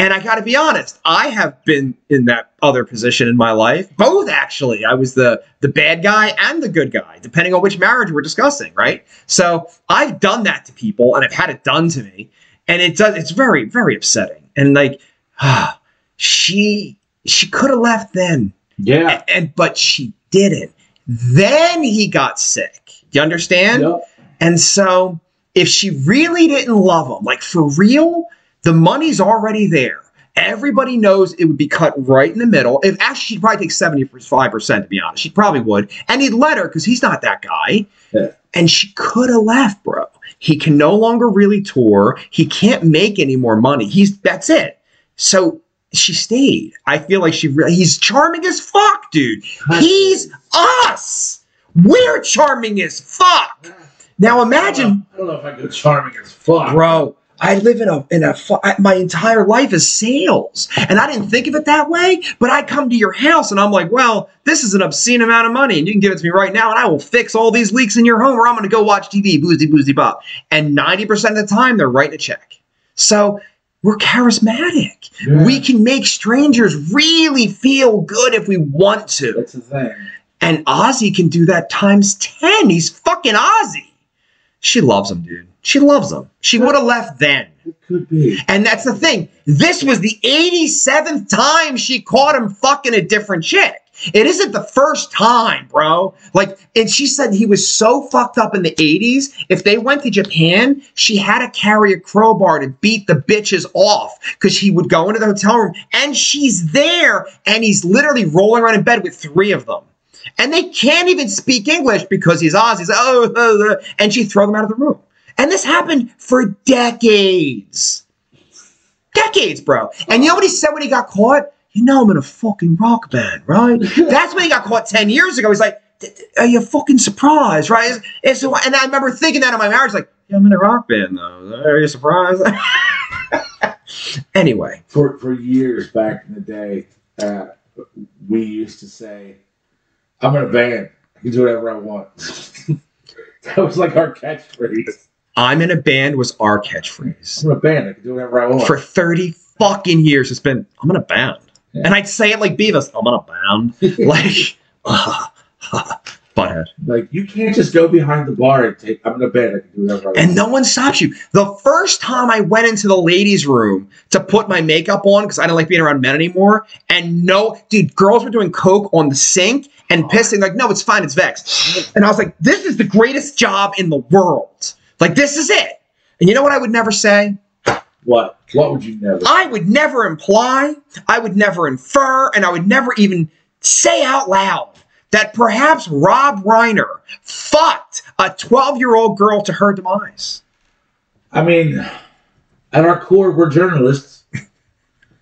And I got to be honest, I have been in that other position in my life. Both actually. I was the the bad guy and the good guy, depending on which marriage we're discussing, right? So, I've done that to people and I've had it done to me, and it does it's very very upsetting. And like ah, she She could have left then,
Yeah.
A- and but she didn't. Then he got sick. You understand?
Yep.
And so, if she really didn't love him, like for real, the money's already there. Everybody knows it would be cut right in the middle. If actually she'd probably take seventy five percent to be honest, she probably would, and he'd let her because he's not that guy.
Yeah.
And she could have left, bro. He can no longer really tour. He can't make any more money. He's that's it. So she stayed. I feel like she really he's charming as fuck, dude. He's us. We're charming as fuck. Now imagine
I don't know if I go charming as fuck.
bro i live in a in a fu- I- my entire life is sales and i didn't think of it that way but i come to your house and i'm like well this is an obscene amount of money and you can give it to me right now and i will fix all these leaks in your home or i'm going to go watch tv boozy boozy bop and 90% of the time they're writing a check so we're charismatic
Yeah,
we can make strangers really feel good if we want to
That's the thing.
and ozzy can do that times 10 he's fucking ozzy she loves him dude she loves him she would have left then
It could be.
and that's the thing. This was the 87th time she caught him fucking a different chick. It isn't the first time, bro. Like, and she said he was so fucked up in the 80s. If they went to Japan, she had to carry a crowbar to beat the bitches off because he would go into the hotel room and she's there and he's literally rolling around in bed with three of them. And they can't even speak English because he's Aussie. He's like, oh, uh, uh," and she throw them out of the room. And this happened for decades decades, bro. And you know what he said when he got caught? You know I'm in a fucking rock band, right? That's when he got caught ten years ago. He's like, "D- d- "Are you fucking surprised, right?" It's, it's- and I remember thinking that on my marriage, like, "Yeah, I'm in a rock band though. Are you surprised?" anyway,
for for years back in the day, uh, we used to say, "I'm in a band. I can do whatever I want." that was like our catchphrase.
"I'm in a band" was our catchphrase
I'm in a band. I can do whatever I want.
for thirty fucking years. It's been, "I'm in a band,"
Yeah.
and I'd say it like Beavis, "I'm in a band," like, butthead.
like you can't just go behind the bar and take. I'm in a band. I can do whatever I want.
and no one stops you. The first time I went into the ladies' room to put my makeup on because I didn't like being around men anymore, and no, dude, girls were doing coke on the sink and pissing like, no, it's fine, it's Vex. And I was like, this is the greatest job in the world. Like, this is it. And you know what I would never say?
what? What would you never?
I would never imply, I would never infer, and I would never even say out loud that perhaps Rob Reiner fucked a 12 year old girl to her demise.
I mean, at our core, we're journalists,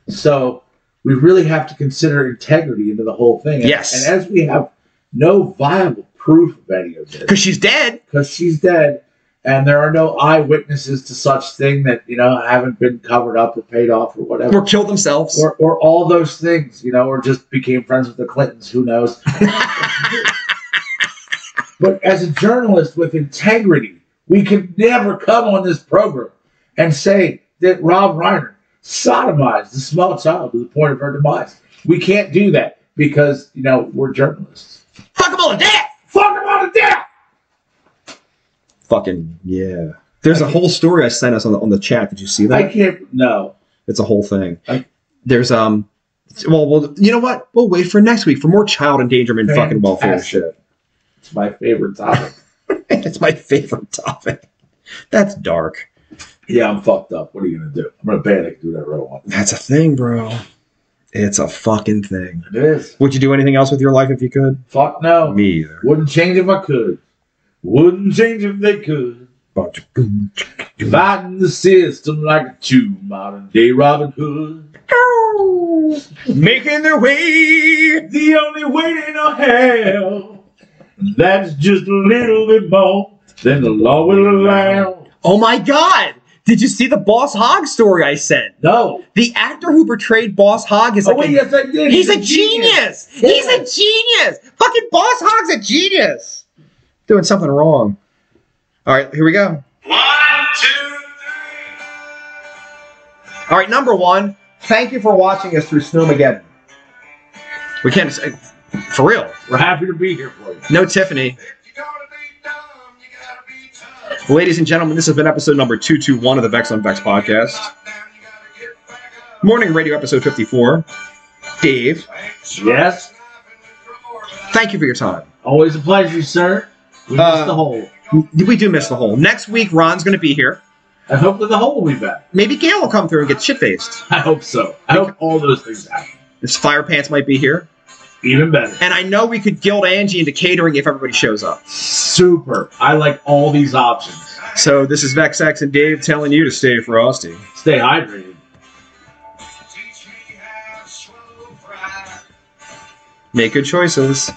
so we really have to consider integrity into the whole thing. And-
Yes.
and as we have no viable proof of any of this.
Because she's dead.
because she's dead, and there are no eyewitnesses to such thing that you know haven't been covered up or paid off or
or
whatever,
killed themselves.
or or all those things, you know, or just became friends with the Clintons. Who knows? but as a journalist with integrity, we can never come on this program and say that Rob Reiner sodomized the small child to the point of her demise. We can't do that because you know we're journalists.
Fuck them all to death.
Fuck him on the death.
Fucking yeah. There's a whole story I sent us on the, on the chat. Did you see
I
that?
can't. No.
It's a whole thing.
I-
There's um. Well, well, you know what? We'll wait for next week for more child endangerment, fucking welfare
Fantastic.
shit.
It's my favorite topic.
It's my favorite topic. That's dark.
yeah, I'm fucked up. What are you gonna do? I'm gonna ban it. Do whatever I want.
That's a thing, bro. It's a fucking thing.
It is.
Would you do anything else with your life if you could?
Fuck no.
Me either.
Wouldn't change if I could. Wouldn't change if they could. Dividing the system like a Jew, modern day Robin Hood.
Making their way.
The only way they know how. And That's just a little bit more than the law will allow.
Oh my God. Did you see the Boss Hog story I sent?
No.
The actor who portrayed Boss Hog is
Oh
like
wait,
a-
yes I did.
he's, a genius. He's a genius. Fucking Boss Hog's a genius.
Doing something wrong. All right, here we go.
All right, number one.
Thank you for watching us through Snowmageddon.
We can't say, for real.
We're happy to be here for you.
No Tiffany. Ladies and gentlemen, this has been episode number 221 of the Vex on Vex podcast.
Morning Radio episode 54.
Dave,
Yes.
thank you for your time.
Always a pleasure, sir. We missed
Uh,
the hole.
We do miss the hole. Next week, Ron's going to be here.
I hope that the hole will be back.
Maybe Gail will come through and get shit faced.
I hope so. I hope all those things happen.
This fire pants might be here.
Even better.
And I know we could guild Angie into catering if everybody shows up.
Super. I like all these options.
So this is VexX and Dave telling you to stay frosty.
Stay hydrated.
Make good choices.